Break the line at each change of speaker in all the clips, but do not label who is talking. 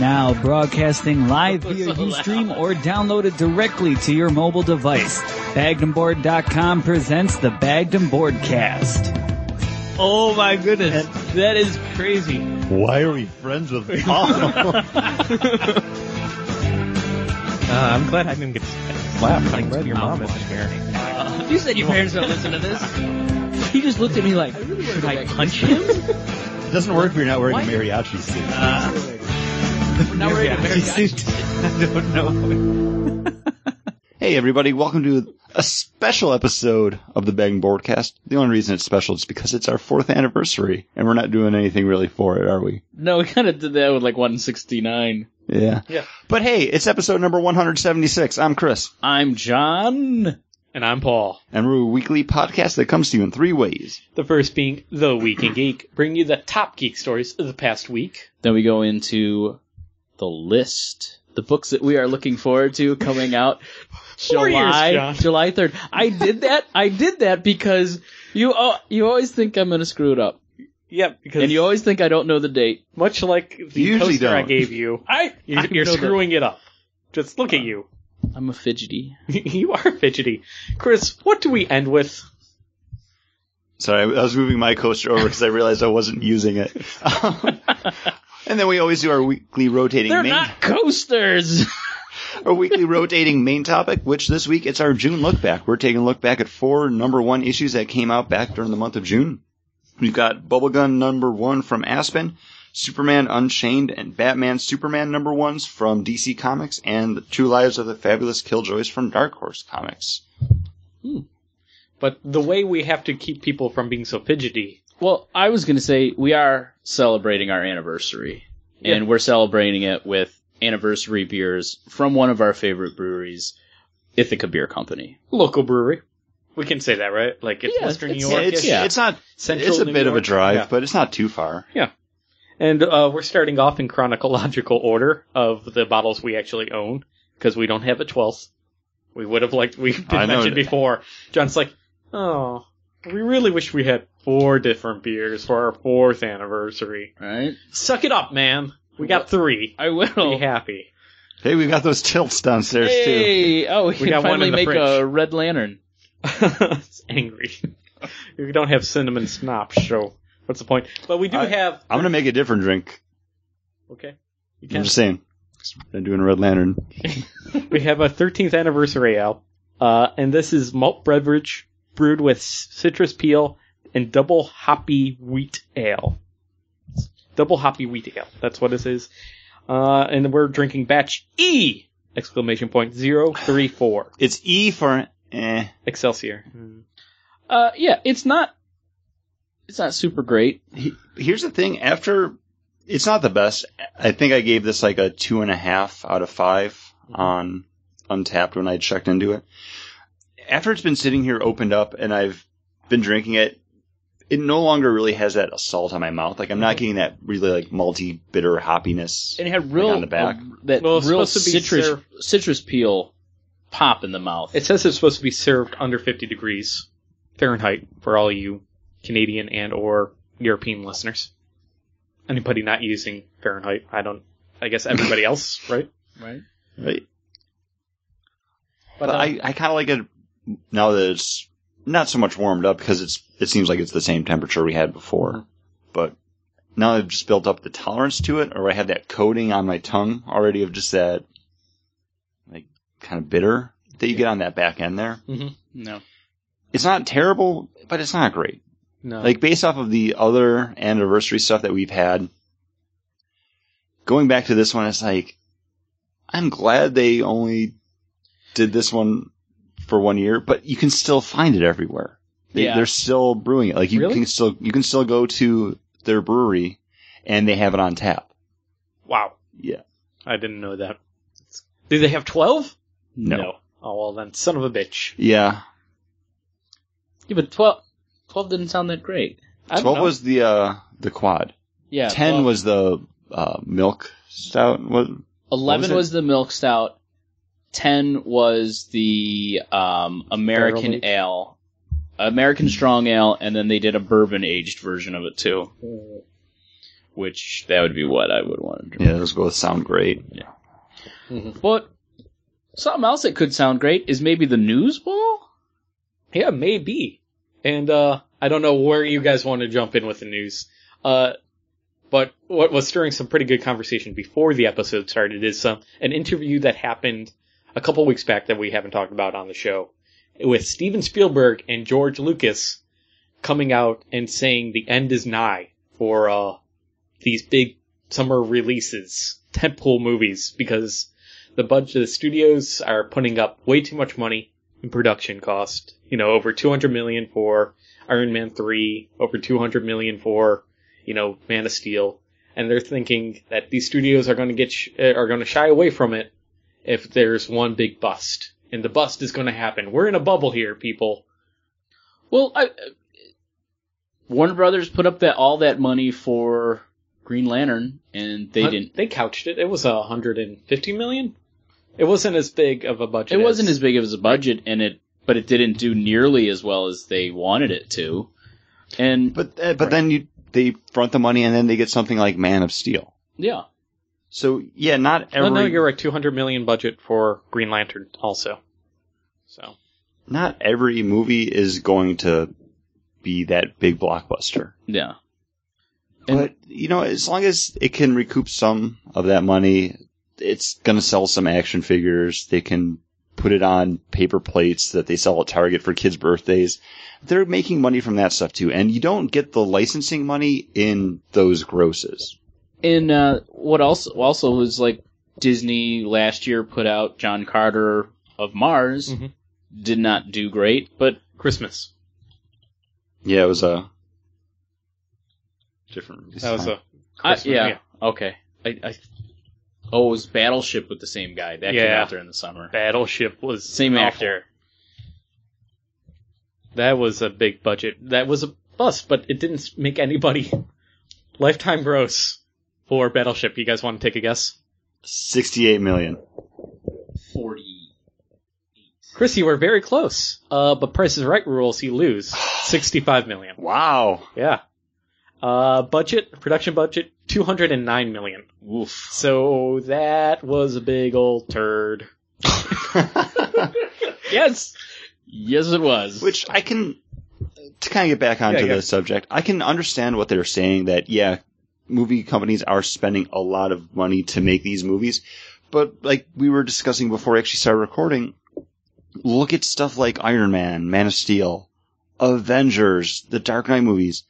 Now broadcasting live via
So loud.
Ustream or downloaded directly to your mobile device. Bagdenboard.com presents the Bagden Boardcast.
Oh my goodness, that is crazy.
Why are we friends with Paul?
Uh, I'm glad I didn't get slapped. I'm glad your mom isn't here.
You said your parents don't listen to this. He just looked at me like, should I punch him?
it doesn't work if you're not wearing
Why?
a mariachi suit.
Now we're in America.
I don't know.
hey everybody, welcome to a special episode of the Begging Broadcast. The only reason it's special is because it's our fourth anniversary, and we're not doing anything really for it, are we?
No, we kind of did that with like 169.
Yeah.
Yeah.
But hey, it's episode number 176. I'm Chris,
I'm John.
And I'm Paul.
and we're a weekly podcast that comes to you in three ways.
The first being The Week in Geek, bringing you the top geek stories of the past week.
Then we go into the list. The books that we are looking forward to coming out
Four years,
July
John.
July 3rd. I did that. I did that because you al- you always think I'm going to screw it up.
Yep, because
And you always think I don't know the date.
much like the
You usually
poster I
don't.
gave you,
I
you're,
I
you're
know that-
screwing it up. Just look at you.
I'm a fidgety.
you are fidgety. Chris, what do we end with?
Sorry, I was moving my coaster over because I realized I wasn't using it. Um, and then we always do our weekly rotating
They're
main
not coasters.
our weekly rotating main topic, which this week it's our June look back. We're taking a look back at four number one issues that came out back during the month of June. We've got Bubblegum number one from Aspen, Superman Unchained, and Batman Superman number ones from DC Comics, and The Two Lives of the Fabulous Killjoys from Dark Horse Comics.
But the way we have to keep people from being so fidgety.
Well, I was going to say we are celebrating our anniversary, and we're celebrating it with anniversary beers from one of our favorite breweries, Ithaca Beer Company.
Local brewery. We can say that, right? Like it's
Yeah,
Western
it's-
New York.
it's,
yeah.
it's not.
Central
it's a
New
bit of a
York.
drive,
Yeah.
but it's not too far.
And uh, we're starting off in chronological order of the bottles we actually own because we don't have a twelfth. We would have liked we
I
did
know
mention
that.
before. John's like, oh, we really wish we had four different beers for our fourth anniversary.
Right?
Suck it up, man. We got three.
I
Be
Oh.
will.
happy.
Hey, we got those tilts downstairs too.
Hey! Oh, we,
We got one
finally
in the
make a
fridge.
Red Lantern.
it's angry. we don't have cinnamon snop, so what's the point? But we do
I-
have.
I'm gonna make a different drink.
Okay. You
I'm
can.
just saying. Been doing a Red Lantern.
we have a 13th anniversary ale, uh, and this is malt beverage brewed with c- citrus peel and double hoppy wheat ale. Double hoppy wheat ale. That's what this is. Uh, and we're drinking batch E! Exclamation point zero three four
It's E for eh.
Excelsior.
Uh, yeah, it's not. It's not super great.
He- here's the thing after it's not the best i think i gave this like a two and a half out of 5 on untapped when i checked into it after it's been sitting here opened up and i've been drinking it it no longer really has that assault on my mouth like i'm not getting that really like malty bitter hoppiness
And it had real
on the back.
uh, that
Well, it's
real
supposed to be
citrus
syrup.
citrus peel pop in the mouth.
It says it's supposed to be served under 50 degrees Fahrenheit for all you Canadian and or European listeners. Anybody not using Fahrenheit, I don't. I guess everybody else, right?
right.
right
But,
but,
uh,
i, I kind of like it now that it's not so much warmed up because it's it seems like it's the same temperature we had before but now I've just built up the tolerance to it, or I have that coating on my tongue already of just that, like, kind of bitter that you get on that back end there.
No.
It's not terrible, but it's not great.
No.
Like, based off of the other anniversary stuff that we've had, going back to this one, it's like, I'm glad they only did this one for one year, but you can still find it everywhere. They,
Yeah.
They're still brewing it. Like you
Really?
can still you can still go to their brewery and they have it on tap.
wow,
Yeah.
I didn't know that. Do they have twelve?
No.
Oh well, then son of a bitch.
Yeah.
Yeah, but 12, 12 didn't sound that great.
I don't
Twelve
know.
was the uh the quad.
Yeah.
Ten
12
was the uh milk stout. What
11
was
was,
it?
the milk stout. 10 was the um, American
Barrel-aged?
ale, American strong ale, and then they did a bourbon aged version of it too. which that would be what I would want to drink.
Yeah, those both sound great.
But something else that could sound great is maybe the news bowl.
Yeah, maybe. And uh, I don't know where you guys want to jump in with the news. Uh, but what was stirring some pretty good conversation before the episode started is some an interview that happened a couple weeks back that we haven't talked about on the show with Steven Spielberg and George Lucas coming out and saying the end is nigh for uh, these big summer releases, tentpole movies, because the budget of the studios are putting up way too much money in production cost. You know, over 200 million for Iron Man 3, over 200 million for, you know, Man of Steel. And they're thinking that these studios are going to get, sh- eh, are going to shy away from it if there's one big bust. And the bust is going to happen. We're in a bubble here, people.
Well, I, Warner Brothers put up that all that money for Green Lantern, and they
Hun-
didn't.
They couched it. It was a 150 million. It wasn't as big of a budget.
It wasn't as big as a budget, and it but it didn't do nearly as well as they wanted it to. And
But uh, but then you they front the money and then they get something like Man of Steel.
yeah,
So yeah, not
Oh, No,
every
no, you're right. 200 million budget for Green Lantern also. So
not every movie is going to be that big blockbuster.
yeah, And-
But you know, as long as it can recoup some of that money, it's going to sell some action figures. They can put it on paper plates that they sell at Target for kids' birthdays. They're making money from that stuff too, and you don't get the licensing money in those grosses.
and uh, what also also was like Disney last year put out John Carter of Mars,
Mhm.
did not do great, but
Christmas.
Yeah, it was uh, a different. release
That was
time.
a
I,
Christmas,
yeah,
yeah.
okay. I, I oh, it was Battleship with the same guy that came
Yeah.
out during the summer.
Battleship was
Same
awful.
actor.
That was a big budget. That was a bust, but it didn't make anybody lifetime gross for Battleship. You guys want to take a guess?
sixty-eight million.
Forty.
Chris, you were very close. Uh, but Price is Right rules, you lose. 65 million.
Wow.
Yeah. Uh, budget, production budget, 209 million.
Oof.
So that was a big old turd.
Yes. Yes, it was.
Which I can, to kind of get back onto
Yeah, yeah.
the subject, I can understand what they're saying that, yeah, movie companies are spending a lot of money to make these movies. But like we were discussing before I actually started recording, look at stuff like Iron Man, Man of Steel, Avengers, the Dark Knight movies.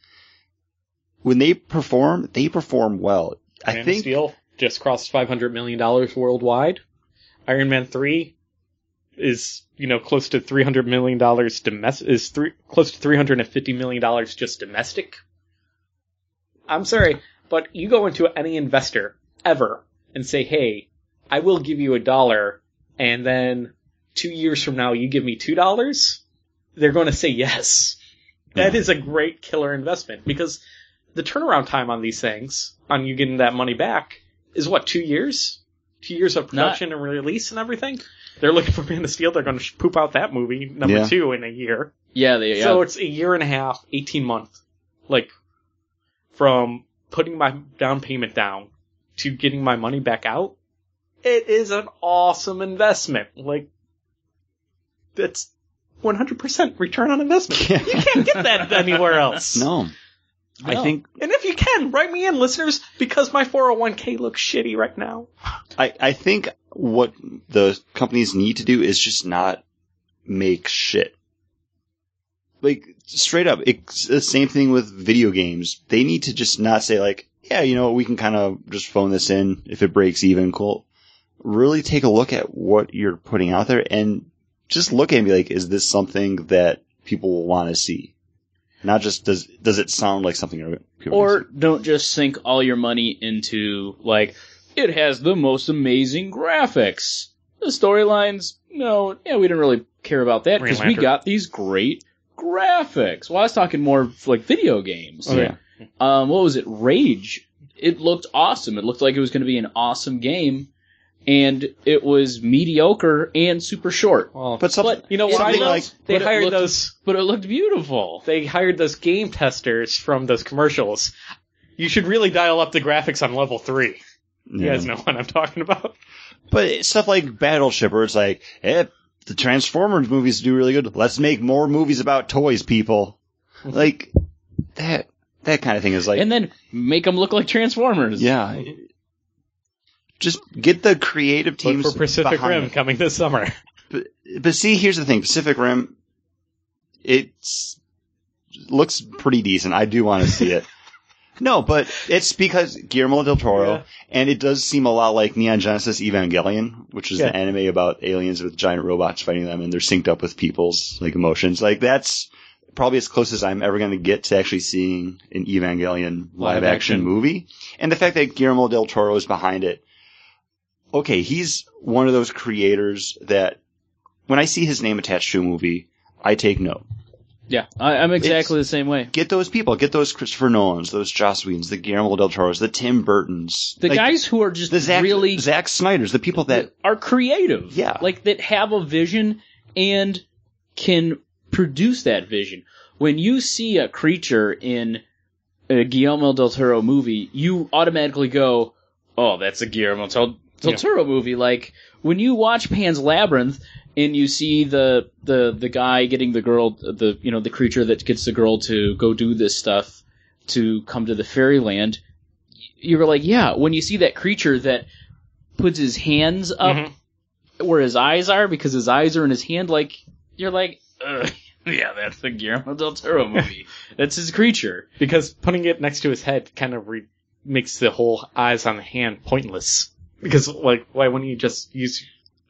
When they perform, they perform well. I
Man of
think
Steel just crossed 500 million dollars worldwide. Iron Man 3 is, you know, close to 300 million dollars domestic is three, close to 350 million dollars just domestic. I'm sorry, but you go into any investor ever and say, "Hey, I will give you a dollar and then 2 years from now you give me $2." They're going to say yes. That is a great killer investment because the turnaround time on these things, on you getting that money back, is what two years? Two years of
Not-
production and release and everything. They're looking for Man of Steel. They're going to poop out that movie number
Yeah.
two in a year.
yeah, they, yeah.
So it's a year and a half, eighteen months, like from putting my down payment down to getting my money back out. It is an awesome investment. Like that's one hundred percent return on investment.
Yeah.
You can't get that anywhere else.
no. I
No.
think
And if you can, write me in, listeners, because my 401k looks shitty right now.
I, I think what the companies need to do is just not make shit. Like, straight up, it's the same thing with video games. They need to just not say, like, yeah, you know, we can kind of just phone this in if it breaks even, cool. Really take a look at what you're putting out there and just look at it and be like, is this something that people will want to see? Not just does does it sound like something people will
Or
see?
don't just sink all your money into like it has the most amazing graphics. The storylines, no, yeah, we didn't really care about that because
Green
we
Lantern.
got these great graphics. Well, I was talking more of, like video games.
Oh, yeah.
Um, what was it? Rage. It looked awesome. It looked like it was going to be an awesome game, and it was mediocre and super short.
Well,
But something,
But
you know what? I
something
know
like
they
but it
hired
looked-
those.
But it looked beautiful.
They hired those game testers from those commercials. You should really dial up the graphics on level three. You guys know what I'm talking about.
But it's stuff like Battleship, where it's like, eh, the Transformers movies do really good. Let's make more movies about toys, people. Like that that kind of thing is like,
and then make them look like Transformers.
yeah. Just get the creative
Look
teams
for Pacific
behind
Rim
it.
coming this summer.
But, but see, here's the thing: Pacific Rim, it's looks pretty decent. I do want to see it. no, but it's because Guillermo del Toro,
Yeah.
and it does seem a lot like Neon Genesis Evangelion, which is
Yeah.
the anime about aliens with giant robots fighting them, and they're synced up with people's like emotions. Like that's probably as close as I'm ever going to get to actually seeing an Evangelion live action
action.
movie. And the fact that Guillermo del Toro is behind it. Okay, he's one of those creators that when I see his name attached to a movie, I take note.
yeah. I, I'm exactly the same way.
Get those people. Get those Christopher Nolans, those Joss Whedons, the Guillermo del Toros, the Tim Burtons,
The
like,
guys who are just
the Zack,
really
Zack Snyder's, the people that
are creative.
Yeah.
Like that have a vision and can produce that vision. When you see a creature in a Guillermo del Toro movie, you automatically go, "Oh, that's a Guillermo del, del
Yeah.
Toro movie." Like when you watch Pan's Labyrinth and you see the the the guy getting the girl the you know the creature that gets the girl to go do this stuff to come to the fairyland you were like yeah when you see that creature that puts his hands up
Mhm.
where his eyes are because his eyes are in his hand. Like you're like, Ugh, yeah, that's the Guillermo del Toro movie. that's his creature.
Because putting it next to his head kind of re- makes the whole eyes on the hand pointless. Because, like, why wouldn't you just use.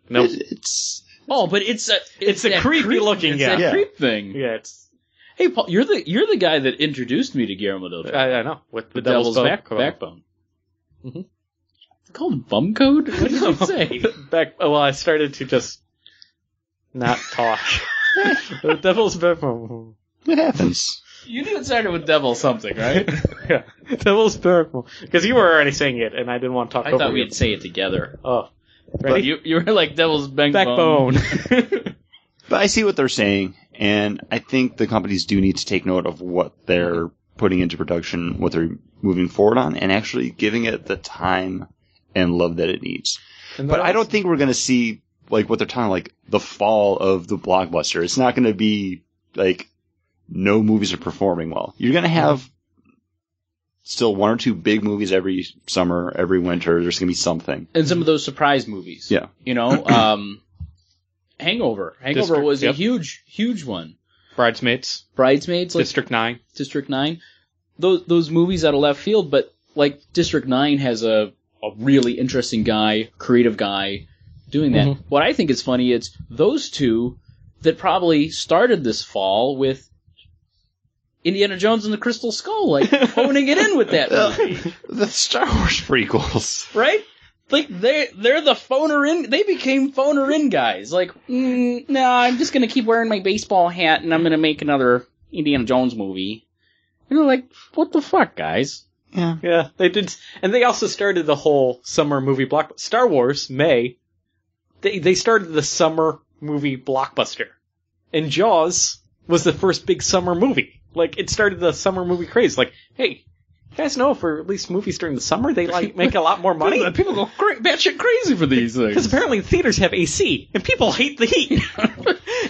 No.
it's
Oh, but it's a
It's a
that
creepy
creep-
looking
it's
guy.
that
Yeah.
creep thing.
Yeah, it's.
Hey, Paul, you're the you're the guy that introduced me to Guillermo del Toro.
I, I know. With the,
Uh, the, devil's, back, Mm-hmm.
Backbone.
backbone.
Mhm.
Called him bum code. What did you say?
back well i started to just not talk the devil's backbone
it happens.
You knew it started with devil something, right?
yeah devil's backbone because you were already saying it and i didn't want to talk
I
over
thought
you.
we'd say it together.
oh
But
ready
you you were like devil's
backbone
But I see what they're saying, and I think the companies do need to take note of what they're putting into production, what they're moving forward on, and actually giving it the time and love that it needs. But I don't think we're going to see like what they're talking like the fall of the blockbuster. It's not going to be like no movies are performing well. You're going to have still one or two big movies every summer, every winter. There's going to be something.
and some of those surprise movies.
Yeah.
You know, um, Hangover. Hangover
District,
was
yep.
a huge, huge one.
bridesmaids
Bridesmaids, like
district 9
District Nine. Those those movies out of left field, but like District Nine has a a really interesting guy, creative guy, doing that.
Mhm.
What I think is funny is those two that probably started this fall with. Indiana Jones and the Crystal Skull, like honing it in with that movie
The Star Wars prequels.
right? Like they they're the phoner in they became phoner in guys. Like mm, no, I'm just gonna keep wearing my baseball hat and I'm gonna make another Indiana Jones movie. And they're like, what the fuck, guys?
Yeah.
yeah they did and they also started the whole summer movie block star wars may they they started the summer movie blockbuster and jaws was the first big summer movie like it started the summer movie craze like hey you guys know for at least movies during the summer they like make a lot more money
People go cra- batshit crazy for these
because
things.
apparently theaters have AC and people hate the heat.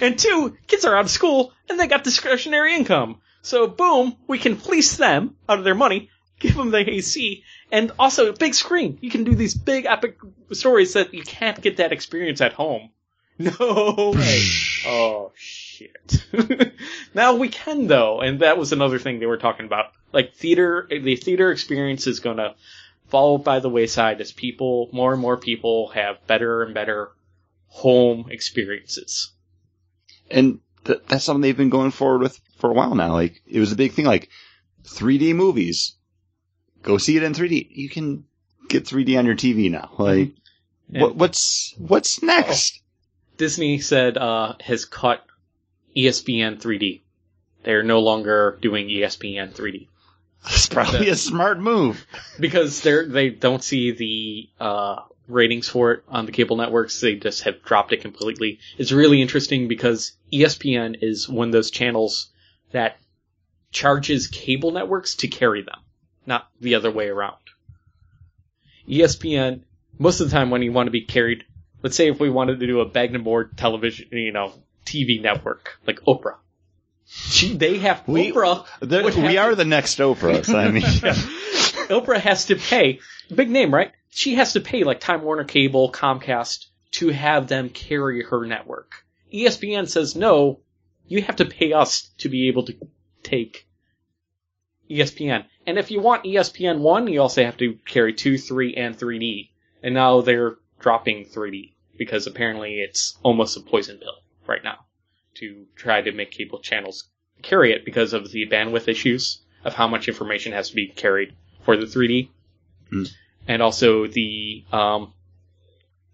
and two, kids are out of school and they got discretionary income. So boom, we can fleece them out of their money, give them the AC, and also a big screen. You can do these big epic stories that you can't get that experience at home. No way. Oh shit. now we can though, and that was another thing they were talking about. Like theater, the theater experience is gonna fall by the wayside as people, more and more people have better and better home experiences.
And th- that's something they've been going forward with for a while now. Like it was a big thing. Like 3D movies. Go see it in 3D. You can get 3D on your TV now.
Mm-hmm.
Like
And
what, what's what's next?
Disney said, uh, has cut E ESPN 3D. They're no longer doing E ESPN 3D. Oh.
It's probably a smart move.
because they're they don't see the uh, ratings for it on the cable networks. They just have dropped it completely. It's really interesting because E ESPN is one of those channels that charges cable networks to carry them. not the other way around. E ESPN, most of the time when you want to be carried, let's say if we wanted to do a Bagnamore television, you know, TV network, like Oprah. She, they have,
We-
Oprah,
The-
would have
we
to-
are the next Oprah. So I mean,
Oprah has to pay, big name, right? She has to pay like Time Warner Cable, Comcast to have them carry her network. E ESPN says no, you have to pay us to be able to take E ESPN. And if you want E ESPN one, you also have to carry two, three, and 3D. And now they're dropping 3D because apparently it's almost a poison pill right now to try to make cable channels carry it because of the bandwidth issues of how much information has to be carried for the 3D,
Hmm.
and also the um,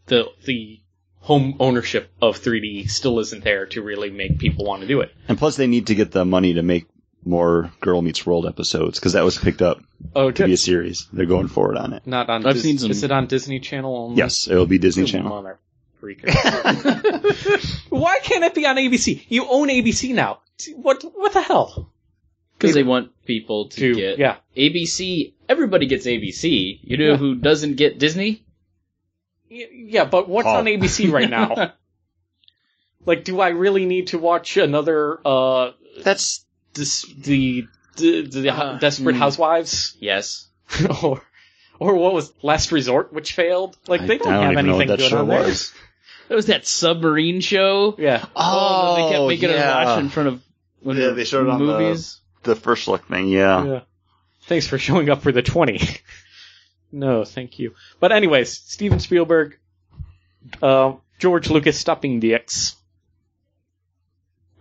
the the home ownership of 3D still isn't there to really make people want to do it.
and plus they need to get the money to make more Girl Meets World episodes because that was picked up
Oh,
to be a series. They're going forward on it.
not on.
I've
Dis-
seen some-
Is it on Disney Channel? Only?
Yes, it'll be Disney
Mm-hmm. Good
Channel.
mother freaker. Why can't it be on ABC? You own ABC now. What? What the hell?
because they want people to,
To-
get
yeah.
ABC. Everybody gets ABC. You know
Yeah.
who doesn't get Disney?
Y- Yeah, but what's
Paul.
on ABC right now? like, do I really need to watch another uh
That's
dis- the the, the,
Uh,
Desperate
hmm.
Housewives
Yes.
or or what was Last Resort, which failed? Like,
I
they don't,
don't
have
even know what
anything
that
good
show
on there.
was.
It was that submarine show.
Yeah,
Oh,
that they kept making
yeah.
us watch in front of when
Yeah,
we-
they showed it on the-
movies.
the first look thing. Yeah.
yeah. Thanks for showing up for the twenty. no, thank you. But anyways, Steven Spielberg, uh, George Lucas stopping DX.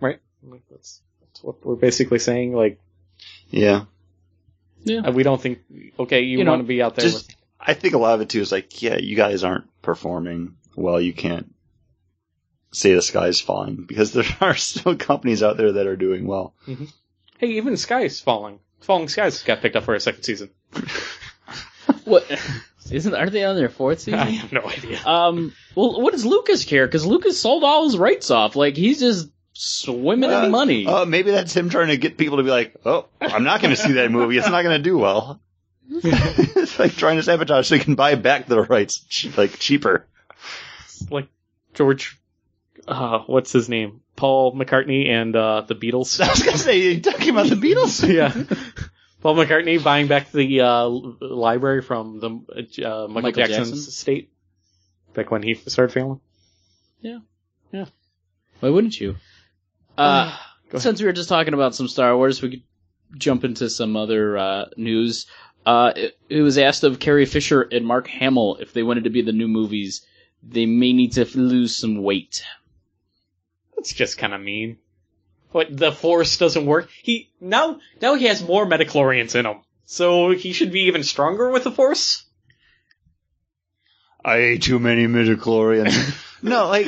Right. Like, That's, that's what we're basically saying. Like.
yeah.
Uh, we don't think. Okay, you,
You know,
want to be out there.
Just, I think a lot of it too is like, yeah, you guys aren't performing well. You can't say the sky's falling because there are still companies out there that are doing well.
with, hey, even Skies falling. Falling Skies got picked up for a second season.
What isn't? Are they on their fourth
I
season?
have no idea.
um. Well, what does Lucas care? Because Lucas sold all his rights off. Like he's just swimming
Well,
in money.
Uh, maybe that's him trying to get people to be like, oh, I'm not going to see that movie. It's not going to do well. it's like trying to sabotage so you can buy back the rights che- like cheaper.
It's like George, uh, what's his name? Paul McCartney and uh, the Beatles.
I was going to say, you're talking about the Beatles?
yeah. Paul McCartney buying back the uh, l- library from the uh, Michael,
Michael
Jackson's
Jackson?
estate. Back when he started failing.
Why wouldn't you? Uh,
Go ahead.
since we were just talking about some Star Wars, we could jump into some other uh, news. Uh, it, it was asked of Carrie Fisher and Mark Hamill if they wanted to be in the new movies. They may need to f- lose some weight.
That's just kind of mean. But the force doesn't work. He now now he has more metachlorians in him, so he should be even stronger with the force.
I ate too many midichlorians. no, like,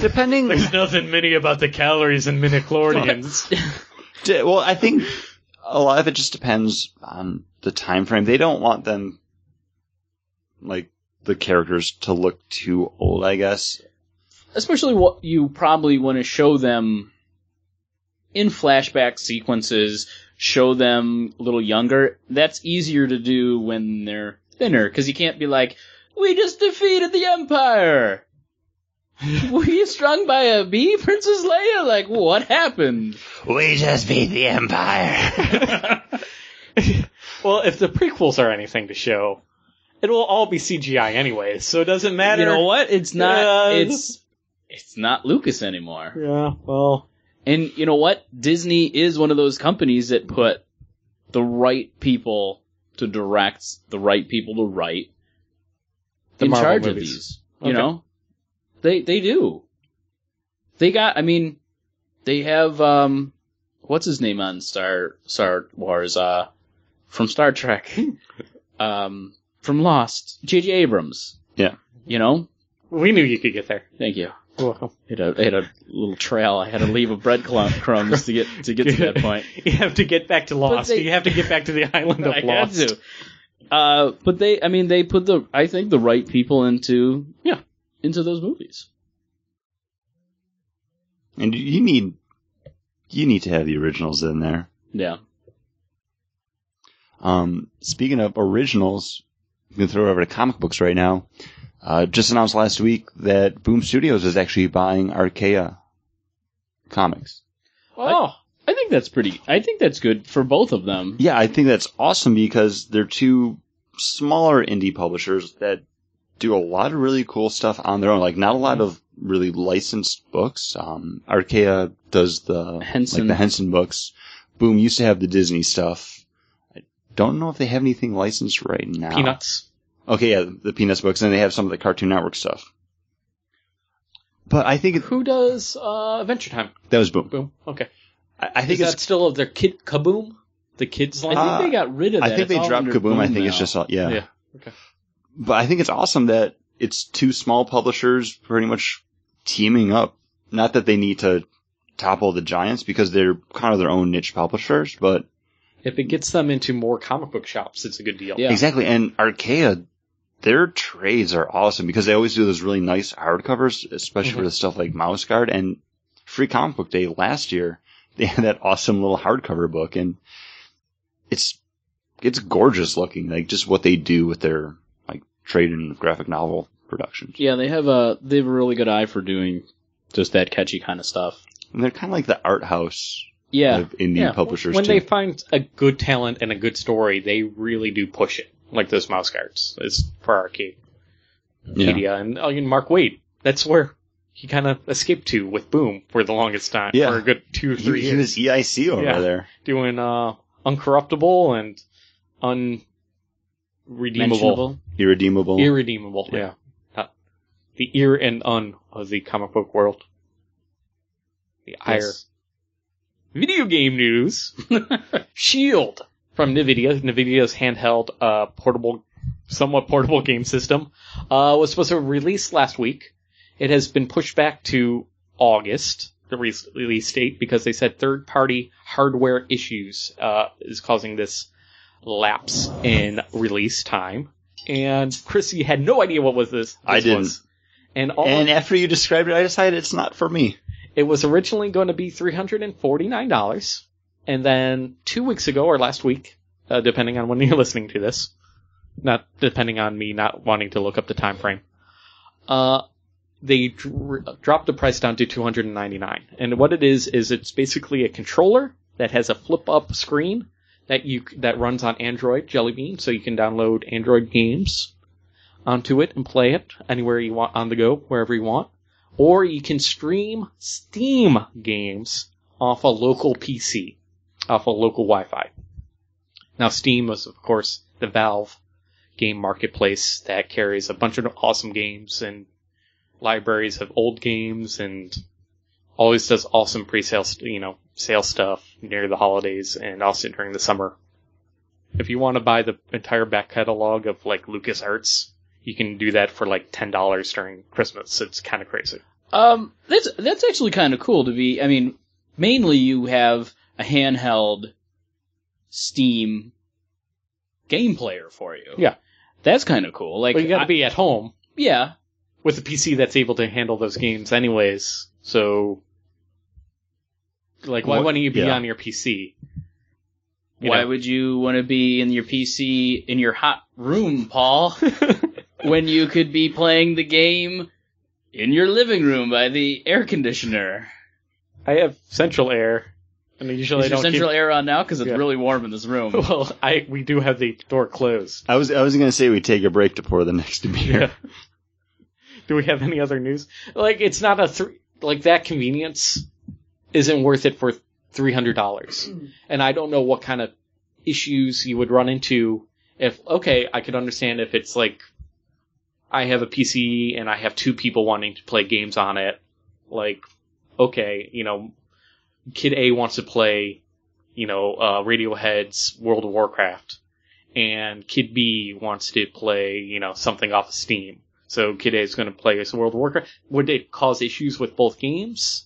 depending.
There's nothing many about the calories in midichlorians.
D- well i think a lot of it just depends on the time frame they don't want them like the characters to look too old i guess
Especially what you probably want to show them in flashback sequences, show them a little younger. That's easier to do when they're thinner, because you can't be like, we just defeated the Empire! Were you strung by a bee, Princess Leia? Like, what happened?
we just beat the empire
well, if the prequels are anything to show, it will all be CGI anyway, so it doesn't matter.
You know what? It's not,
Yeah.
it's, it's not Lucas anymore.
Yeah, well,
And you know what? Disney is one of those companies that put the right people to direct, the right people to write
The
in
Marvel
charge of
movies.
these.
Okay.
You know, they they do. They got. I mean, they have. um What's his name on Star Star Wars? Uh, from Star Trek, um, from Lost, J.J. Abrams.
Yeah.
You know.
we knew you could get there.
Thank you.
You're welcome.
It had a, it had a little trail. I had to leave a breadcrumb crumbs to get to get to that point.
you have to get back to Lost.
they-
you have to get back to the island of
I had
Lost.
to. Uh, but they, I mean, they put the, I think, the right people into
Yeah.
into those movies.
and you- you need you need to have the originals in there
Yeah,
Um, speaking of originals, I'm going to throw it over to comic books right now. Uh, just announced last week that Boom Studios is actually buying Arkea Comics.
Oh, I think that's pretty. I think that's good for both of them.
Yeah, I think that's awesome because they're two smaller indie publishers that do a lot of really cool stuff on their own. Like not a lot of really licensed books. Um, Arkea does the
Henson.
like the Henson books. Boom used to have the Disney stuff. I don't know if they have anything licensed right now.
Peanuts.
Okay, yeah, the Peanuts books, and they have some of the Cartoon Network stuff. But I think it,
Who does uh, Adventure Time?
that was Boom.
Boom. Okay.
I, I think
Is that
it's.
still their kid Kaboom? The kids
I
line.
think
Uh,
they got rid of that.
I think
It's
they
all
dropped
under
Kaboom. I
Boom
think it's
now.
just all, yeah.
Yeah. Okay.
But I think it's awesome that it's two small publishers pretty much teaming up. Not that they need to topple the giants because they're kind of their own niche publishers, but
If it gets them into more comic book shops, it's a good deal.
Yeah.
Exactly. And Arkea, their trades are awesome because they always do those really nice hardcovers, especially
Mm-hmm.
for the stuff like Mouse Guard and Free Comic Book Day last year. They had that awesome little hardcover book and it's, it's gorgeous looking, like just what they do with their like trade and graphic novel productions.
Yeah, they have a they have a really good eye for doing just that catchy kind of stuff.
And they're kind of like the art house
Yeah,
of indie
Yeah.
publishers
when
too.
they find a good talent and a good story, they really do push it. Like those mouse guards. It's for Arcadia and oh, and Mark Wade. That's where he kind of escaped to with Boom for the longest time.
Yeah.
For a good two or three
He, he
years.
was EIC E over
Yeah.
there.
doing uh uncorruptible and unredeemable.
mentionable.
Irredeemable.
Irredeemable. Yeah. Uh, the ear and un of the comic book world. The ire.
Yes.
Video game news. Shield from Nvidia. Nvidia's handheld, uh, portable, somewhat portable game system, uh, was supposed to release last week. It has been pushed back to August, the re- release date, because they said third party hardware issues, uh, is causing this lapse in release time. And Chrissy had no idea what was this.
I
this
didn't.
was. And all
And after you described it, I decided it's not for me.
it was originally going to be $349. And then two weeks ago or last week, uh, depending on when you're listening to this, not depending on me not wanting to look up the time frame, uh, they dr- dropped the price down to 299 And what it is, is it's basically a controller that has a flip up screen that you, c- that runs on Android Jelly Bean. So you can download Android games onto it and play it anywhere you want on the go, wherever you want or you can stream Steam games off a local PC, off a local Wi-Fi. Now, Steam is, of course, the Valve game marketplace that carries a bunch of awesome games and libraries of old games and always does awesome pre-sale, st- you know, sale stuff near the holidays and also during the summer. If you want to buy the entire back catalog of like LucasArts, you can do that for like $10 during Christmas. It's kind of crazy.
Um, that's that's actually kind of cool to be. I mean, mainly you have a handheld Steam game player for you.
Yeah.
that's kind of cool. Like,
But you got
I-
to be at home
yeah,
with a PC that's able to handle those games, anyways. So, like, why
What-
wouldn't you be
yeah.
on your PC? You
why
know.
would you want to be in your PC in your hot room, Paul, when you could be playing the game in your living room by the air conditioner?
I have central air, and usually
Is
I
your
don't.
central air on now because it's
Yeah.
really warm in this room.
keep- Well, I we do have the door closed.
I was I was gonna say we take a break to pour the next beer.
Yeah. do we have any other news? Like, it's not a three. Like that convenience isn't worth it for three hundred dollars, and I don't know what kind of issues you would run into if okay, I could understand if it's like I have a PC and I have two people wanting to play games on it. Like, okay, you know, kid A wants to play, you know, uh, Radiohead's World of Warcraft, and kid B wants to play, you know, something off of Steam. So kid A is going to play World of Warcraft. Would it cause issues with both games?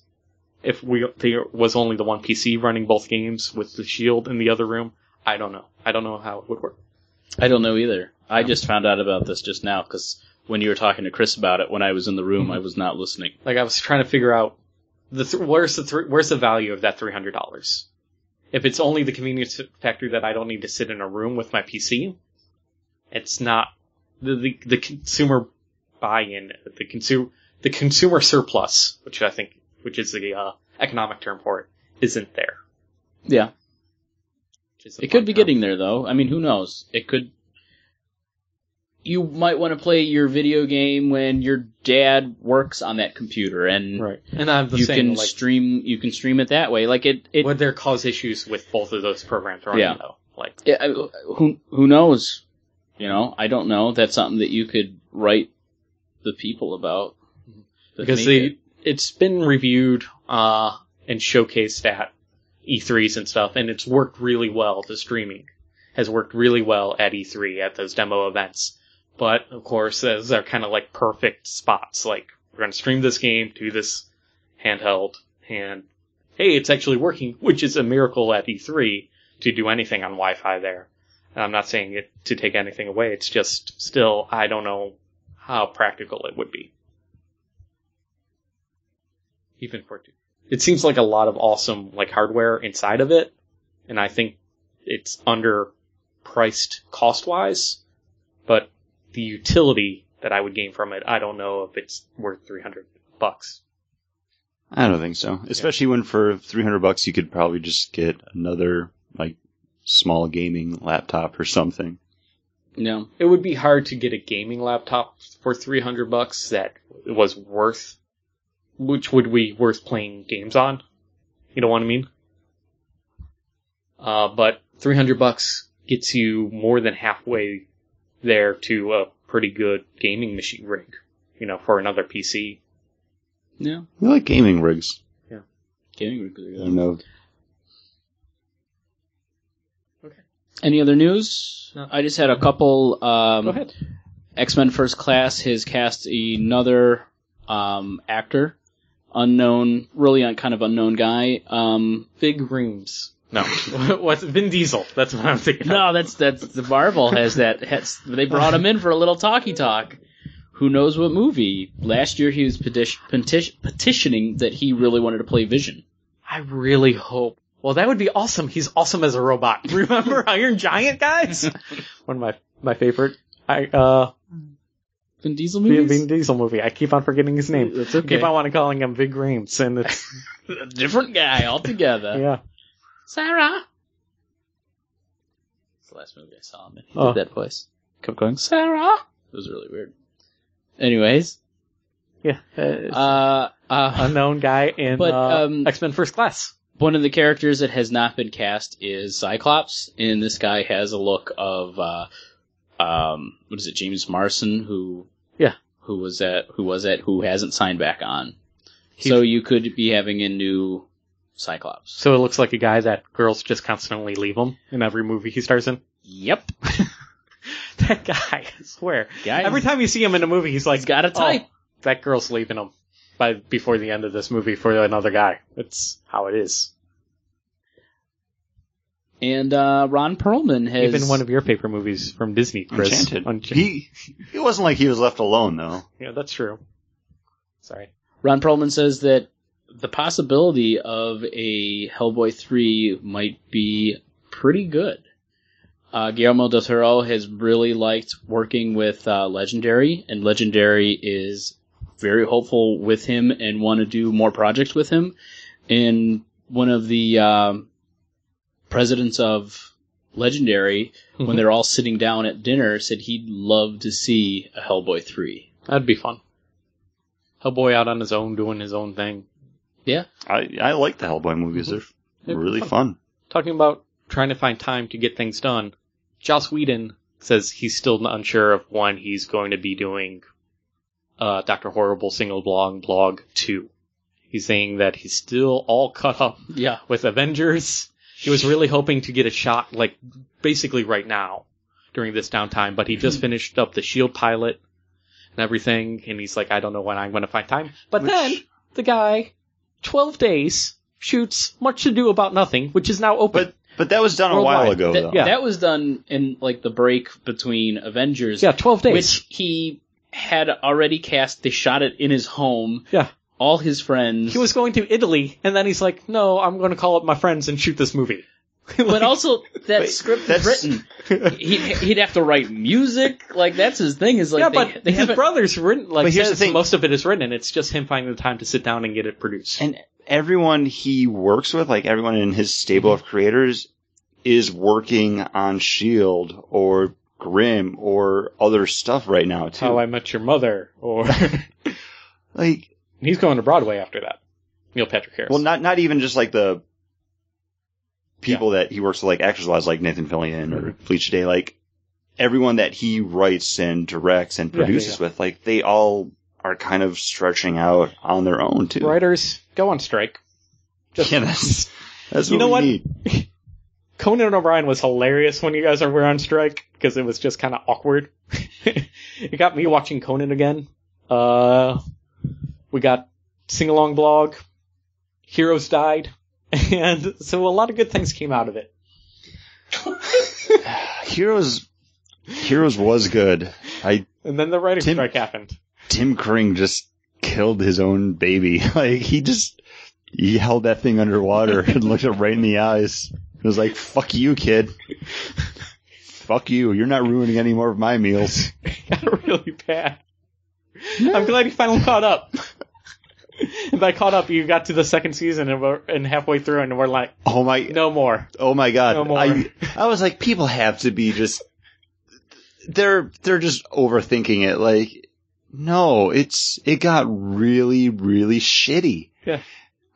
If we there was only the one PC running both games with the shield in the other room, I don't know. I don't know how it would work.
I don't know either. I just found out about this just now because when you were talking to Chris about it, when I was in the room, I was not listening.
Like I was trying to figure out the th- where's the thr where's the value of that three hundred dollars? If it's only the convenience factor that I don't need to sit in a room with my PC, it's not the the, the consumer buy-in, the consumer the consumer surplus, which I think which is the uh, economic term for it, isn't there.
Yeah.
which is the
It could
fun
be
term.
getting there though. I mean, who knows? It could. You might want to play your video game when your dad works on that computer, and
right.
And I'm the
you
same.
can
like,
stream. You can stream it that way. Like it. it
Would there cause issues with both of those programs running
Yeah.
though? Like
Yeah, I, who who knows? You know, I don't know. That's something that you could write the people about. that make
because they,
it.
it's been reviewed uh, and showcased at E3s and stuff, and it's worked really well. The streaming has worked really well at E3 at those demo events. But of course, those are kind of like perfect spots. Like we're going to stream this game to this handheld, and hey, it's actually working, which is a miracle at E3 to do anything on Wi-Fi there. And I'm not saying it to take anything away. It's just still, I don't know how practical it would be even for two. It seems like a lot of awesome like hardware inside of it, and I think it's underpriced cost wise, but the utility that I would gain from it, I don't know if it's worth three hundred bucks.
I don't think so. Especially when for 300 bucks you could probably just get another like small gaming laptop or something.
No.
It would be hard to get a gaming laptop for three hundred bucks that was worth, which would be worth playing games on. You know what I mean? Uh, but three hundred bucks gets you more than halfway there to a pretty good gaming machine rig. You know, for another PC.
No.
We like gaming rigs.
Gaming
I
regular.
don't know.
Any other news?
No.
I just had a couple. Um,
Go ahead.
X Men First Class has cast another um, actor, unknown, really un- kind of unknown guy. Um,
Big rooms. No, what's Vin Diesel? That's what I'm thinking. of.
no, that's that's the Marvel has that. Has, they brought him in for a little talkie talk. Who knows what movie? Last year he was petition, petition, petitioning that he really wanted to play Vision.
I really hope. Well, that would be awesome. He's awesome as a robot. Remember Iron Giant guys? One of my my favorite. I uh
Vin Diesel
Vin,
movies.
Vin Diesel movie. I keep on forgetting his name.
That's
I
okay.
keep on wanting calling him Big Reams, and it's
A different guy altogether.
yeah.
Sarah. It's the last movie I saw him in. He
Oh.
did that voice. Kept going, Sarah. It was really weird. Anyways,
Yeah, uh,
uh, uh,
unknown guy in
But,
uh,
um,
X Men First Class.
one of the characters that has not been cast is Cyclops, and this guy has a look of, uh, um, what is it, James Marsden, who,
Yeah.
who was at, who was at, who hasn't signed back on. so you could be having a new Cyclops.
So it looks like a guy that girls just constantly leave him in every movie he stars in.
Yep,
That guy, I swear.
guys,
Every time you see him in a movie, he's like,
he's got a type.
Oh, that girl's leaving him by before the end of this movie for another guy. That's how it is.
And uh, Ron Perlman has
Even one of your favorite movies from Disney, Chris.
Enchanted.
Unch-
He it wasn't like he was left alone though.
yeah, that's true. Sorry.
Ron Perlman says that the possibility of a Hellboy 3 might be pretty good. Uh, Guillermo del Toro has really liked working with uh, Legendary, and Legendary is very hopeful with him and want to do more projects with him. And one of the um, presidents of Legendary, when
Mhm.
they're all sitting down at dinner, said he'd love to see a Hellboy 3.
That'd be fun. Hellboy out on his own doing his own thing.
I I like the Hellboy movies. They're really fun.
Talking about trying to find time to get things done. Joss Whedon says he's still unsure of when he's going to be doing uh, Dr. Horrible single blog blog 2. He's saying that he's still all cut up
Yeah.
with Avengers. He was really hoping to get a shot, like, basically right now during this downtime, but he just
Mm-hmm.
finished up the S.H.I.E.L.D. E pilot and everything, and he's like, I don't know when I'm going to find time. But
Which-
then the guy, 12 days, shoots Much To Do About Nothing, which is now open.
But but that was done a
Worldwide.
while ago
That-
though.
Oh, yeah.
That was done in like the break between Avengers,
yeah, 12 days.
which he had already cast. They shot it in his home.
Yeah.
All his friends.
he was going to Italy, and then he's like, no, I'm going to call up my friends and shoot this movie.
but also that
Wait,
script is
that's-
written. He, he'd have to write music. Like that's his thing. Is like
yeah,
they,
but
they
his
haven't-
brother's written like
But here's
says
the thing.
most of it is written. and It's just him finding the time to sit down and get it produced.
and everyone he works with, like everyone in his stable
Mm-hmm.
of creators, is working on Shield E or Grimm or other stuff right now too.
How I Met Your Mother, or
like,
he's going to Broadway after that. Neil Patrick Harris.
well, not not even just like the people that he works with, like actors a lot, like Nathan Fillion or Bleach Day, like everyone that he writes and directs and
Yeah, yeah,
produces with, like they all are kind of stretching out on their own too.
writers go on strike.
Yeah, that's that's
You
what
know
we
what?
need.
Conan O'Brien was hilarious when you guys were on strike because it was just kind of awkward. it got me watching Conan again. Uh, we got Sing Along Blog, Heroes Died, and so a lot of good things came out of it.
Heroes Heroes was good. I
And then the writer's
Tim-
strike happened.
Tim Kring just killed his own baby. Like he just he held that thing underwater and looked it right in the eyes. It was like, "Fuck you, kid. Fuck you. You're not ruining any more of my meals."
got really bad. I'm glad you finally caught up. and by caught up, you got to the second season and, we're, and halfway through, and we're like,
Oh my!
no more.
Oh my God!
No more.
I I was like, people have to be just they're they're just overthinking it. Like, no, it's it got really really shitty.
Yeah.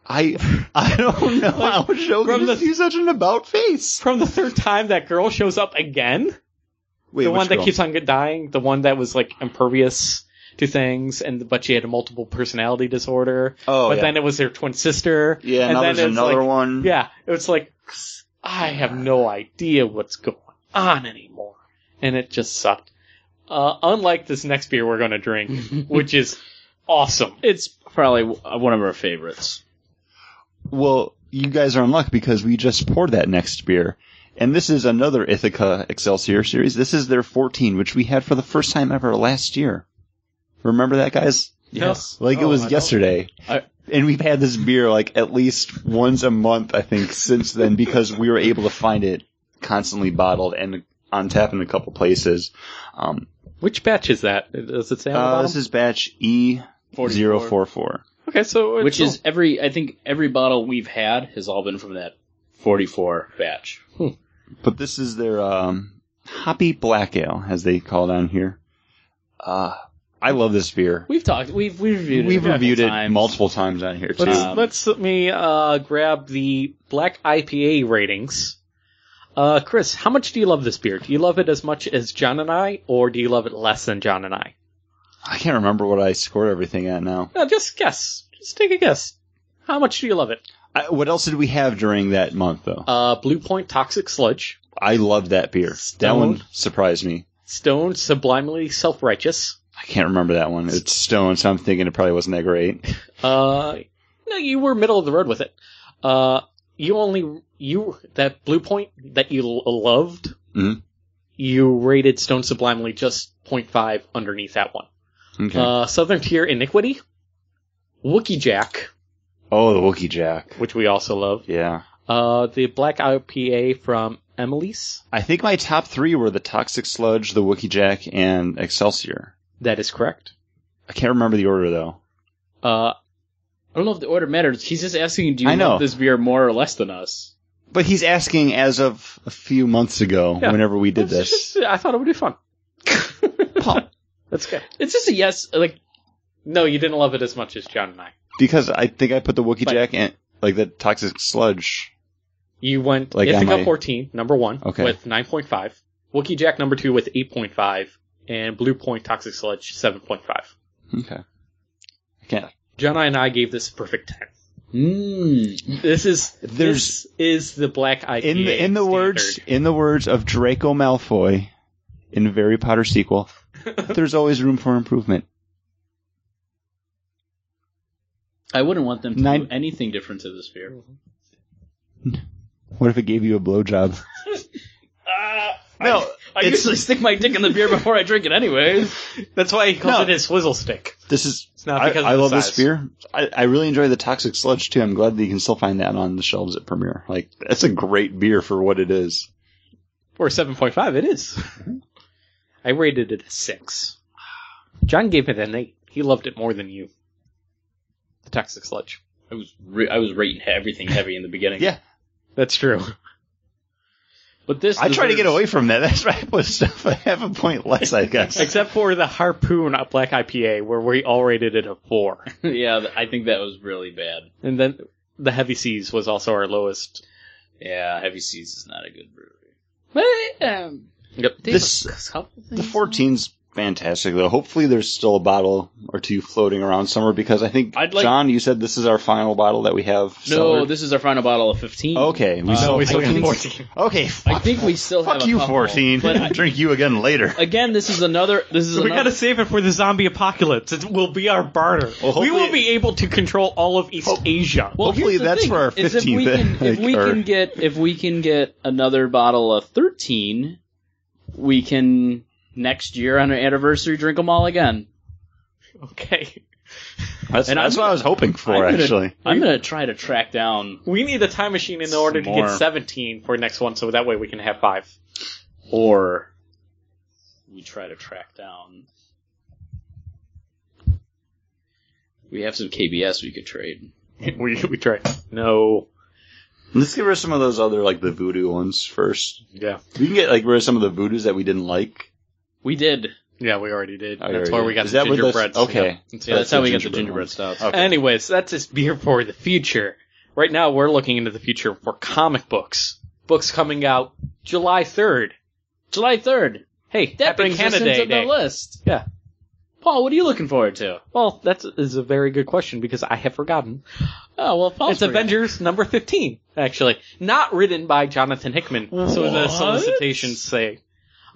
I I don't know how Shogun
from
from
the-
the, do such an about face.
From the third time that girl shows up again,
Wait,
the
which
one that
girl?
keeps on get- dying, the one that was like impervious to things, and but she had a multiple personality disorder.
Oh,
but
yeah.
then it was her twin sister.
yeah.
and
Now
then
there's
it's
another
like-
one.
Yeah, it was like I have no idea what's going on anymore, and it just sucked. Uh, unlike this next beer we're going to drink, which is awesome.
It's probably w- uh, one of our favorites.
Well, you guys are in luck because we just poured that next beer, and this is another Ithaca Excelsior series. This is their 14, which we had for the first time ever last year. Remember that, guys?
Yes.
Like it
Oh,
was
I don't-
yesterday.
I-
and we've had this beer like at least once a month, I think, since then because we were able to find it constantly bottled and on tap in a couple places. Um,
Which batch is that? Does it say on the
uh,
bottom?
this is batch E zero four four.
okay, so it's
which
still-
is every I think every bottle we've had has all been from that 44 batch.
But this is their um, hoppy black ale, as they call it on here. Uh, I love this beer.
We've talked we've we've reviewed it
We've
a couple
reviewed it
times.
multiple times on here too.
Let's
Um,
let's let me uh, grab the black IPA ratings. Uh, Chris, how much do you love this beer? Do you love it as much as John and I, or do you love it less than John and I?
I can't remember what I scored everything at now.
No, just guess. Just take a guess. How much do you love it?
I, what else did we have during that month though?
Uh, Blue Point Toxic Sludge,
I love that beer. That
Stone.
one surprised me.
Stone Sublimely Self Righteous.
I can't remember that one. It's Stone, so I'm thinking it probably wasn't that great.
Uh, no, you were middle of the road with it. Uh, you only you that Blue Point that you l- loved.
Mhm.
You rated Stone Sublimely just 0.5 underneath that one.
Okay.
Uh, Southern Tier Iniquity, Wookie Jack,
oh, the Wookie Jack.
which we also love.
Yeah.
Uh, the Black IPA from Emily's.
I think my top three were the Toxic Sludge, the Wookie Jack, and Excelsior.
That is correct.
I can't remember the order though.
Uh,
I don't know if the order matters. He's just asking, do you
I know.
love this beer more or less than us?
But he's asking as of a few months ago,
Yeah.
whenever we did
it's
this.
just- I thought it would be fun.
Pop.
That's good.
It's just a yes. Like
No, you didn't love it as much as John and I.
Because I think I put the Wookiee
But-
Jack and like the toxic sludge.
You went
Like,
Ithaca
am I-
14, number one,
Okay.
with 9.5. Wookie Jack number two with 8.5. And Blue Point Toxic Sludge 7.5.
Okay. I can't.
John and I gave this a perfect 10.
mm,
This is
There's-
this is the black
In
IPA.
the, in the
standard.
words in the words of Draco Malfoy in the Harry Potter sequel, there's always room for improvement.
I wouldn't want them to
Nine-
do anything different to this beer.
What if it gave you a blowjob? Ah, no,
I
It's-
usually stick my dick in the beer before I drink it, anyways.
That's why he calls
No.
it his swizzle stick.
this is
It's not
I,
because
I
of the
love
size.
this beer. I, I really enjoy the Toxic Sludge too. I'm glad that you can still find that on the shelves at Premier. Like that's a great beer for what it is.
Or 7.5, it is. I rated it a 6.
John gave it an eight.
He loved it more than you. The Toxic Sludge.
I was re- I was rating he- everything heavy in the beginning.
Yeah.
That's true.
but this
I try to get
deserves-
away from that. That's why I put stuff a half a point less, I guess.
Except for the Harpoon uh, Black IPA, where we all rated it a 4.
yeah, th- I think that was really bad.
And then the Heavy Seas was also our lowest.
Yeah, Heavy Seas is not a good brewery. But um,
Yep.
they
This-
have a couple
The
things.
14's fantastic though. Hopefully there's still a bottle or two floating around somewhere because I think
I'd like-
John, you said this is our final bottle that we have.
No,
cellared.
this is our final bottle of fifteen.
okay. We
Uh,
still,
we still
Oh, I think-
have 14.
Okay.
I
Fuck,
think we still have
fuck
a
you,
couple,
fourteen.
But I-
Drink you again later.
again, this is another. This is
We
another.
gotta save it for the zombie apocalypse. It will be our barter.
Well,
we
hopefully-
will be able to control all of East
Hope-
Asia.
Well,
Hopefully
here's the
that's
thing,
for our
is If we,
15th,
can, if we
or-
can get if we can get another bottle of thirteen, we can next year on our anniversary drink them all again.
okay.
That's,
And I'm
that's what I was hoping for
I'm gonna-
actually.
I'm gonna try to track down.
We need a time machine in order
Some
to
more.
get 17 for next one, so that way we can have five.
or we try to track down. We have some KBS we could trade.
we we try. No.
Let's get rid of some of those other like the voodoo ones first.
Yeah.
We can get like rid of some of the voodoos that we didn't like.
We did.
Yeah, we already did.
I
that's
Oh, already
why
did.
we got
Is
the
that what this-
gingerbread.
okay.
Yeah.
Yeah,
That's
that's
the
how we got the
gingerbread
gingerbread stouts.
Okay.
Anyways, that's his beer for the future. Right now, we're looking into the future for comic books. Books coming out July 3rd.
July third.
Hey,
That
happy
brings us
Canada
into
Day.
the list.
Yeah.
Paul, what are you looking forward to?
Well, that is a very good question because I have forgotten.
Oh well, Paul's
it's Avengers number 15, actually. Not written by Jonathan Hickman, so the
What?
solicitations say.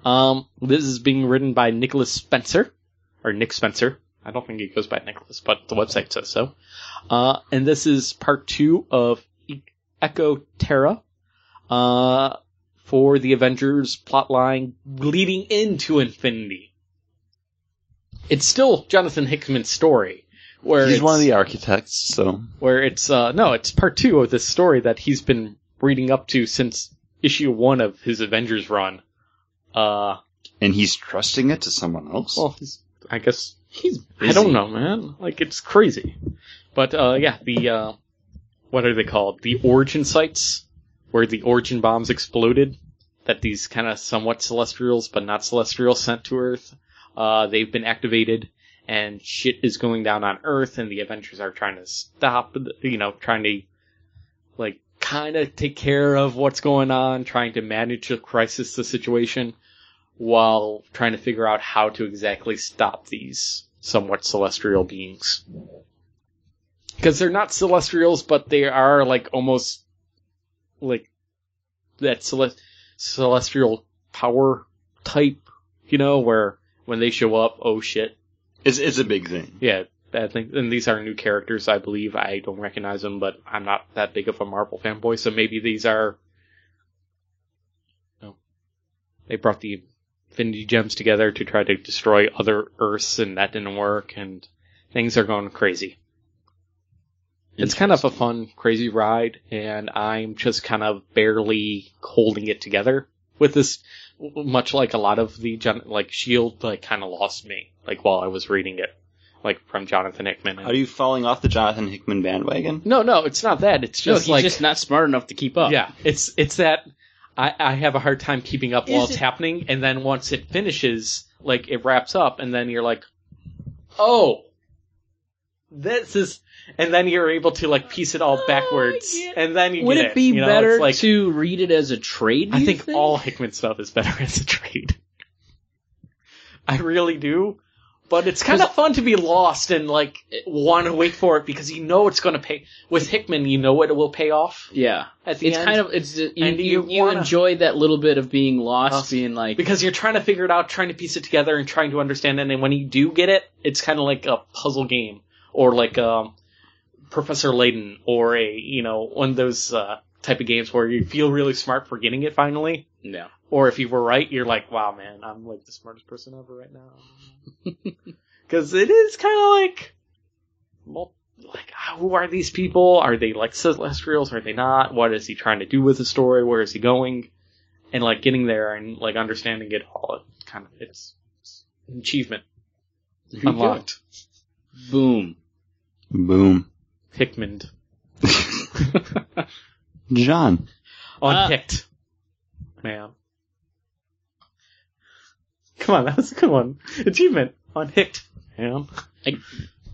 Um, this is being written by Nicholas Spencer, or Nick Spencer. I don't think he goes by Nicholas, but the website says so. Uh, and this is part two of E- Echo Terra, uh, for the Avengers plotline leading into Infinity. It's still Jonathan Hickman's story. Where
He's
it's-
one of the architects, so
where it's uh no, it's part two of this story that he's been reading up to since issue one of his Avengers run. Uh
and he's trusting it to someone else.
well he's I guess he's I
Busy.
don't know, man. Like it's crazy. But uh yeah, the uh what are they called? The origin sites where the origin bombs exploded that these kind of somewhat celestials but not celestials sent to Earth. Uh they've been activated and shit is going down on Earth and the Avengers are trying to stop th- you know, trying to like kind of take care of what's going on, trying to manage the crisis, the situation, while trying to figure out how to exactly stop these somewhat celestial beings. Because they're not celestials, but they are like almost like that cele- celestial power type, you know, where when they show up, oh shit,
it's it's a big thing.
yeah, I think, and these are new characters, I believe. I don't recognize them, but I'm not that big of a Marvel fanboy, so maybe these are. No. They brought the Infinity Gems together to try to destroy other Earths, and that didn't work, and things are going crazy. It's kind of a fun, crazy ride, and I'm just kind of barely holding it together with this. Much like a lot of the Jon- like Shield, E like kind of lost me like while I was reading it, like from Jonathan Hickman.
Are you falling off the Jonathan Hickman bandwagon?
no, no, it's not that. It's
No,
just
he's
like
just not smart enough to keep up.
yeah, it's it's that I, I have a hard time keeping up while
Is
it's
it-
happening, and then once it finishes, like it wraps up, and then you're like, oh, this is, and then you're able to like piece it all backwards,
get-
and then you
Oh, Would
get
it be
you know,
better
it's like,
to read it as a trade? do
I
you
think, all Hickman stuff is better as a trade. I really do. But it's kind of fun to be lost and like want to wait for it because you know it's going to pay. With Hickman, you know it will pay off
Yeah.
at the
It's
end.
kind of it's you,
And
you,
you
you
wanna-
enjoy that little bit of being lost,
Lost.
being like
because you're trying to figure it out, trying to piece it together, and trying to understand it. And when you do get it, it's kind of like a puzzle game or like um, Professor Layton or a you know one of those uh, type of games where you feel really smart for getting it finally.
no.
Or if you were right, you're like, wow, man, I'm like the smartest person ever right now. Because it is kind of like mul- like who are these people? Are they like celestials? Are they not? What is he trying to do with the story? Where is he going? And like getting there and like understanding it all, it kind of it's, it's an achievement
There you go.
unlocked.
Boom.
Boom.
Hickman
John.
unpicked, man. Come on, that was a good one. Achievement unhicked, man.
I-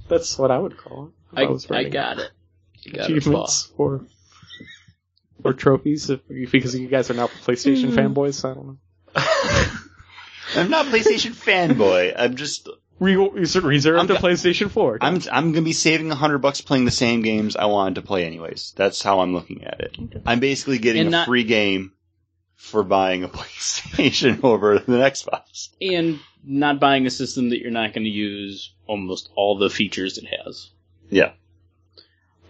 That's what I would call it.
I,
if was
I
writing
got it. I got it, boss.
achievements or or trophies if, because you guys are now PlayStation fanboys. I don't know.
I'm not a PlayStation fanboy. I'm just
Re- reserved
I'm
to
go-
PlayStation 4.
I'm I'm gonna be saving a hundred bucks playing the same games I wanted to play anyways. That's how I'm looking at it. I'm basically getting
And
a
not-
free game for buying a PlayStation over the Xbox.
And not buying a system that you're not going to use almost all the features it has.
Yeah.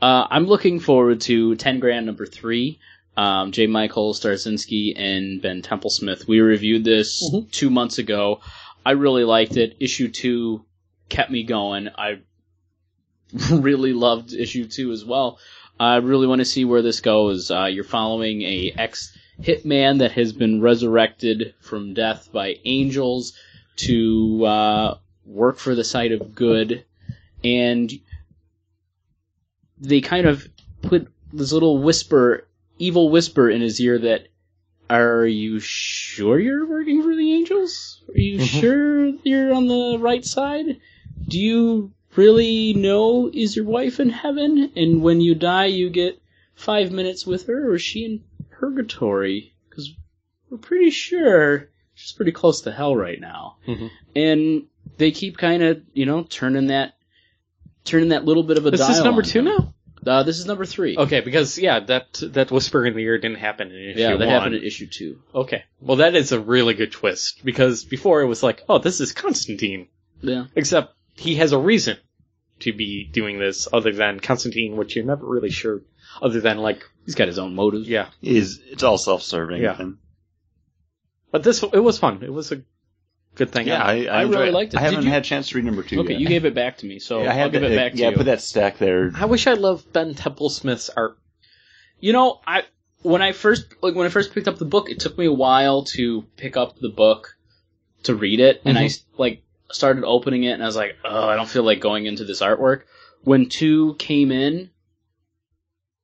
Uh, I'm looking forward to 10 Grand number three. Um, J. Michael Starzinski and Ben Temple Smith. We reviewed this two months ago. I really liked it. Issue two kept me going. I really loved issue two as well. I really want to see where this goes. Uh, you're following a ex hitman that has been resurrected from death by angels to uh, work for the side of good, and they kind of put this little whisper, evil whisper in his ear that, are you sure you're working for the angels? Are you
Mm-hmm.
sure you're on the right side? Do you really know is your wife in heaven? And when you die, you get five minutes with her, or is she in purgatory? Because we're pretty sure she's pretty close to hell right now.
Mhm.
And they keep kind of, you know, turning that, turning that little bit of a
Is
dial.
this number
on
two
him.
now?
Uh, this is number three.
Okay, because yeah, that that whisper in the ear didn't happen in issue
yeah, that
one.
happened in issue two.
okay, well that is a really good twist because before it was like, oh, this is Constantine,
Yeah,
except he has a reason to be doing this other than Constantine, which you're never really sure. Other than like,
he's got his own motives.
yeah,
Is it's all self serving.
Yeah. but this it was fun. It was a good thing.
Yeah, I, I,
I
enjoy
really
it.
liked it.
I
Did
haven't
you-
had a chance to read number two.
Okay,
yet.
you gave it back to me, so
I had
I'll give
that-
it back to
yeah,
you.
put that stack there.
I wish I loved Ben Temple Smith's art.
You know, I when I first like when I first picked up the book, it took me a while to pick up the book to read it, and I s- like started opening it, and I was like, oh, I don't feel like going into this artwork. When two came in,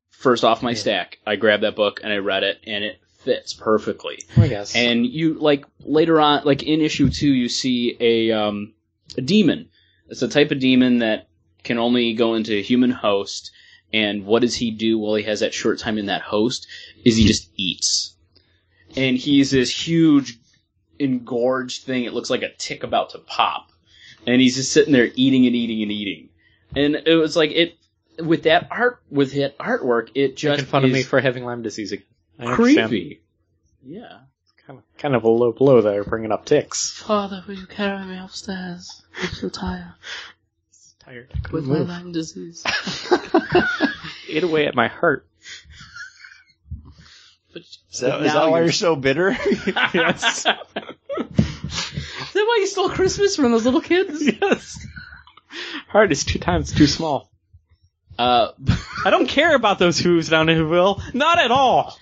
first off my stack, I grabbed that book and I read it, and it fits perfectly.
I guess.
And you like later on, like in issue two, you see a um, a demon. It's a type of demon that can only go into a human host. And what does he do while he has that short time in that host? Is he just eats, and he's this huge engorged thing. It looks like a tick about to pop, and he's just sitting there eating and eating and eating. And it was like it with that art with that artwork, it just
making fun of
is
me for having Lyme disease again. I
creepy. Yeah.
Kind of, kind of a low blow there, bringing up ticks.
Father, will you carry me upstairs? I'm so tired
Tired.
with my Lyme disease.
Ate away at my heart.
But
Is that, is that why you're so bitter?
yes.
is that why you stole Christmas from those little kids?
yes. Heart is two times too small.
Uh,
I don't care about those hooves down in Whoville. Not at all.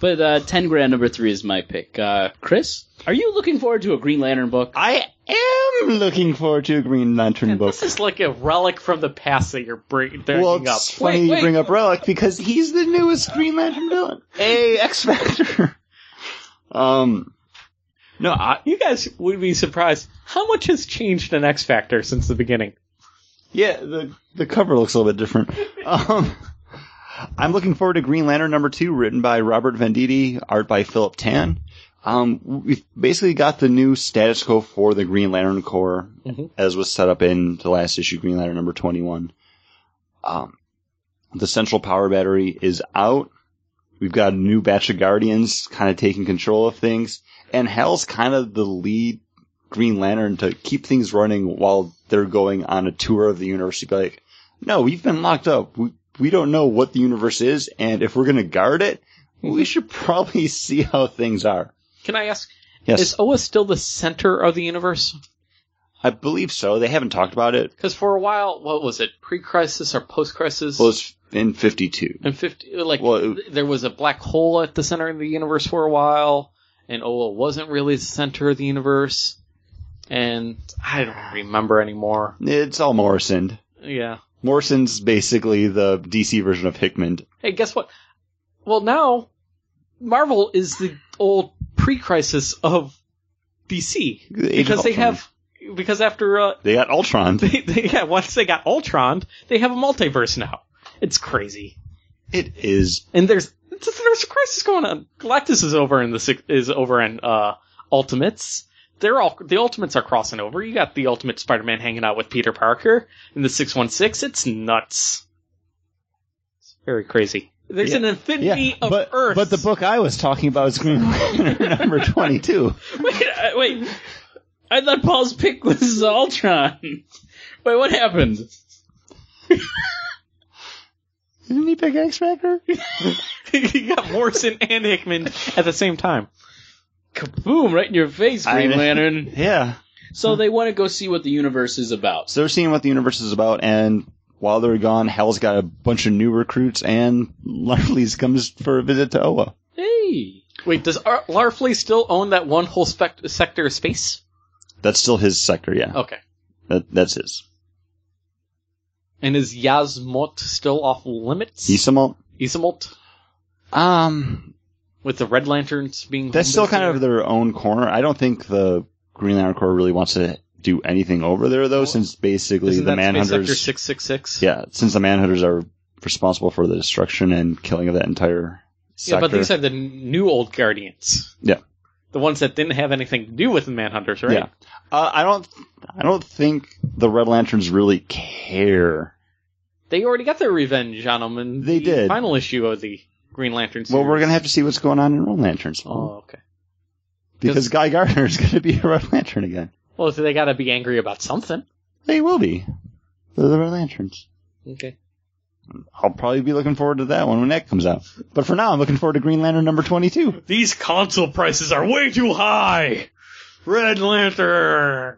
but uh, ten grand number three is my pick. Uh, Chris, are you looking forward to a Green Lantern book?
I am looking forward to a Green Lantern book.
This is like a relic from the past that you're bringing
Well,
up.
it's funny you
wait.
bring up Relic because he's the newest Green Lantern villain. Hey, X Factor. um, no, I,
You guys would be surprised how much has changed in X Factor since the beginning.
yeah, the the cover looks a little bit different. Um, I'm looking forward to Green Lantern number two, written by Robert Venditti, art by Philip Tan. Um, we've basically got the new status quo for the Green Lantern Corps,
Mhm.
as was set up in the last issue, Green Lantern number 21. Um, the central power battery is out. We've got a new batch of Guardians kind of taking control of things, and Hal's kind of the lead Green Lantern to keep things running while they're going on a tour of the universe. He'd be like, "No, we've been locked up. We we don't know what the universe is, and if we're gonna guard it, we should probably see how things are."
Can I ask?
Yes,
Is Oa still the center of the universe?
I believe so. They haven't talked about it.
Because for a while, what was it? Pre-crisis or post-crisis?
Well, it's in 52.
and fifty, like
Well,
th- there was a black hole at the center of the universe for a while, and Ola wasn't really the center of the universe, and I don't remember anymore.
It's all Morrison.
Yeah.
Morrison's basically the DC version of Hickman.
Hey, guess what? Well, now Marvel is the old pre-crisis of DC
The Age of
because they
Ultron.
have because after uh,
They got Ultron.
they, they, yeah once they got Ultron, they have a multiverse now. It's crazy,
It is
and there's there's a crisis going on. Galactus is over in the six- is over in uh, Ultimates. They're all the Ultimates are crossing over. You got the Ultimate Spider-Man hanging out with Peter Parker in the six one six. It's nuts. It's very crazy. There's
Yeah.
an infinity of
but,
Earth.
but the book I was talking about is Green Lantern number 22.
Wait, I, wait. I thought Paul's pick was Ultron. Wait, what happened?
Didn't he pick X Factor?
you got Morrison and Hickman at the same time.
Kaboom! Right in your face, Green
I-
Lantern.
Yeah.
So they want to go see what the universe is about.
So they're seeing what the universe is about, and while they're gone, Hal's got a bunch of new recruits, and Larfleeze comes for a visit to Oa.
Hey,
Wait, does Ar- Larfleeze still own that one whole spec- sector of space?
That's still his sector, yeah.
Okay.
That, that's his.
And is Yasmot still off limits?
Isamalt?
Yasmot?
Um, with
With the Red Lanterns being.
that's still
home-based
kind of
there?
their own corner. I don't think the Green Lantern Corps really wants to do anything over there, though, since basically
Isn't
the
that Space Sector
Manhunters.
666?
Yeah, since the Manhunters are responsible for the destruction and killing of that entire
Yeah,
sector.
but these are the new old Guardians.
Yeah.
The ones that didn't have anything to do with the Manhunters, right?
Yeah. Uh, I don't. I don't think the Red Lanterns really care
They already got their revenge on them in
They
the
did.
final issue of the Green Lantern series.
Well, we're gonna have to see what's going on in Red Lanterns, Paul,
Oh, okay.
because Guy Gardner is gonna be a Red Lantern again.
Well, so they gotta be angry about something.
They will be. They're the Red Lanterns.
Okay.
I'll probably be looking forward to that one when that comes out. But for now, I'm looking forward to Green Lantern number 22.
These console prices are way too high! Red Lantern!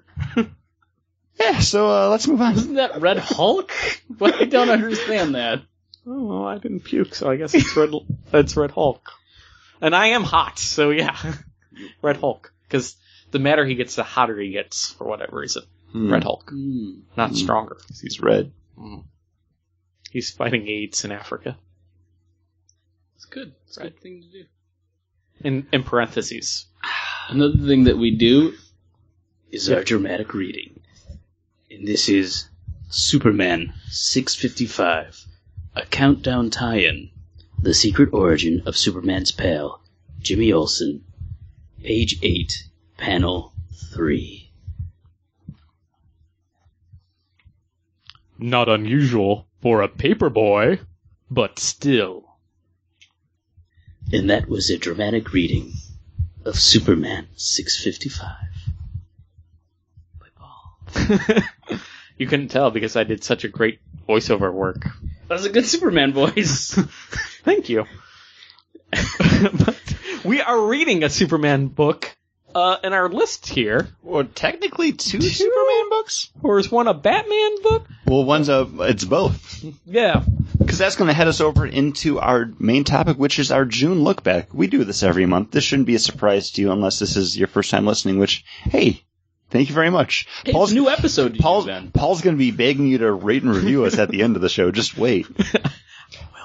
Yeah, so uh, let's move on.
isn't that Red Hulk? But I don't understand that.
Oh, I didn't puke, so I guess it's Red, it's Red Hulk. And I am hot, so yeah. Red Hulk. Because the madder he gets, the hotter he gets, for whatever reason. Red Hulk.
Hmm.
Not stronger.
He's red.
He's fighting AIDS in Africa.
It's good. It's a good thing to do.
In, in parentheses.
Another thing that we do is our dramatic reading. And this is Superman 655, a countdown tie in. The secret origin of Superman's pal, Jimmy Olsen, page 8, panel 3.
Not unusual for a paperboy, but still.
And that was a dramatic reading of Superman 655. By Paul.
you couldn't tell because I did such a great voiceover work.
That was a good Superman voice.
Thank you. but we are reading a Superman book uh, in our list here.
Well, technically two, Superman books.
Or is one a Batman book?
Well, one's a. It's both.
Yeah.
Because that's going to head us over into our main topic, which is our June look back. We do this every month. This shouldn't be a surprise to you unless this is your first time listening, which, hey, thank you very much.
Hey, Paul's new episode. to you,
Paul's,
Ben.
Paul's going to be begging you to rate and review us at the end of the show. Just wait.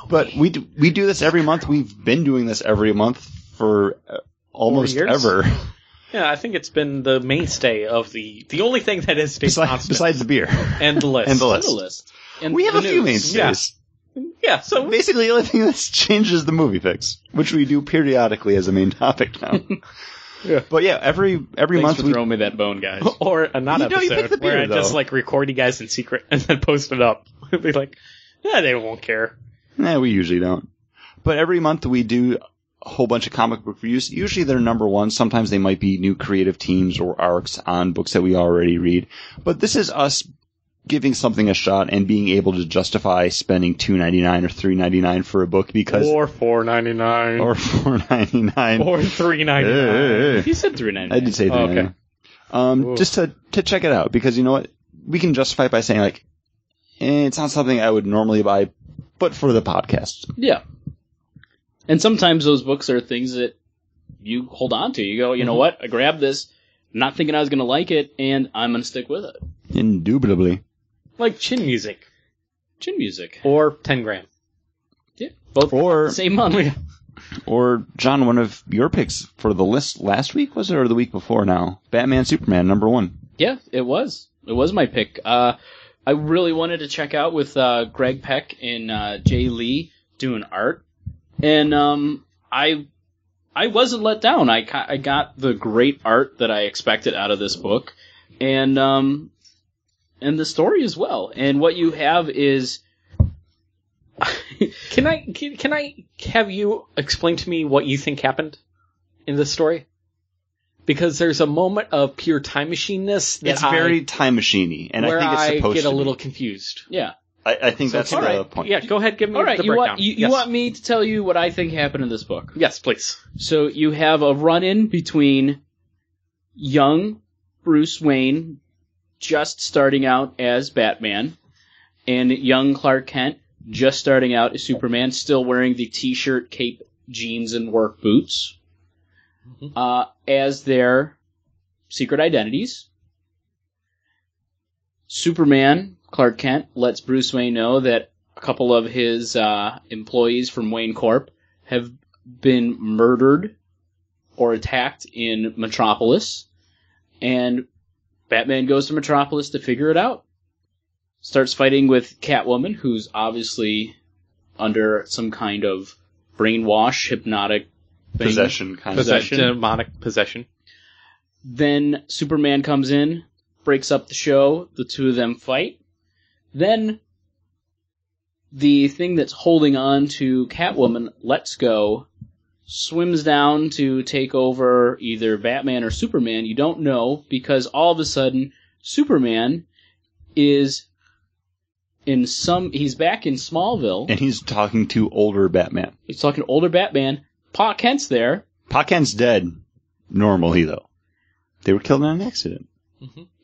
but we do, we do this every month. We've been doing this every month for uh, almost
years?
ever,
Yeah, I think it's been the mainstay of the the only thing that has stayed
besides,
constant
besides the beer
and the list.
and the
On the
list.
list. And
We have
the
a few
news.
mainstays.
yeah. Yeah, so
Basically, the only thing that's changed is the movie picks, which we do periodically as a main topic now.
Yeah.
But yeah, every every
Thanks
month
for
we
throwing me that bone, guys.
or a not
You know, you
episode
picked the
where
beer,
I just
though.
like record you guys in secret and then post it up. Be like, yeah, they won't care.
Nah, Eh, we usually don't. But every month we do a whole bunch of comic book reviews. Usually they're number one. Sometimes they might be new creative teams or arcs on books that we already read. But this is us giving something a shot and being able to justify spending two ninety nine or three ninety nine for a book because
Or four ninety nine. Or
or four ninety nine.
or three ninety nine.
Hey, hey, hey.
You said three ninety.
I did say that.
Okay.
um, just to to check it out because you know what we can justify it by saying like eh, it's not something I would normally buy, but for the podcast,
Yeah. And sometimes those books are things that you hold on to. You go, you know what? I grabbed this, not thinking I was going to like it, and I'm going to stick with it.
indubitably.
Like chin music
Chin music.
or 10 gram.
Both
Or
same month.
or John, one of your picks for the list last week was it or the week before? Now, Batman Superman number one.
Yeah, it was. It was my pick. Uh, I really wanted to check out with uh, Greg Peck and uh, Jay Lee doing art, and um, I I wasn't let down. I ca- I got the great art that I expected out of this book, and um, and the story as well. And what you have is
Can I can, can I have you explain to me what you think happened in this story? Because there's a moment of pure time machineness that
It's
I-
very time machiney, and
where
I think it's
I
supposed
get
to.
a
be.
little confused.
yeah.
I, I think that's the
all right,
point.
Yeah, go ahead. Give me
All right,
the
you
breakdown.
want you, you
yes.
want me to tell you what I think happened in this book?
yes, please.
So you have a run in between young Bruce Wayne, just starting out as Batman, and young Clark Kent, just starting out as Superman, still wearing the t shirt, cape, jeans, and work boots, uh, as their secret identities. Superman, Clark Kent, lets Bruce Wayne know that a couple of his uh, employees from Wayne Corp have been murdered or attacked in Metropolis, and Batman goes to Metropolis to figure it out. Starts fighting with Catwoman, who's obviously under some kind of brainwash, hypnotic thing.
Possession kind of.
Possession.
Possession.
Demonic possession.
Then Superman comes in, breaks up the show, the two of them fight. Then the thing that's holding on to Catwoman, Let's Go, swims down to take over either Batman or Superman. You don't know because all of a sudden Superman is in some, he's back in Smallville.
And he's talking to older Batman.
He's talking to older Batman. Pa Kent's there.
Pacan's dead normally though. They were killed in an accident.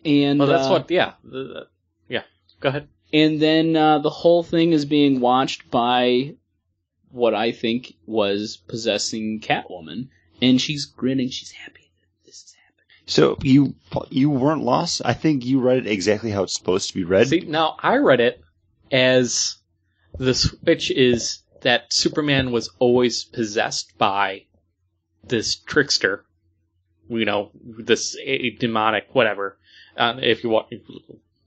And
Well, Oh, that's
uh,
what. Yeah, the- the- yeah. Go ahead.
And then uh, the whole thing is being watched by what I think was possessing Catwoman, and she's grinning. She's happy. This is happening.
So you you weren't lost. I think you read it exactly how it's supposed to be read.
See, now I read it as the switch is that Superman was always possessed by this trickster, you know, this eh, demonic whatever. Um, if you want,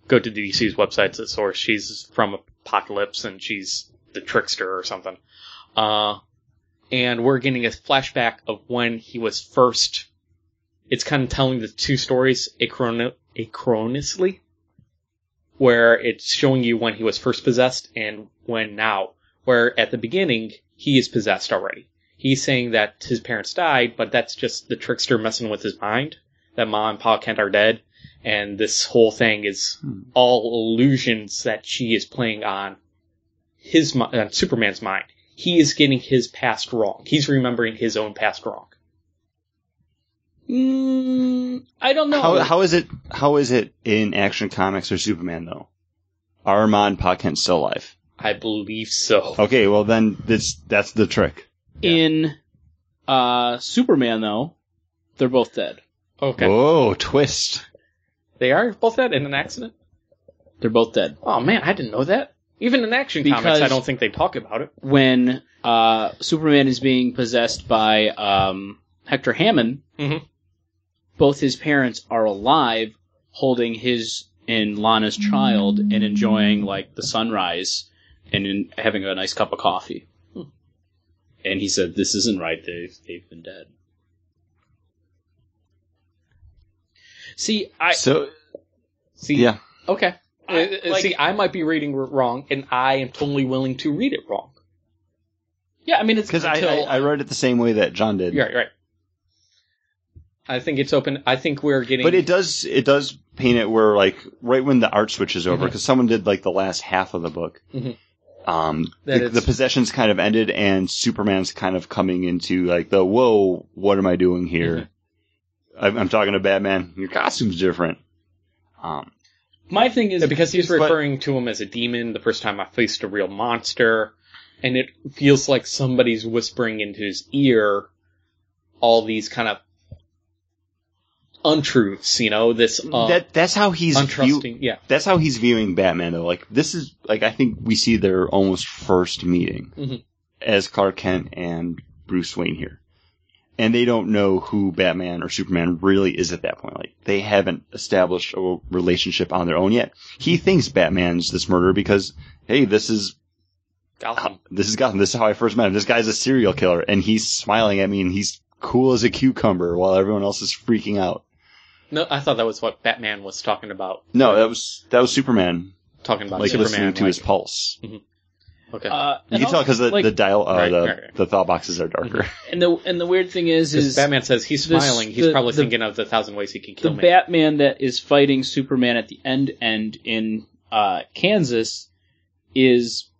go to DC's website's at source. She's from Apocalypse, and she's the trickster or something. Uh, and we're getting a flashback of when he was first. It's kind of telling the two stories achrono- achronously where it's showing you when he was first possessed and when now. Where at the beginning, he is possessed already. He's saying that his parents died, but that's just the trickster messing with his mind. That Ma and Pa Kent are dead, and this whole thing is all illusions that she is playing on his mi- on Superman's mind. He is getting his past wrong. He's remembering his own past wrong.
Mm, I don't know.
How, how is it? How is it in Action Comics or Superman though? Are Ma and Pa Kent still alive?
I believe so.
Okay, well then this that's the trick.
In uh, Superman, though, they're both dead.
Okay,
Oh, twist!
they are both dead in an accident.
They're both dead.
Oh man, I didn't know that. Even in action
Because-
comics, I don't think they talk about it.
When uh, Superman is being possessed by um, Hector Hammond,
Mm-hmm.
Mhm.
both his parents are alive, holding his and Lana's child and enjoying like the sunrise and in, having a nice cup of coffee. And he said, "This isn't right. They've they've been dead." See, I
so
See,
yeah,
okay.
I-
Uh, uh,
like-
See, I might be reading it wrong, and I am totally willing to read it wrong.
yeah, I mean, it's
because I,
until-
I I read it the same way that John did.
You're right, right. I think it's open. I think we're getting.
But it does it does paint it where like right when the art switches
Mm-hmm.
over because someone did like the last half of the book.
Mhm.
Um,
That
the,
it's-
the possessions kind of ended and Superman's kind of coming into like the whoa, what am I doing here?
Mm-hmm.
I'm, I'm talking to Batman. Your costume's different. Um,
My thing is
because he's
but-
referring to him as a demon the first time I faced a real monster, and it feels like somebody's whispering into his ear all these kind of untruths, you know, this uh,
that that's how he's view-
untrusting. yeah.
that's how he's viewing Batman though. Like this is like I think we see their almost first meeting
Mhm.
as Clark Kent and Bruce Wayne here, and they don't know who Batman or Superman really is at that point. Like they haven't established a relationship on their own yet. He
Mm-hmm.
thinks Batman's this murderer because hey, this is
Gotham.
this is Gotham. This is how I first met him. This guy's a serial killer, and he's smiling at me, and he's cool as a cucumber while everyone else is freaking out.
No, I thought that was what Batman was talking about.
No, that was that was Superman,
Talking about
like
Superman.
listening to
like-
his pulse.
okay.
Uh,
You
and
can tell because the,
like-
the dial, uh,
Right,
the,
right, Mm-hmm. right.
the thought boxes are darker.
and the and the weird thing is
'Cause
is
Batman says he's
this-
smiling. he's
the-
probably
the-
thinking of the thousand ways he can
the
kill me.
Batman that is fighting Superman at the end end in uh, Kansas is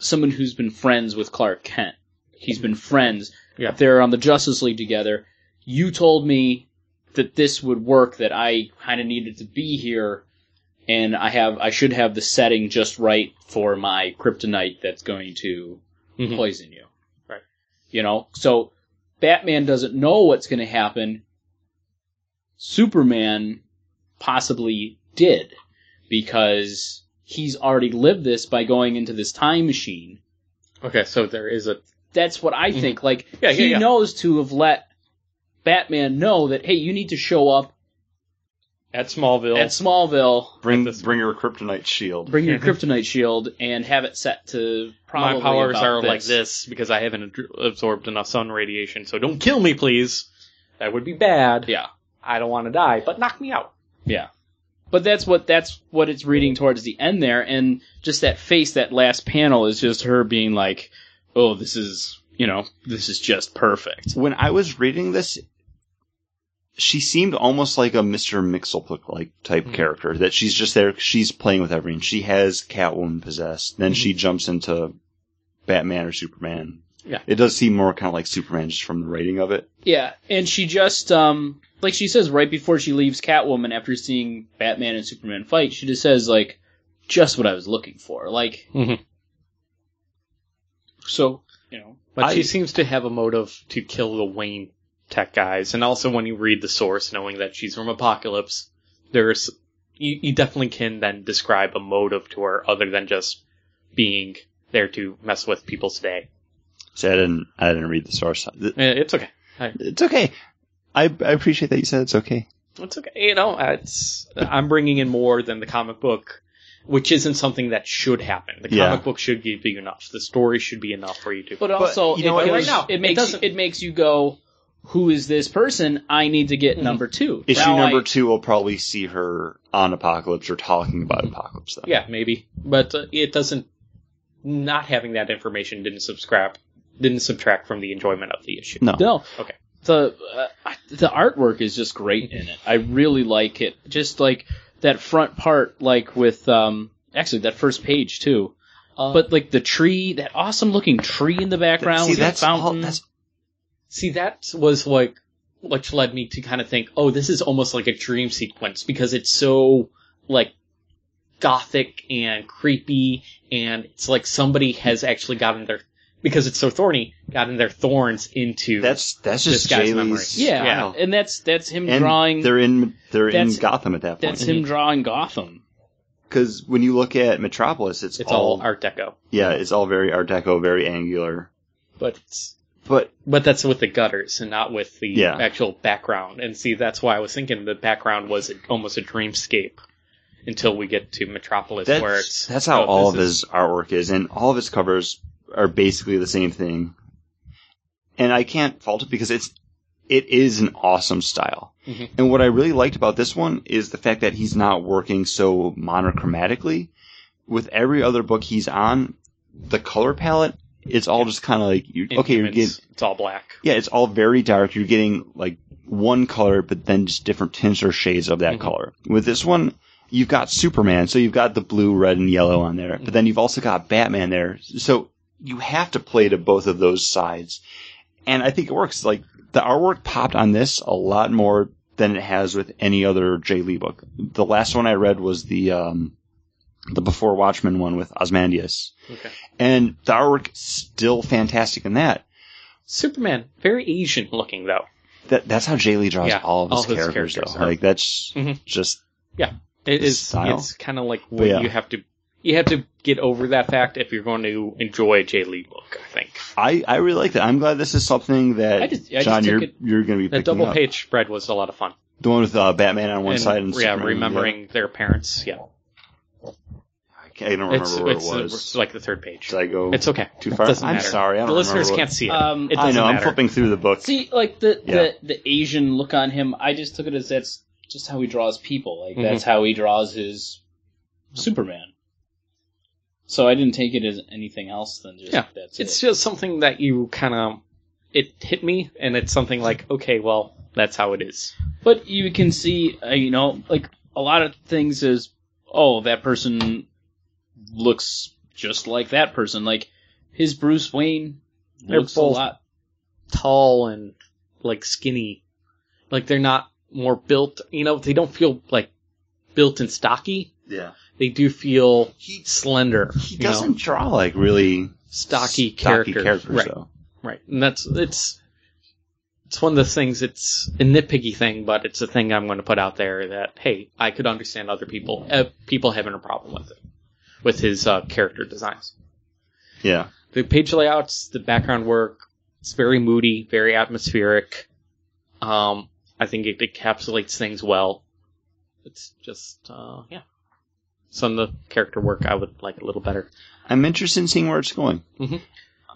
someone who's been friends with Clark Kent. He's been friends.
Yeah.
They're on the Justice League together. You told me that this would work. That I kind of needed to be here, and I have I should have the setting just right for my kryptonite that's going to
Mhm.
poison you.
Right.
You know, so Batman doesn't know what's going to happen. Superman possibly did because he's already lived this by going into this time machine.
Okay, so there is a
That's what I think. Like
Mm-hmm. Yeah, yeah,
he
yeah.
knows to have let Batman know that hey, you need to show up
at Smallville.
at Smallville,
Bring bring your kryptonite shield.
bring your kryptonite shield, and have it set to probably
my powers
about
are
this.
like this because I haven't ad- absorbed enough sun radiation. So don't kill me, please. That would be bad.
Yeah.
I don't want to die, but knock me out.
Yeah. But that's what that's what it's reading towards the end there, and just that face, that last panel is just her being like, "Oh, this is you know, this is just perfect."
When I was reading this, she seemed almost like a Mister Mixelplick like
Mm-hmm.
type character. That she's just there. She's playing with everything. She has Catwoman possessed. Then
Mm-hmm.
she jumps into Batman or Superman.
Yeah.
it does seem more kind of like Superman just from the writing of it.
Yeah, and she just um like she says right before she leaves Catwoman after seeing Batman and Superman fight, she just says like, "Just what I was looking for." Like,
Mhm.
so you know,
But
I-
she seems to have a motive to kill the Wayne Tech guys, and also when you read the source, knowing that she's from Apocalypse, there's you, you definitely can then describe a motive to her other than just being there to mess with people's day.
So I didn't I didn't read the source.
Eh, It's okay.
It's okay. I I appreciate that you said it's okay.
It's okay. You know, it's I'm bringing in more than the comic book, which isn't something that should happen. The comic
Yeah.
book should give you enough. The story should be enough for you to.
But also,
you know
it,
what,
goes-
right now,
it
it
makes it,
doesn't-
makes you go, "Who is this person? I need to get number two.
Issue
Now
number
I-
two will probably see her on Apocalypse or talking about Apocalypse. Though.
yeah, maybe. But uh, it doesn't. Not having that information didn't subscribe, didn't subtract from the enjoyment of the issue.
No.
No.
Okay.
The uh, I- the artwork is just great in it. I really like it. Just like that front part, like with um actually that first page too.
Uh,
but like the tree, that awesome looking tree in the background.
See,
with the
that's all.
fountain.
That's
See, that was like, which led me to kind of think, oh, this is almost like a dream sequence because it's so, like, gothic and creepy, and it's like somebody has actually gotten their, because it's so thorny, gotten their thorns into.
that's that's just
This guy's
Jay
memory.
Lee's
yeah,
style.
and that's that's him
And
drawing.
they're in they're in
That's-
Gotham at that
that's
point
him drawing Gotham.
because when you look at Metropolis, it's,
it's all Art Deco.
yeah, it's all very Art Deco, very angular.
But,
But
but that's with the gutters and not with the
Yeah.
actual background. And see, that's why I was thinking the background was almost a dreamscape until we get to Metropolis, where
that's
it's.
that's how
oh,
all of
this is-
his artwork is, and all of his covers are basically the same thing. And I can't fault it because it's it is an awesome style.
Mhm.
And what I really liked about this one is the fact that he's not working so monochromatically. With every other book he's on, the color palette it's all just kind of like you okay, you're
Inhumans,
getting
It's all black.
yeah, it's all very dark. You're getting like one color, but then just different tints or shades of that
Mhm.
color. With this one, you've got Superman, so you've got the blue, red, and yellow on there, but then you've also got Batman there. So you have to play to both of those sides. And I think it works. Like the artwork popped on this a lot more than it has with any other Jay Lee book. The last one I read was the um, the Before Watchmen one with Osmandius,
Okay.
and the artwork still fantastic in that.
Superman, very Asian looking though.
That that's how Jay Lee draws
Yeah,
all of his
all his
characters,
characters
though.
are-
Like that's
Mhm.
just
It
His
is.
style.
It's kind of like what
yeah.
you have to. You have to get over that fact if you're going to enjoy a Jay Lee book. I think
I, I really like that. I'm glad this is something that
I just- I just
John
took
you're
it-
you're going to be
that
picking
double
up.
page spread was a lot of fun.
the one with uh, Batman on one
And,
side and Superman
yeah,
on the other.
remembering their parents. Yeah,
I can't- I don't remember
it's,
where
it's,
it
uh,
was.
like the third page.
Did I go
it's okay.
too far?
doesn't
I'm
matter.
sorry. I don't
the listeners
remember what-
can't see it.
Um,
it
I
doesn't
know. I'm
matter.
flipping through the book.
See, like the,
Yeah.
the the Asian look on him, I just took it as that's just how he draws people. Like
Mhm.
that's how he draws his Superman. So I didn't take it as anything else than just
Yeah.
that's
It's
it.
just something that you kind of it hit me, and it's something like, okay, well, that's how it is.
But you can see, uh, you know, like a lot of things is, oh, that person looks just like that person. Like his Bruce Wayne
They're
looks
both-
a lot.
Tall and like skinny, like they're not more built. You know, they don't feel like built and stocky.
Yeah.
They do feel
He-
slender.
He
you know?
doesn't draw like really
stocky,
stocky
characters.
characters
right,
though.
right. And that's it's it's one of those things. It's a nitpicky thing, but it's a thing I'm going to put out there that hey, I could understand other people uh, people having a problem with it with his uh, character designs.
Yeah.
The page layouts, the background work, it's very moody, very atmospheric. Um, I think it encapsulates things well. It's just uh, yeah. Some of the character work I would like a little better.
I'm interested in seeing where it's going.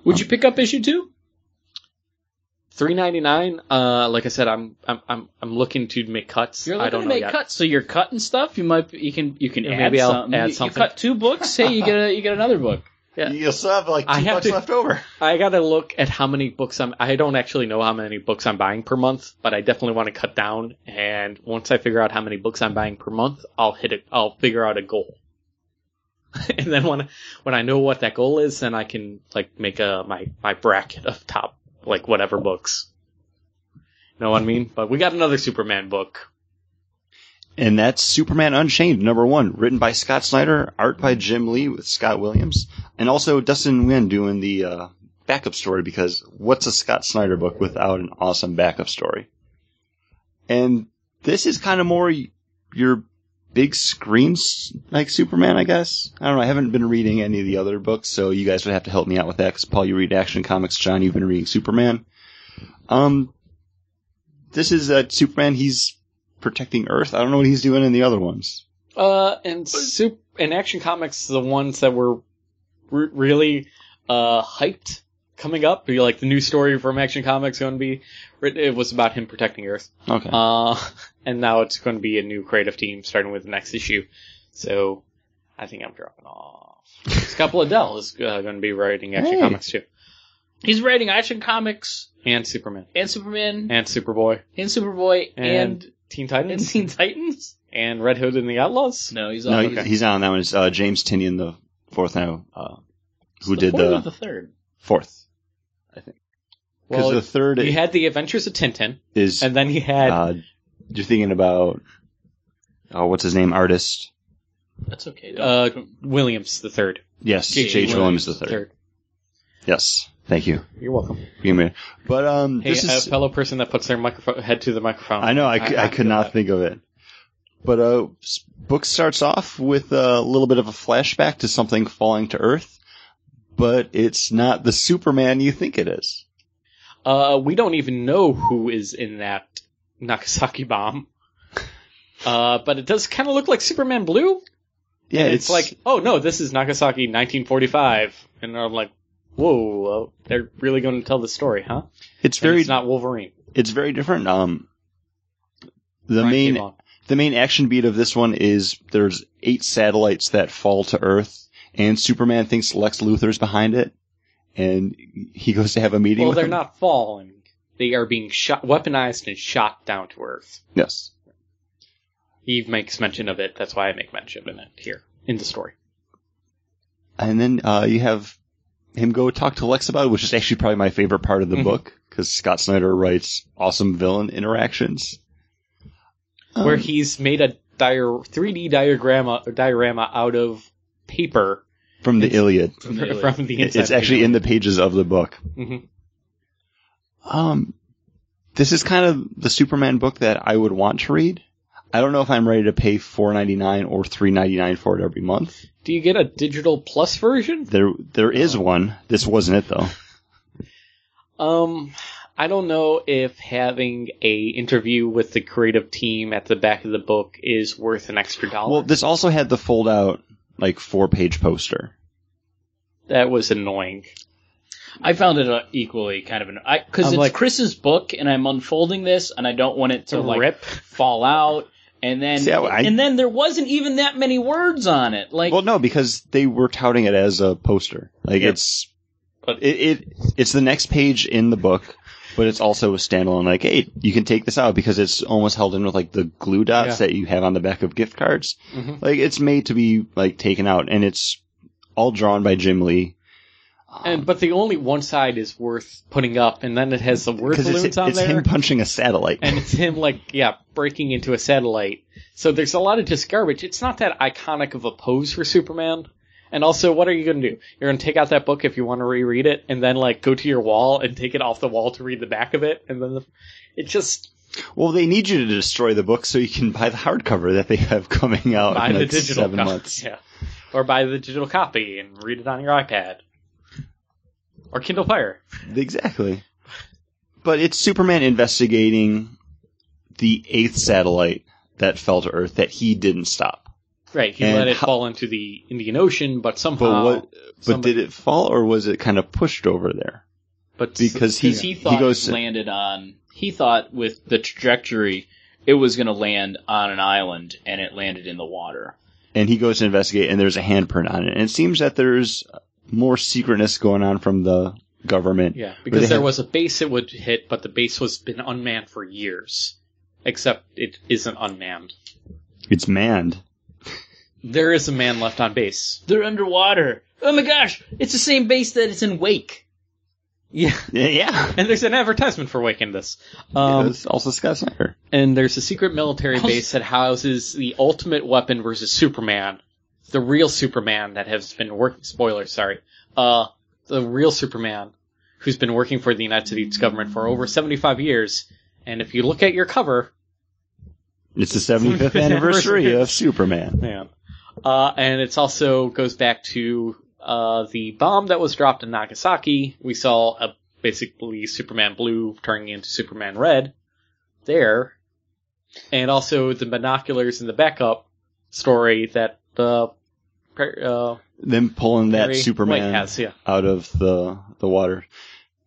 Would you pick up issue two?
Three ninety nine. Uh, like I said, I'm I'm I'm I'm looking to make cuts.
You're
I
looking
don't
to
know
make
yet.
cuts, so you're cutting stuff. You might you can you can
Yeah,
add
maybe I'll
something.
add
You-
something.
You cut two books. Hey, you get a, you get another book.
Yeah.
You'll still have like
I have to-
over.
I gotta look at how many books I'm. I don't actually know how many books I'm buying per month, but I definitely want to cut down. And once I figure out how many books I'm buying per month, I'll hit it. I'll figure out a goal. and then when when I know what that goal is, then I can like make a my my bracket of top like whatever books. Know what I mean? But we got another Superman book.
And that's Superman Unchained, number one, written by Scott Snyder, art by Jim Lee with Scott Williams, and also Dustin Nguyen doing the uh, backup story because what's a Scott Snyder book without an awesome backup story? And this is kind of more y- your big screen s- like Superman, I guess. I don't know. I haven't been reading any of the other books, so you guys would have to help me out with that because Paul, you read Action Comics, John, you've been reading Superman. Um, this is uh, Superman. He's protecting Earth. I don't know what he's doing in the other ones.
Uh, and soup and Action Comics, the ones that were re- really uh hyped coming up, be like the new story from Action Comics going to be writ- it was about him protecting Earth.
Okay.
Uh, and now it's going to be a new creative team starting with the next issue. So I think I'm dropping off. Scott Bladell is uh, going to be writing Action
Hey.
Comics too,
He's writing Action Comics
and Superman,
and Superman
and Superboy,
and Superboy
and,
and
Teen
and
Titans,
Teen Titans.
and Red Hood and the Outlaws.
No, he's
No,
on
he- he's not on that one. It's uh, James Tinian, the fourth now, uh, who
the
did
fourth
the,
or the third.
fourth. I think. Because
Well,
the third
You had the Adventures of Tintin,
is.
and then you
Ah.
had
uh, you're thinking about. Oh, what's his name? Artist.
That's okay.
uh, Williams the third.
Yes,
J.H.
J.H. Williams the third.
Third.
Yes, thank you.
You're welcome.
Give me- But um,
Hey,
this
a
is.
fellow person that puts their microphone head to the microphone.
I know. I, c-
I-
I
I
could
feel
not
that.
think of it. But uh, s- book starts off with a little bit of a flashback to something falling to Earth, but it's not the Superman you think it is.
Uh, we don't even know who is in that Nagasaki bomb. Uh, but it does kind of look like Superman Blue.
Yeah,
It's, like, oh no, this is Nagasaki 1945, and I'm like, whoa, uh, they're really going to tell the story, huh? And
it's very
it's not Wolverine.
it's very different. Um, the
Brian
main
K. Vaughan.
the main action beat of this one is there's eight satellites that fall to Earth, and Superman thinks Lex Luthor's behind it, and he goes to have a meeting.
Well,
with
they're
him.
not falling. They are being shot, weaponized, and shot down to Earth.
Yes,
Eve makes mention of it. That's why I make mention of it here in the story.
and then uh, you have him go talk to Lex about it, which is actually probably my favorite part of the
Mhm.
book because Scott Snyder writes awesome villain interactions.
where he's made a dire 3D diorama diorama out of paper
From the Iliad.
from the,
Really?
inside.
It's actually in the pages of the book.
Mhm.
Um, this is kind of the Superman book that I would want to read. I don't know if I'm ready to pay four ninety nine or three ninety nine for it every month.
Do you get a digital plus version?
There, there is one. This wasn't it though.
Um, I don't know if having a interview with the creative team at the back of the book is worth an extra dollar.
Well, this also had the fold out like four page poster.
that was annoying.
I found it uh, equally kind of an I because
I'm
it's
like-
Chris's book, and I'm unfolding this, and I don't want it to like
Rip.
fall out. And then,
See, I- I-
and then there wasn't even that many words on it. Like,
Well, no, because they were touting it as a poster. Like
Yeah.
it's,
But-
it, it it's the next page in the book, but it's also a standalone. Like, hey, you can take this out because it's almost held in with like the glue dots that you have on the back of gift cards.
Mhm.
Like it's made to be like taken out, and it's all drawn by Jim Lee.
And but the only one side is worth putting up, and then it has the word
Because
balloons
it's,
on
it's
there,
him punching a satellite.
and it's him like yeah breaking into a satellite. So there's a lot of just garbage. It's not that iconic of a pose for Superman. And also, what are you going to do? You're going to take out that book if you want to reread it, and then like go to your wall and take it off the wall to read the back of it, and then the, it just
well, they need you to destroy the book so you can buy the hardcover that they have coming out
buy
in
the
like
digital
seven
copy,
months.
yeah, or buy the digital copy and read it on your iPad or Kindle Fire.
Exactly. But it's Superman investigating the eighth satellite that fell to Earth that he didn't stop.
Right, he
And
let it
how-
fall into the Indian Ocean, but
But
somehow,
what? But
Oh, somebody-
did it fall, or was it kind of pushed over there?
but
Because he
because he thought
he goes
it landed on. He thought with the trajectory, it was going to land on an island, and it landed in the water.
and he goes to investigate, and there's a handprint on it, and it seems that there's more secretness going on from the government.
yeah,
they
because there
had-
was a base it would hit, but the base was been unmanned for years, except it isn't unmanned.
It's manned.
There is a man left on base.
They're underwater. Oh my gosh! It's the same base that it's in Wake.
Yeah,
Yeah.
and there's an advertisement for Wake in this.
Um,
Um,
also Scott Snyder.
and there's a secret military base that houses the ultimate weapon versus Superman, the real Superman that has been working. Spoiler, sorry. Uh, the real Superman who's been working for the United States government for over 75 years. And if you look at your cover,
It's the 75th anniversary of Superman.
man, uh, and it's also goes back to uh, the bomb that was dropped in Nagasaki. We saw a basically Superman blue turning into Superman red there, and also the binoculars in the backup story that the uh,
Them pulling that
Mary White
Superman
has, yeah,
out of the the water.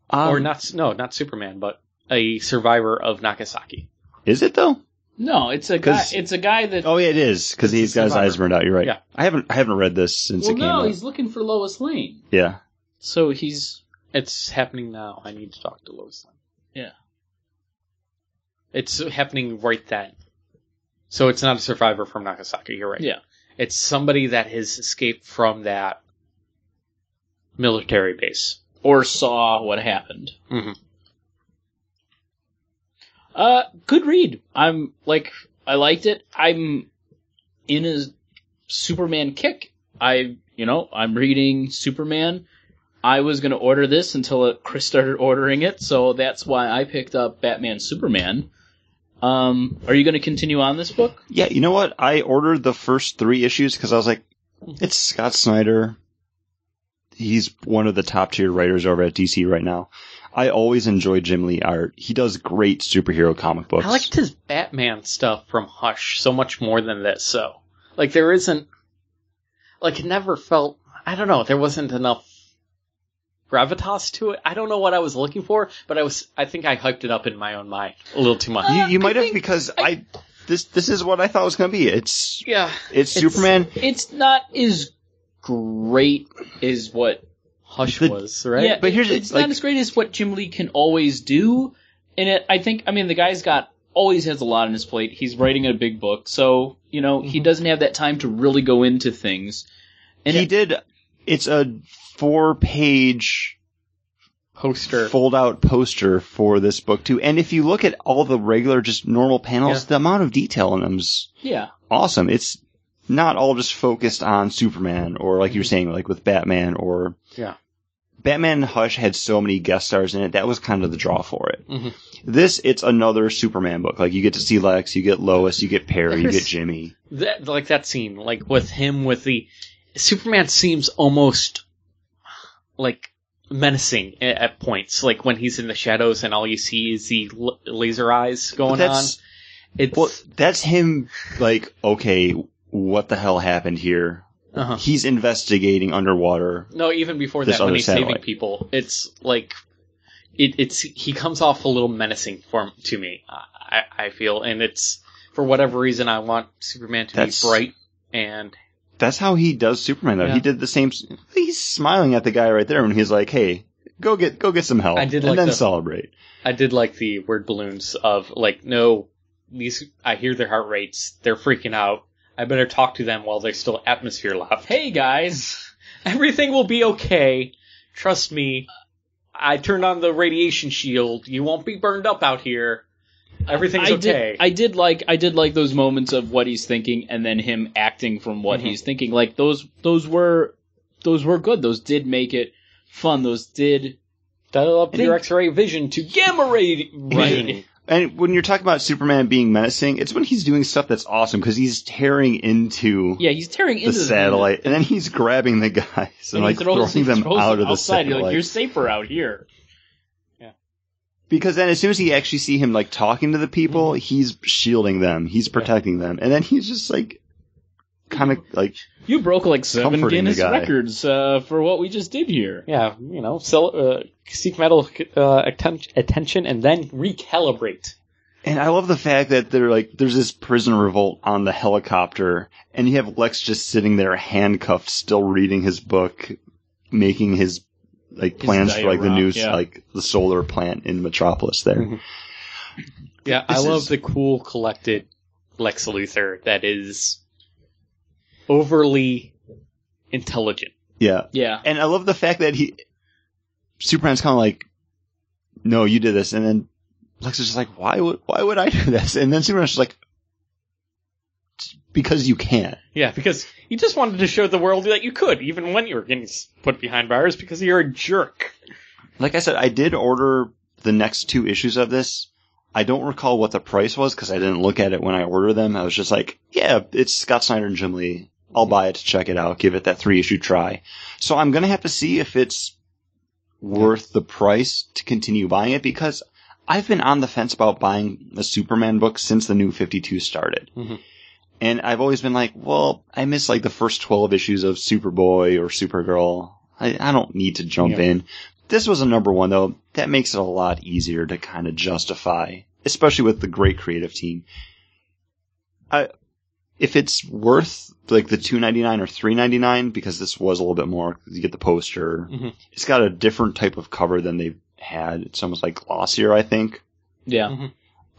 Um,
or not? No, not Superman, but a survivor of Nagasaki.
Is it though?
No, it's a guy.
'Cause-
It's a guy that.
Oh yeah, it is because he's got his eyes burned out. You're right.
Yeah.
I haven't I haven't read this since
well,
it came
no,
out.
he's looking for Lois Lane.
Yeah,
So he's
It's happening now. I need to talk to Lois Lane.
Yeah.
It's happening right then. So it's not a survivor from Nagasaki, you're right.
Yeah.
It's somebody that has escaped from that military base.
or saw what happened.
Mhm.
Uh, good read. I'm like, I liked it. I'm in a Superman kick. I, you know, I'm reading Superman. I was gonna order this until uh, Chris started ordering it, so that's why I picked up Batman Superman. Um, are you gonna continue on this book?
yeah. You know what? I ordered the first three issues because I was like, it's Scott Snyder. He's one of the top tier writers over at DC right now. I always enjoy Jim Lee art. He does great superhero comic books.
I liked his Batman stuff from Hush so much more than this, so. Like, there isn't. Like, it never felt. I don't know, there wasn't enough gravitas to it. I don't know what I was looking for, but I was. I think I hyped it up in my own mind a little too much.
you you might have because I, this this is what I thought it was going to be. It's
yeah.
it's Superman.
It's not as great as what
Hush
The-
was right.
Yeah,
But
but here's
here's the-
it's
like-
not as great as what Jim Lee can always do, and it, I think I mean the guy's got always has a lot on his plate. He's writing a big book, so you know he doesn't have that time to really go into things. And
Mm-hmm. he
it-
did. It's a four page
poster.
fold out poster for this book too. And if you look at all the regular, just normal panels,
Yeah.
the amount of detail in them's
Yeah.
awesome. It's not all just focused on Superman or like you were saying, like with Batman or
Mm-hmm. Yeah.
Batman and Hush had so many guest stars in it. That was kind of the draw for it.
Mhm.
This, it's another Superman book. Like you get to see Lex, you get Lois, you get Perry, you
There's-
get Jimmy.
that like that scene, like with him with the Superman seems almost like menacing a- at, points, like when he's in the shadows and all you see is the l- laser eyes
But
going on.
that's,
It's
Well, that's him. Like, okay, what the hell happened here?
uh-huh.
He's investigating underwater.
no, even before
This
that, when
other
he's saving
satellite.
people, it's like it, it's he comes off a little menacing for to me. I, I I feel, and it's for whatever reason I want Superman to
That's-
be bright and
That's how he does Superman. Though
Yeah.
he did the same. He's smiling at the guy right there, and he's like, "Hey, go get go get some help,
I did
and
like
then
the-
celebrate."
I did like the word balloons of like, no, these, I hear their heart rates. They're freaking out. I better talk to them while there's still atmosphere left. Hey guys, everything will be okay. Trust me. I turned on the radiation shield. You won't be burned up out here. Everything's
I
okay.
Did, I did like I did like those moments of what he's thinking and then him acting from
Mm-hmm.
what he's thinking. Like those those were those were good. Those did make it fun. Those did
Dial up your X-ray vision to gamma ray vision.
And when you're talking about Superman being menacing, it's when he's doing stuff that's awesome because he's tearing into
yeah, he's tearing
the
into
satellite, and then he's grabbing the guys and,
he
like
throws-
throwing them
throws
out of the
outside. You're
satellite.
like, you're safer out here.
Because then, as soon as you actually see him like talking to the
Mm-hmm.
people, he's shielding them, he's protecting them, and then he's just like, kind of
Mm-hmm.
like,
You broke like seven
Comforting the
Guinness
guy.
records uh, for what we just did here.
Yeah, you know, sell, uh, seek metal uh, atten- attention and then recalibrate.
and I love the fact that they're like, there's this prison revolt on the helicopter, and you have Lex just sitting there handcuffed, still reading his book, making his like plans for like the new
diorama, yeah.
like the solar plant in Metropolis there.
Yeah, I
This
love
is-
the cool, collected Lex Luthor that is overly intelligent.
Yeah,
Yeah,
and I love the fact that he Superman's kind of like, "No, you did this," and then Lex is just like, "Why would why would I do this?" And then Superman's just like, "Because you can."
Yeah, because you just wanted to show the world that you could, even when you were getting s- put behind bars, because you're a jerk.
Like I said, I did order the next two issues of this. I don't recall what the price was because I didn't look at it when I ordered them. I was just like, "Yeah, it's Scott Snyder and Jim Lee. I'll buy it to check it out, give it that three issue try." So I'm gonna have to see if it's worth the price to continue buying it because I've been on the fence about buying a Superman book since the new 52 started.
Mhm.
And I've always been like, well, I miss like the first 12 issues of Superboy or Supergirl. I, I don't need to jump in. This was a number one though. That makes it a lot easier to kind of justify, especially with the great creative team. I, if it's worth like the 2.99 or 3.99 because this was a little bit more you get the poster
Mhm.
it's got a different type of cover than they've had it's almost like glossier i think
yeah.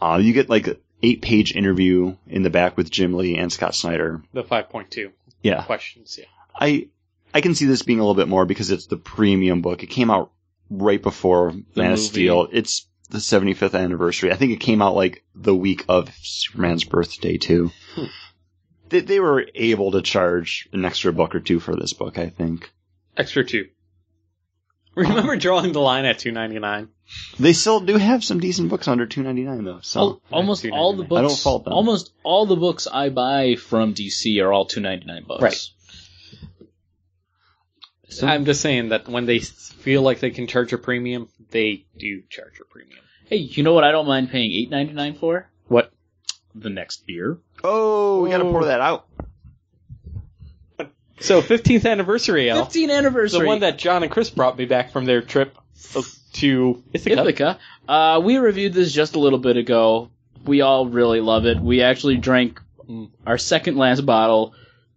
uh, you get like an eight page interview in the back with jim lee and scott snyder
The 5.2
yeah
questions, yeah.
i i can see this being a little bit more because it's the premium book it came out right before man
movie.
of steel it's the 75th anniversary i think it came out like the week of superman's birthday too
Hmm.
they, they were able to charge an extra buck or two for this book i think
Extra two. Remember drawing the line at 2.99?
They still do have some decent books under two ninety nine though. So
Al- almost
$2.99.
all the books.
I don't fault them.
Almost all the books I buy from DC are all two ninety nine bucks.
Right. I'm just saying that when they s- feel like they can charge a premium, they do charge a premium.
Hey, you know what? I don't mind paying eight ninety nine for
What?
the next beer.
oh, we gotta pour that out.
So 15th anniversary ale,
15th anniversary.
the one that John and Chris brought me back from their trip to Ithaca.
Ithaca. Uh, we reviewed this just a little bit ago. We all really love it. We actually drank our second last bottle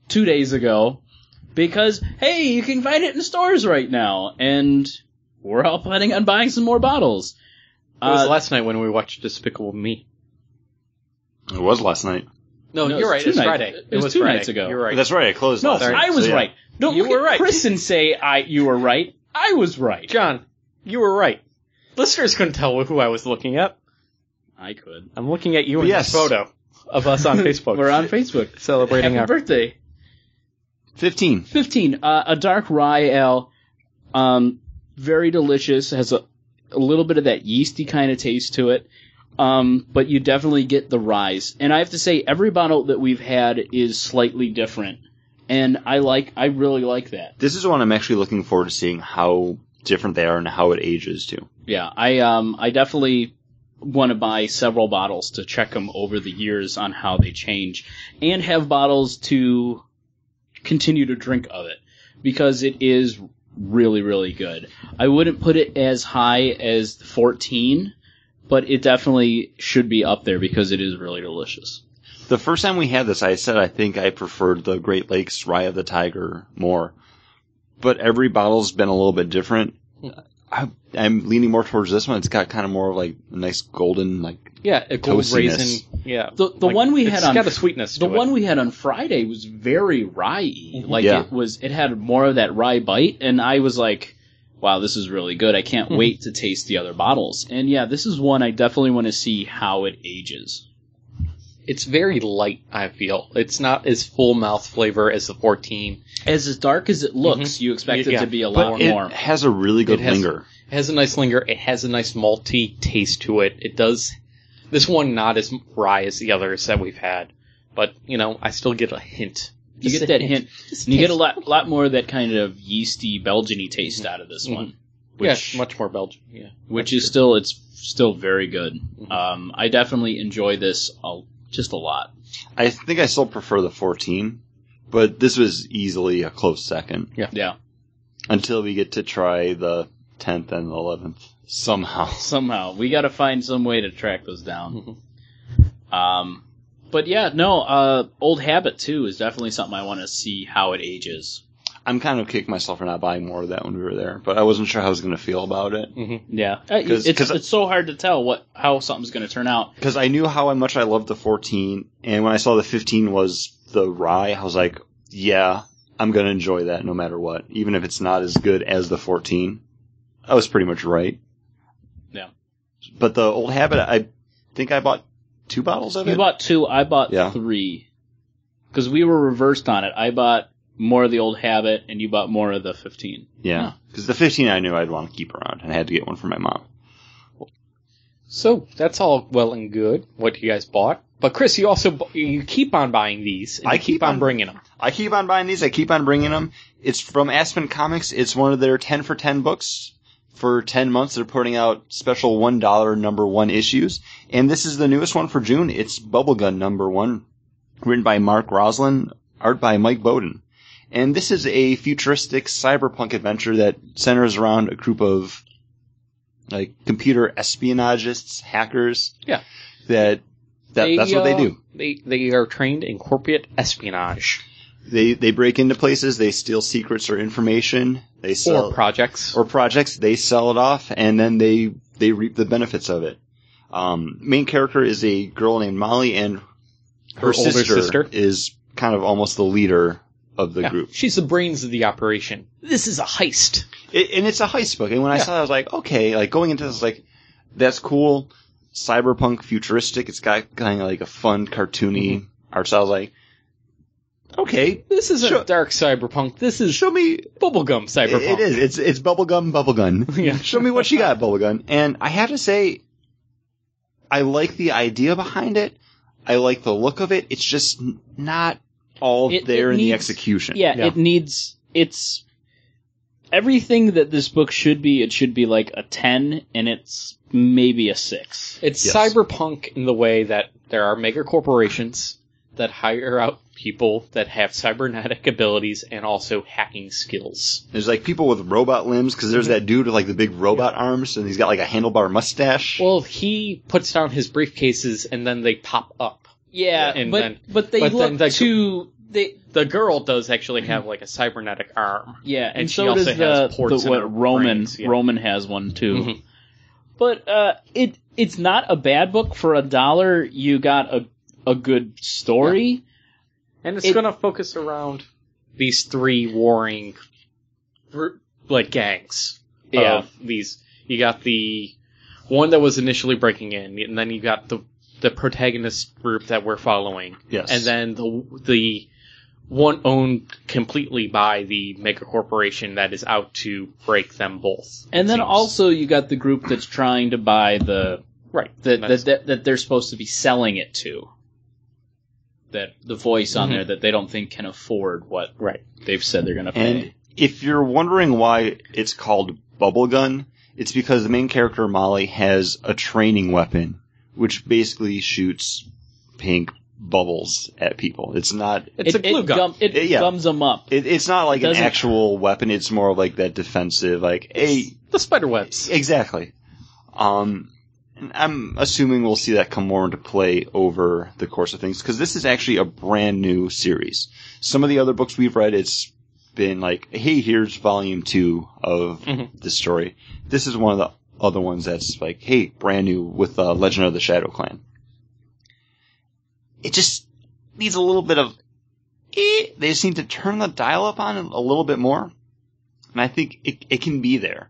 two days ago because hey, you can find it in stores right now, and we're all planning on buying some more bottles.
It was
Uh,
last night when we watched Despicable Me.
It was last night.
No,
No, it
you're
was
right.
two
It was
nights-
Friday.
it was two nights ago.
You're right.
That's right. It closed.
No,
last night,
I was
so yeah.
right. No,
You
look at
were right.
Chris and say I you were right. I was right.
John,
You were right. Listeners couldn't tell who I was looking at.
I could.
I'm looking at you in
Yes.
this photo of us on Facebook.
We're on Facebook.
celebrating
Happy
our
birthday.
15.
15. Uh, a dark rye ale. Um, very delicious. Has a, a little bit of that yeasty kind of taste to it. Um, but you definitely get the rye. And I have to say, every bottle that we've had is slightly different. And I like, I really like that.
This is one I'm actually looking forward to seeing how different they are and how it ages too.
Yeah, I um I definitely want to buy several bottles to check them over the years on how they change and have bottles to continue to drink of it because it is really really good. I wouldn't put it as high as 14, but it definitely should be up there because it is really delicious.
The first time we had this, I said I think I preferred the Great Lakes Rye of the Tiger more, but every bottle's been a little bit different. I, I'm leaning more towards this one. It's got kind of more of like a nice golden, like
yeah, a gold
Toastiness.
raisin. Yeah,
The the one we had
it's
on
got a sweetness.
The
to
one
it.
we had on Friday was very rye. Like
Mm-hmm. Yeah.
it was, it had more of that rye bite, and I was like, "Wow, this is really good. I can't
Hmm.
wait to taste the other bottles." And yeah, this is one I definitely want to see how it ages.
It's very light, I feel. It's not as full mouth flavor as the 14.
As as dark as it looks, you expect it
Yeah.
to be a lot
Mm-hmm. but
more.
it has a really good
It has-
linger.
It has a nice linger. It has a nice malty taste to it. It does. This one not as rye as the others that we've had, but you know, I still get a hint.
you
Just
get
a
that hint,
Just a
and you get a
hint.
lot, lot more of that kind of yeasty
Mm-hmm.
Belgiany taste out of this one.
Yeah, it's much more Belgian. Yeah.
which is still it's still very good.
Mm-hmm.
Um, I definitely enjoy this a, just a lot.
I think I still prefer the 14, but this was easily a close second
Yeah,
until we get to try the 10th and the 11th somehow.
somehow we got to find some way to track those down.
Mm-hmm.
Um, but yeah, no, uh, old habit too is definitely something I want to see how it ages.
I'm kind of kicking myself for not buying more of that when we were there, but I wasn't sure how I was going to feel about it
Yeah, Uh, it's
'cause-
it's so hard to tell what how something's going to turn out.
because I knew how much I loved the 14, and when I saw the 15 was the rye, I was like, yeah, I'm going to enjoy that no matter what, even if it's not as good as the 14. I was pretty much right.
Yeah.
But the old habit, I think I bought two bottles of
You
it.
bought two, I bought
Yeah.
three, because we were reversed on it. I bought more of the old habit, and you bought more of the fifteen.
Yeah. Because the 15 I knew I'd want to keep around, and I had to get one for my mom.
So that's all well and good. What you guys bought, but Chris, you also bu- you keep on buying these. And
I
you keep,
keep
on,
on-
bringing them.
I keep on buying these. I keep on bringing them. It's from Aspen Comics. It's one of their 10 for 10 books. For 10 months, they're putting out special $1 number one issues. And this is the newest one for June. It's Bubblegum number one, written by Mark Roslin, art by Mike Bowden. And this is a futuristic cyberpunk adventure that centers around a group of like computer espionagists, hackers.
Yeah.
That, that
They,
that's what they
uh,
do.
They they are trained in corporate espionage
They they break into places, they steal secrets or information, they sell
or projects.
or projects, they sell it off, and then they they reap the benefits of it. Um, main character is a girl named Molly, and her,
older
sister,
sister.
is kind of almost the leader of the
Yeah,
group.
She's the brains of the operation. This is a heist.
It, and it's a heist book. And when I saw it, I was like, okay, like going into this, like that's cool, cyberpunk, futuristic. It's got kind of like a fun, cartoony
Mm-hmm.
art. So I was like, okay,
This isn't
Sure.
dark cyberpunk. This is
show me
bubblegum cyberpunk.
It is. It's it's bubblegum bubblegum.
Yeah.
Show me what you got, bubblegum. And I have to say, I like the idea behind it. I like the look of it. It's just n- not all
It-
there
it
in the
needs-
execution.
Yeah,
Yeah.
it needs it's everything that this book should be. It should be like a ten, and it's maybe a six.
It's
Yes.
cyberpunk in the way that there are mega corporations that hire out people that have cybernetic abilities and also hacking skills.
There's like people with robot limbs because
Mm-hmm.
there's that dude with like the big robot arms and he's got like a handlebar mustache.
Well, he puts down his briefcases and then they pop up.
Yeah,
And
but
then-
but they
but then
look
the-
too. They
The girl does actually have like a cybernetic arm.
yeah, and,
And she
so
also
does
has
the,
ports
the
in
what
her
Roman
brains, yeah.
Roman has one too.
Mhm.
But uh, it it's not a bad book for a dollar. You got a a good story.
And it's
It-
going to focus around these three warring, gr- like gangs.
Yeah.
Of these, You got the one that was initially breaking in, and then you got the the protagonist group that we're following,
Yes.
and then the the one owned completely by the mega corporation that is out to break them both.
And
it
then
seems.
also you got the group that's trying to buy the
right
that
That's-
that, that that they're supposed to be selling it to. That the voice on
Mhm.
there that they don't think can afford what
Right.
they've said they're going to pay.
And if you're wondering why it's called Bubblegun, it's because the main character Molly has a training weapon, which basically shoots pink bubbles at people. It's not.
it's
it,
a glue
it
gun.
gum- it
Uh, yeah.
gums them up.
It, it's not like
It
an
doesn't-
actual weapon. It's more of like that defensive, like hey,
the spider webs.
exactly. Um, and I'm assuming we'll see that come more into play over the course of things because this is actually a brand new series. Some of the other books we've read, it's been like, hey, here's volume two of
Mhm.
the story. This is one of the other ones that's like, hey, brand new with uh, Legend of the Shadow Clan. It just needs a little bit of. Eh. They just need to turn the dial up on it a little bit more, and I think it it can be there.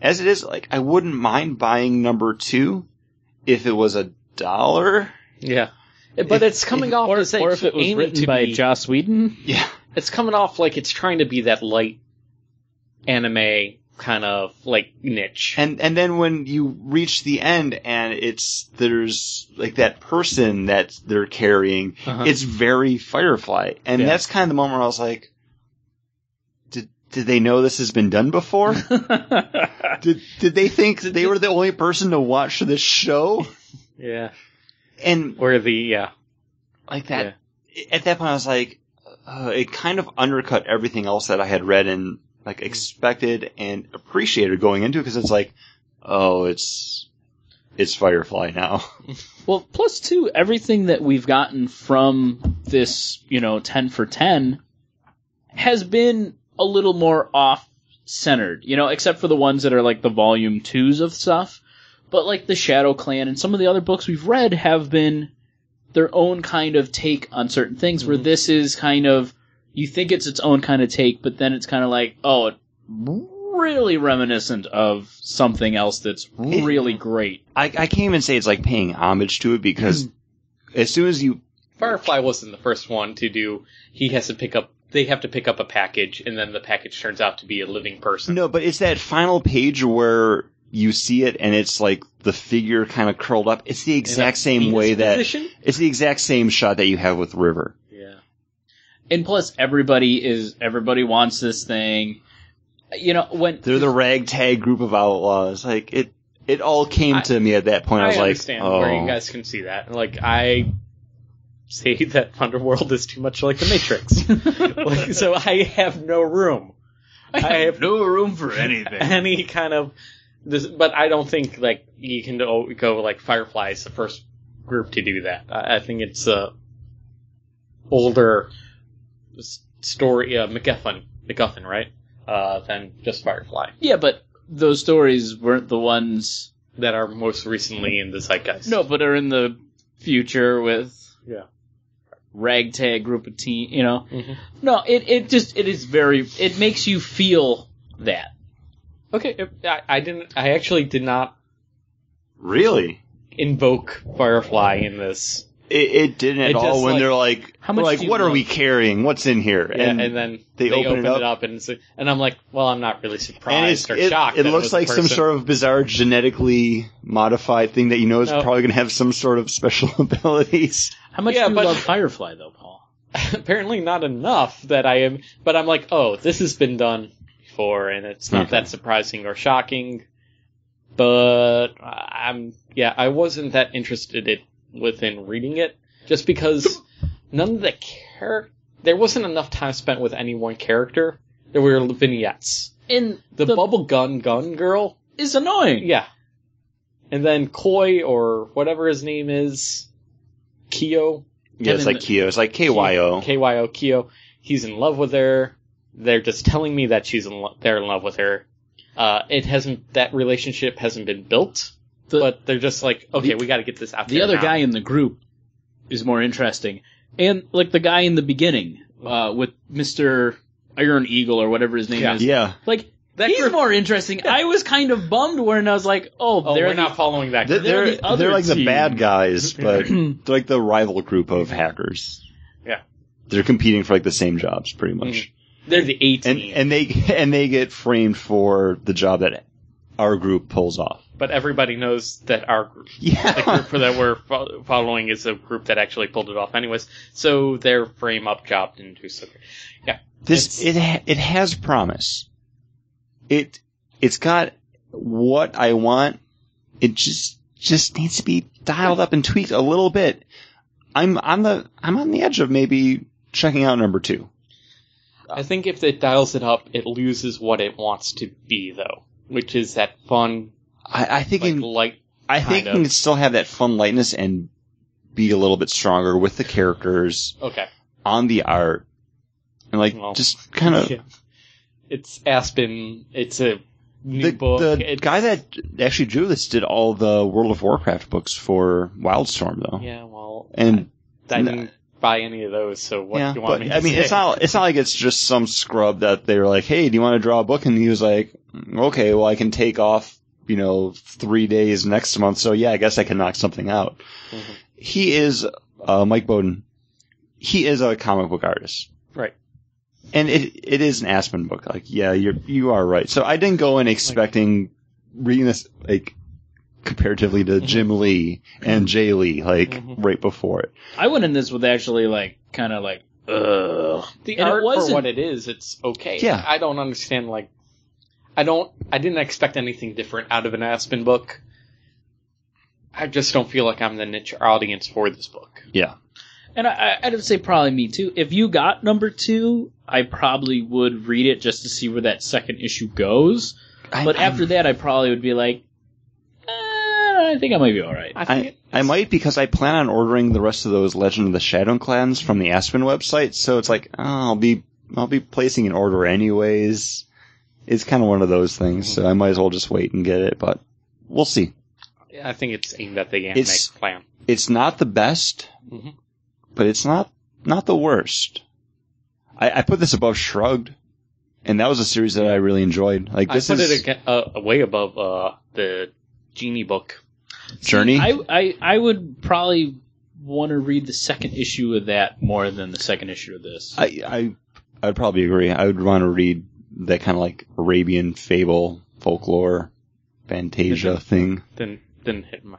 As it is, like I wouldn't mind buying number two if it was a dollar.
Yeah,
If-
but it's coming off
Or,
as
or if it was
aiming
written
to
by
be-
Joss Whedon,
Yeah,
it's coming off like it's trying to be that light anime kind of like niche.
and and then when you reach the end and it's there's like that person that they're carrying,
Uh-huh.
it's very Firefly, and
Yeah.
that's kind of the moment where I was like, did did they know this has been done before? did did they think that they were the only person to watch this show?
yeah,
And
or the yeah,
like that at that point i was like uh, it kind of undercut everything else that i had read and like expected and appreciated going into it because it's like oh it's it's firefly now
Well, plus two, everything that we've gotten from this, you know, 10 for 10 has been a little more off centered, you know, except for the ones that are like the volume twos of stuff. But like the Shadow Clan and some of the other books we've read have been their own kind of take on certain things, where this is kind of, you think it's its own kind of take, but then it's kind of like, oh, it really reminiscent of something else that's really great.
I, I can't even say it's like paying homage to it because as soon as you
Firefly wasn't the first one to do. He has to pick up. They have to pick up a package, and then the package turns out to be a living person.
no but it's that final page where you see it and it's like the figure kind of curled up it's the exact same
Penis
way that
position?
it's the exact same shot that you have with river
Yeah.
and plus everybody is everybody wants this thing you know when
They're the ragtag group of outlaws. Like it, it all came
I-
to me at that point. I,
I,
was like,
understand
oh,
where you guys can see that. Like I say that Underworld is too much like the Matrix. like, so I have no room. I have
no room for anything
any kind of this, but I don't think like you can go, go like Firefly is the first group to do that. I, I think it's a older s- story, uh, MacGuffin, MacGuffin, right? Uh, than just Firefly
yeah but those stories weren't the ones
that are most recently in the zeitgeist.
no but are in the future with
Yeah.
ragtag group of teen you know
Mhm.
no it, it just it is very it makes you feel that
Okay, if- I, I didn't. I actually did not
really?
invoke Firefly in this.
It, it didn't at
It
all.
just,
When
like,
they're like,
how much
like,
do you
what are
want?
we carrying? What's in here?
Yeah, and, then
they
they,
open it
opened
up.
it up, and it's- and I'm like, well, I'm not really surprised
and it's,
or
it,
shocked.
it
that
looks
was a
like some
person.
sort of bizarre genetically modified thing that you know is
No.
probably going to have some sort of special abilities.
how much
Yeah,
do you
but-
love firefly though paul
apparently not enough that I am, but I'm like, oh, this has been done before, and it's not
Okay.
that surprising or shocking. But I'm, yeah, I wasn't that interested it within reading it, just because none of the character, there wasn't enough time spent with any one character. There were vignettes.
and
The, bubble gun gun girl,
is annoying
yeah, and then Koi or whatever his name is, Kyo,
Yeah, it's
Kevin-
like Kyo. It's like KYO.
KYO Kyo. He's in love with her. They're just telling me that she's in lo- they're in love with her. Uh, it hasn't that relationship hasn't been built,
The-
but they're just like, okay,
The-
we got to get this out.
the
there
other
now.
guy in the group is more interesting and like the guy in the beginning uh, with mr iron eagle or whatever his name
Yeah.
is
Yeah,
like
That
He's
group-
more interesting. I was kind of bummed when I was like, oh,
Oh,
they're
we're
not.
not following that.
They're,
group.
They're
they're,
the other
they're like
team.
the bad guys, but they're like the rival group of hackers.
Yeah.
They're competing for like the same jobs pretty much.
They're the A team.
And and they and they get framed for the job that our group pulls off.
but everybody knows that our group, the
Yeah.
group that we're fo- following, is a group that actually pulled it off, anyways. So they're frame up jobbed into something.
This it ha- it has promise. It it's got what I want. It just just needs to be dialed up and tweaked a little bit. I'm on the I'm on the edge of maybe checking out number two.
I think if it dials it up, it loses what it wants to be, though, which is that fun,
I, I think
like
in-
light.
I think
kind
you can
of.
still have that fun lightness and be a little bit stronger with the characters
Okay,
on the art and like
Well,
just kind of
yeah. it's Aspen. It's a new
the,
book.
the
it's-
guy that actually drew this did all the World of Warcraft books for Wildstorm though.
Yeah, well,
And
I didn't buy any of those, so what
yeah,
do you want
but,
me to
I mean,
say?
it's not it's not like it's just some scrub that they were like, "Hey, do you want to draw a book?" And he was like, "Okay, well, I can take off, you know, three days next month, so yeah, I guess I can knock something out."
Mhm.
He is uh, Mike Bowden. He is a comic book artist,
Right.
And it it is an Aspen book. Like, yeah, you're you are right. So I didn't go in expecting reading this like comparatively to
Mm-hmm.
Jim Lee and Jay Lee, like
Mhm.
right before it.
I went in this with actually like kind of like ugh.
the
And it
art for
wasn't-
what it is, it's okay.
Yeah.
I don't understand. Like, I don't. I didn't expect anything different out of an Aspen book. I just don't feel like I'm the niche audience for this book.
And I, I- I'd say probably me too. If you got number two, I probably would read it just to see where that second issue goes.
I-
But
I'm-
after that, I probably would be like, eh, I think I might be all right.
I, I might because I plan on ordering the rest of those Legend of the Shadow Clans from the Aspen website, so it's like oh, I'll be I'll be placing an order anyways. It's kind of one of those things, so I might as well just wait and get it. But we'll see.
I think it's aimed at the anime
It's-
clan.
It's not the best,
Mhm.
but it's not not the worst. I, I put this above Shrugged, and that was a series that I really enjoyed. Like
I
this
put
is
it aga uh, way above uh, the genie book.
Journey.
I, I, I would probably want to read the second issue of that more than the second issue of this.
I, I I'd probably agree. I would want to read that kind of like Arabian fable, folklore,
Mm-hmm.
Fantasia thing.
Didn't didn't hit my.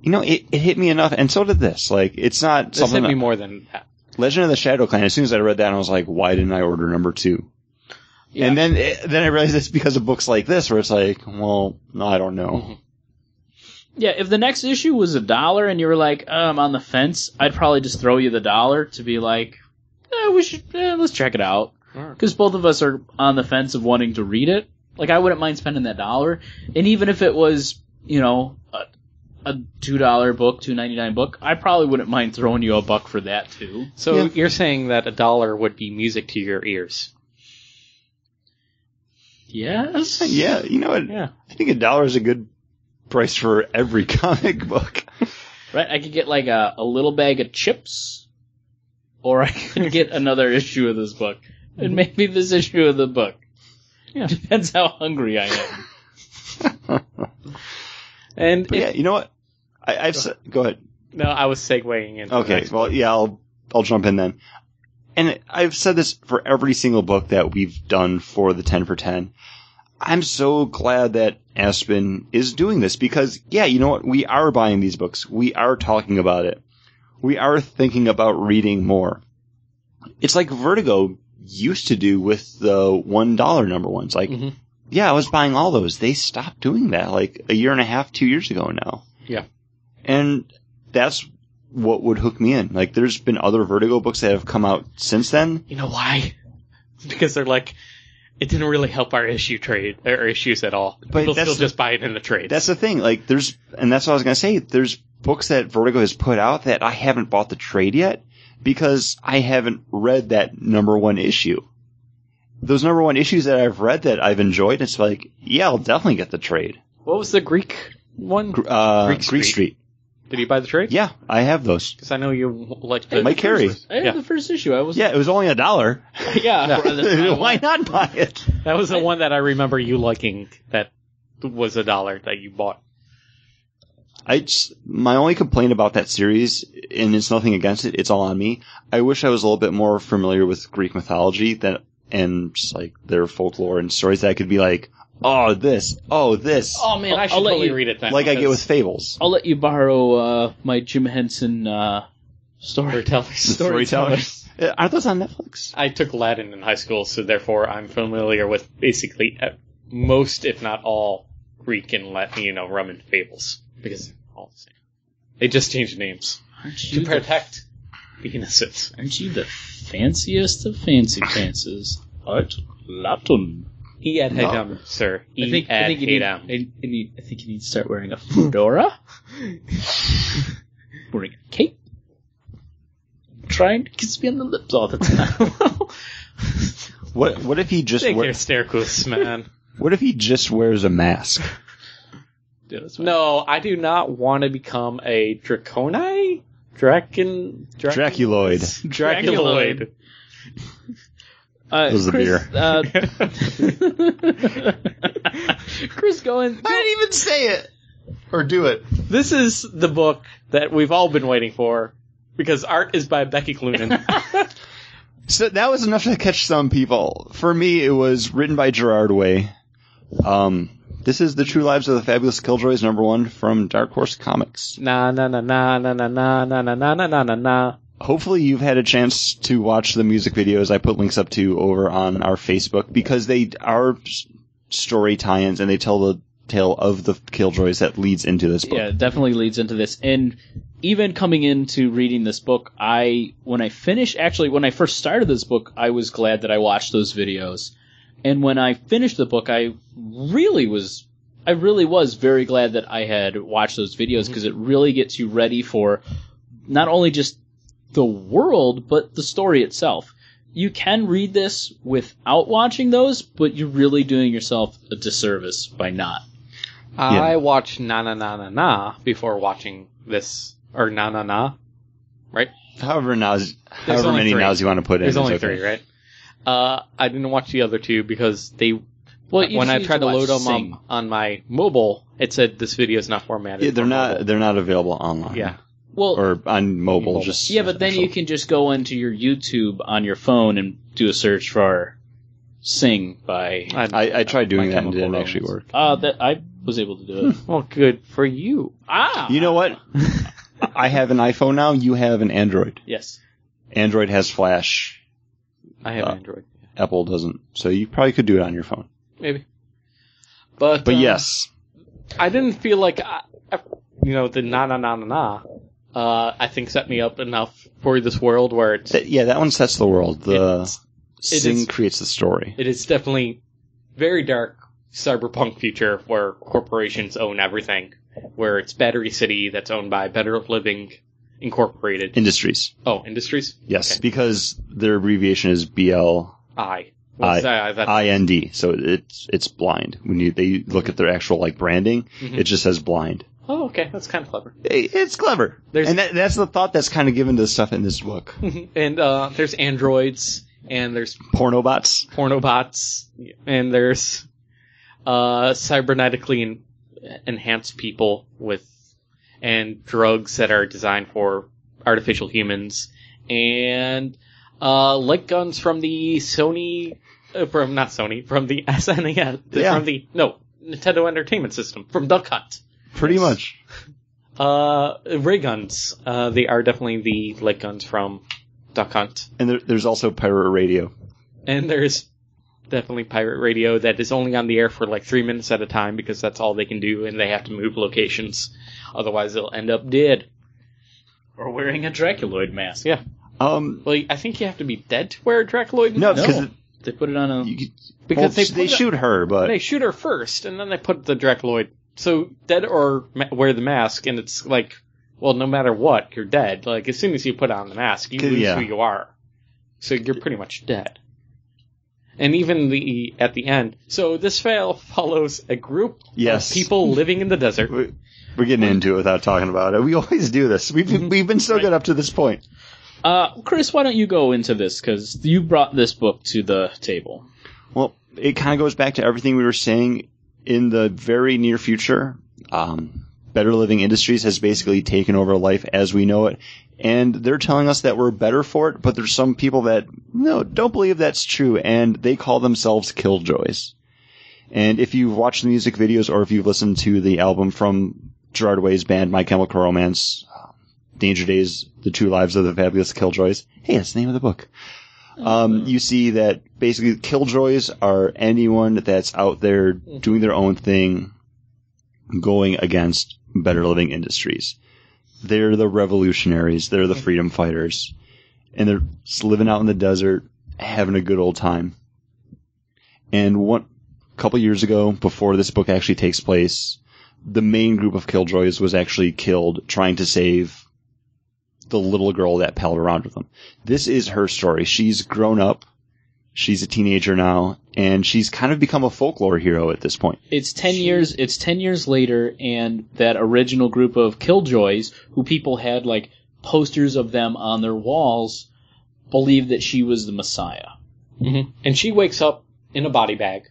You know, it, it hit me enough, and so did this. Like, it's not
This
something.
hit me
that-
more than that.
Legend of the Shadow Clan. As soon as I read that, I was like, why didn't I order number two?
Yeah.
And then it, then I realized it's because of books like this, where it's like, well, no, I don't know.
Mm-hmm.
yeah, if the next issue was a dollar and you were like, uh, I'm on the fence, I'd probably just throw you the dollar to be like, eh, we should, eh, let's check it out.
Alright.
Because both of us are on the fence of wanting to read it. Like, I wouldn't mind spending that dollar. And even if it was, you know, a, a $2 book, two ninety nine book, I probably wouldn't mind throwing you a buck for that, too.
So
Yeah.
you're saying that a dollar would be music to your ears?
Yes?
Yeah, you know, what?
Yeah.
I think a dollar is a good price for every comic book.
Right? I could get like a, a little bag of chips, or I could get another issue of this book, and maybe this issue of the book.
Mm-hmm. Yeah.
Depends how hungry I am.
And
But
if-
yeah, you know what? I, I've s- go ahead.
no, I was segueing in.
Okay, well, yeah, I'll I'll jump in then. And I've said this for every single book that we've done for the 10 for 10. I'm so glad that Aspen is doing this because yeah, you know what? We are buying these books. We are talking about it. We are thinking about reading more. It's like Vertigo used to do with the $1 number ones. Like
Mhm.
yeah, I was buying all those. They stopped doing that like a year and a half, 2 years ago now.
Yeah.
And that's what would hook me in. Like, there's been other Vertigo books that have come out since then.
You know why? Because they're like, it didn't really help our issue trade or issues at all.
But
People
that's
still
the-
just buy it in the trade.
That's the thing. Like, there's, and that's what I was gonna say. There's books that Vertigo has put out that I haven't bought the trade yet because I haven't read that number one issue. Those number one issues that I've read that I've enjoyed, it's like, yeah, I'll definitely get the trade.
what was the Greek one?
Gr- Uh,
Greek
Greek,
Street.
Street.
Did you buy the trade?
Yeah, I have those.
Because I know you like
I
the.
had the
Mike Carey.
first- I had
Yeah.
the first issue. I was
Yeah, it was only a dollar.
yeah.
Why not buy it?
That was the one that I remember you liking. That was a dollar that you bought.
I just, my only complaint about that series, and it's nothing against it, it's all on me. I wish I was a little bit more familiar with Greek mythology that and just like their folklore and stories that I could be like, oh this, oh this,
Oh man, I should
I'll let
totally
you-
read it then.
like I get with
because-
fables.
I'll let you borrow uh, my Jim Henson uh, story.
storytellers.
Storytellers. Uh, Aren't those on Netflix?
I took Latin in high school, so therefore I'm familiar with basically uh, most, if not all, Greek and Latin, you know, Roman fables because they're all the same. They just changed names
Aren't
to
you, the,
protect the innocent.
aren't you the fanciest of fancy fancies? Art Latin.
E ad
No.
hedem, sir. E
I think,
ad
I think you need, I,
hedem.
I need- I think you need to start wearing a fedora, wearing a cape, trying to kiss me on the lips all the time.
What what if he just
Take
wear-
your stare quotes, man.
what if he just wears a mask?
Dude, that's my-
no, I do not want to become a Draconi? Draken? Drac-
Draculoid.
Draculoid.
Uh,
That was the
Chris,
beer.
uh, Chris Goins.
I didn't even say it or do it.
This is the book that we've all been waiting for because art is by Becky Cloonan.
So that was enough to catch some people. For me, it was written by Gerard Way. Um, this is the True Lives of the Fabulous Killjoys, number one from Dark Horse Comics.
na na na na na na na na na na na na na na.
Hopefully, you've had a chance to watch the music videos I put links up to over on our Facebook because they are s- story tie-ins and they tell the tale of the Killjoys that leads into this book.
yeah, it definitely leads into this. And even coming into reading this book, I when I finished actually when I first started this book, I was glad that I watched those videos. And when I finished the book, I really was I really was very glad that I had watched those videos because it really gets you ready for not only just the world but the story itself. You can read this without watching those, but you're really doing yourself a disservice by not.
I watched na na na na na before watching this or na na na.
However, nows,
There's
however
only
many
three.
nows you want to put in.
There's
it's
only
okay.
three, right? Uh, I didn't watch the other two because they
Well, you
when
just
I
need
tried to,
watch
load them
Sing.
on, on my mobile, it said this video is not formatted.
Yeah, they're
for
not.
mobile.
They're not available online.
Yeah.
Well,
Or on mobile, just
Yeah, but then you can just go into your YouTube on your phone and do a search for "Sing" by.
I, I tried doing
My
that and
Chemical
didn't actually work.
Romance. Uh, that I was able to do it.
well, good for you.
ah,
You know what? I have an iPhone now. You have an Android.
yes,
Android has Flash.
I have
Uh,
Android,
Apple doesn't. So you probably could do it on your phone.
maybe. But
But
um,
yes,
I didn't feel like I, I- you know the na na na na na. Uh, I think set me up enough for this world where it's
That- yeah, that one sets the world. The
It's- it
sing
is-
creates the story.
it is definitely very dark cyberpunk future where corporations own everything, where it's Battery City that's owned by Better Living Incorporated.
Industries,
oh, Industries.
yes,
Okay.
because their abbreviation is BL
I. What's that? That's-
IND. So it's it's blind. When you they look at their actual like branding,
Mhm.
it just says blind.
oh, okay. That's kind of clever.
Mm-hmm. Hey, It's clever.
There's-
and that, that's the thought that's kind of given to the stuff in this book.
and uh, there's androids, and there's
Pornobots.
pornobots, and there's uh, cybernetically en- enhanced people with and drugs that are designed for artificial humans, and uh, light guns from the Sony, uh, from not Sony, from the SNES,
Yeah.
from the no Nintendo Entertainment System, from Duck Hunt.
Pretty much.
Uh, ray guns. Uh, they are definitely the light guns from Duck Hunt.
And there, there's also pirate radio.
and there's definitely pirate radio that is only on the air for like three minutes at a time because that's all they can do and they have to move locations otherwise they'll end up dead
or wearing a Draculoid mask.
yeah
Um,
well i think you have to be dead to wear a dracloid
no,
mask.
because
No. They put it on a.
you,
because
well,
they,
they,
put it-
shoot her, but
they shoot her first and then they put the dracloid so dead or ma- wear the mask and it's like well no matter what you're dead like as soon as you put on the mask you
Good,
lose
yeah.
who you are so you're pretty much dead and even the at the end so this fail follows a group
yes,
people living in the desert
people We're getting into it without talking about it. We always do this. We've
Mm-hmm.
we've been so good up to this point.
Uh, Chris, why don't you go into this because you brought this book to the table.
Well, it kind of goes back to everything we were saying in the very near future. Um, better Living Industries has basically taken over life as we know it, and they're telling us that we're better for it. But there's some people that no don't believe that's true, and they call themselves killjoys. And if you've watched the music videos or if you've listened to the album from Gerard Way's band My Chemical Romance, uh, Danger Days, The Two Lives of the Fabulous Killjoys. Hey, that's the name of the book. Um, you see that basically killjoys are anyone that's out there doing their own thing, going against better living industries. They're the revolutionaries. They're the freedom fighters. And they're just living out in the desert, having a good old time. And one, couple years ago, before this book actually takes place, the main group of killjoys was actually killed trying to save the little girl that palled around with them. This is her story. She's grown up. She's a teenager now, and she's kind of become a folklore hero at this point.
It's ten years. It's ten years later, and that original group of killjoys, who people had like posters of them on their walls, believed that she was the Messiah.
And she wakes up in a body bag,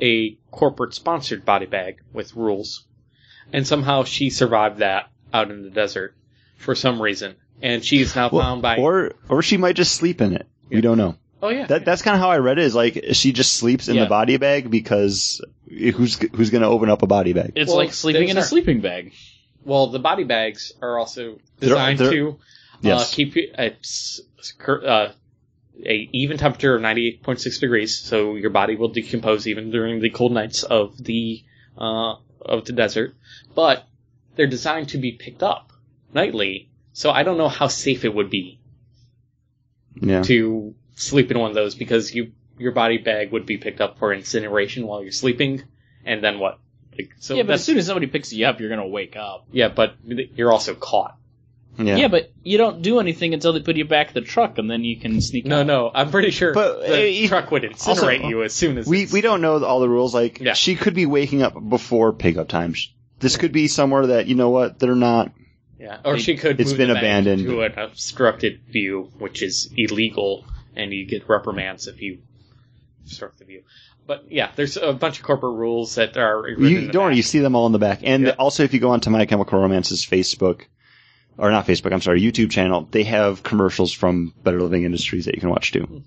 a corporate sponsored body bag with rules. And somehow she survived that out in the desert for some reason. And she's now found by.
or or she might just sleep in it. We don't know.
oh, yeah.
That that's kind of how I read it. Is like she just sleeps in
Yeah.
the body bag because who's who's going to open up a body bag?
It's
Well,
like sleeping
there's
in a
her.
sleeping bag.
well, the body bags are also
They're-
designed
they're-
to
Yes.
uh, keep you at s- s- cur- uh, a even temperature of 98.6 degrees, so your body will decompose even during the cold nights of the uh, of the desert. But they're designed to be picked up nightly, so I don't know how safe it would be
yeah.
to sleep in one of those because you your body bag would be picked up for incineration while you're sleeping, and then what? Like, so
yeah, but as
that's-
soon as somebody picks you up, you're gonna wake up.
yeah, but you're also caught.
yeah.
Yeah, but you don't do anything until they put you back in the truck, and then you can sneak.
No,
out.
no, I'm pretty sure
But,
the
uh, you-
truck would incinerate
also-
you as soon as
we
it's-
we don't know all the rules. Like
Yeah.
she could be waking up before pickup time. Sh- This could be somewhere that you know what they're not.
Yeah, or
It-
she could.
it's
move
been
the bag
abandoned.
to an obstructed view, which is illegal, and you get reprimands if you obstruct the view. But yeah, there's a bunch of corporate rules that are. written in
You
the
don't. worry,
back.
You see them all in the back. And
Yeah.
also, if you go onto My Chemical Romance's Facebook, or not Facebook, I'm sorry, YouTube channel, they have commercials from Better Living Industries that you can watch too.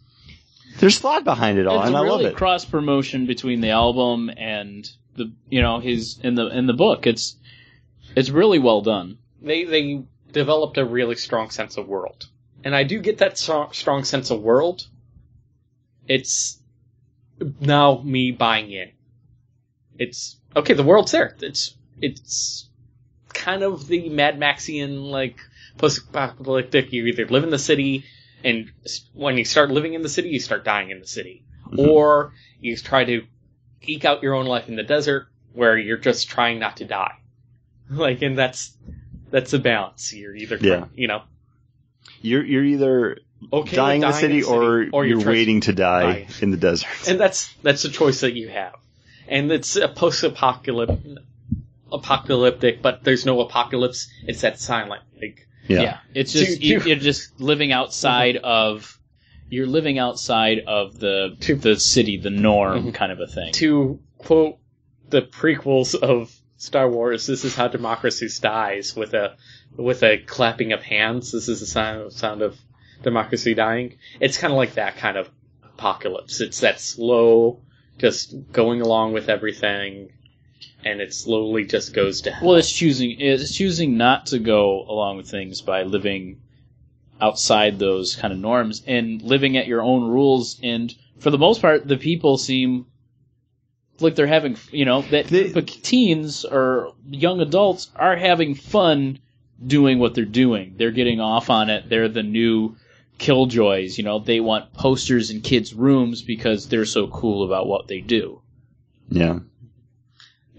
There's thought behind it all,
It's
and
really
I love it.
cross promotion between the album and the you know his in the in the book. It's it's really well done.
They they developed a really strong sense of world, and I do get that strong, strong sense of world. It's now me buying in. It's okay. The world's there. It's it's kind of the Mad Maxian like post-apocalyptic. You either live in the city, and s- when you start living in the city, you start dying in the city, or you try to eke out your own life in the desert, where you're just trying not to die. Like, and that's that's a balance. You're either
Yeah.
you know
You're you're either
okay with
dying in the city, or, you're,
trying-
waiting to die
die.
in the desert.
and that's that's a choice that you have, and it's a post-apocalyptic, apocalyptic, but there's no apocalypse. It's that silent. Like,
yeah.
it's just
To-
you,
to-
you're just living outside of you're living outside of the
To-
the city, the norm
Mm-hmm.
Mhm.
kind of a thing.
to quote the prequels of Star Wars, this is how democracy dies with a with a clapping of hands. This is the sound sound of democracy dying. It's kind of like that kind of apocalypse. It's that slow, just going along with everything, and it slowly just goes down.
well, it's choosing it's choosing not to go along with things by living outside those kind of norms and living at your own rules. And for the most part, the people seem like they're having you know that
They-
group of teens or young adults are having fun doing what they're doing. They're getting off on it. They're the new killjoys. You know, they want posters in kids' rooms because they're so cool about what they do.
Yeah.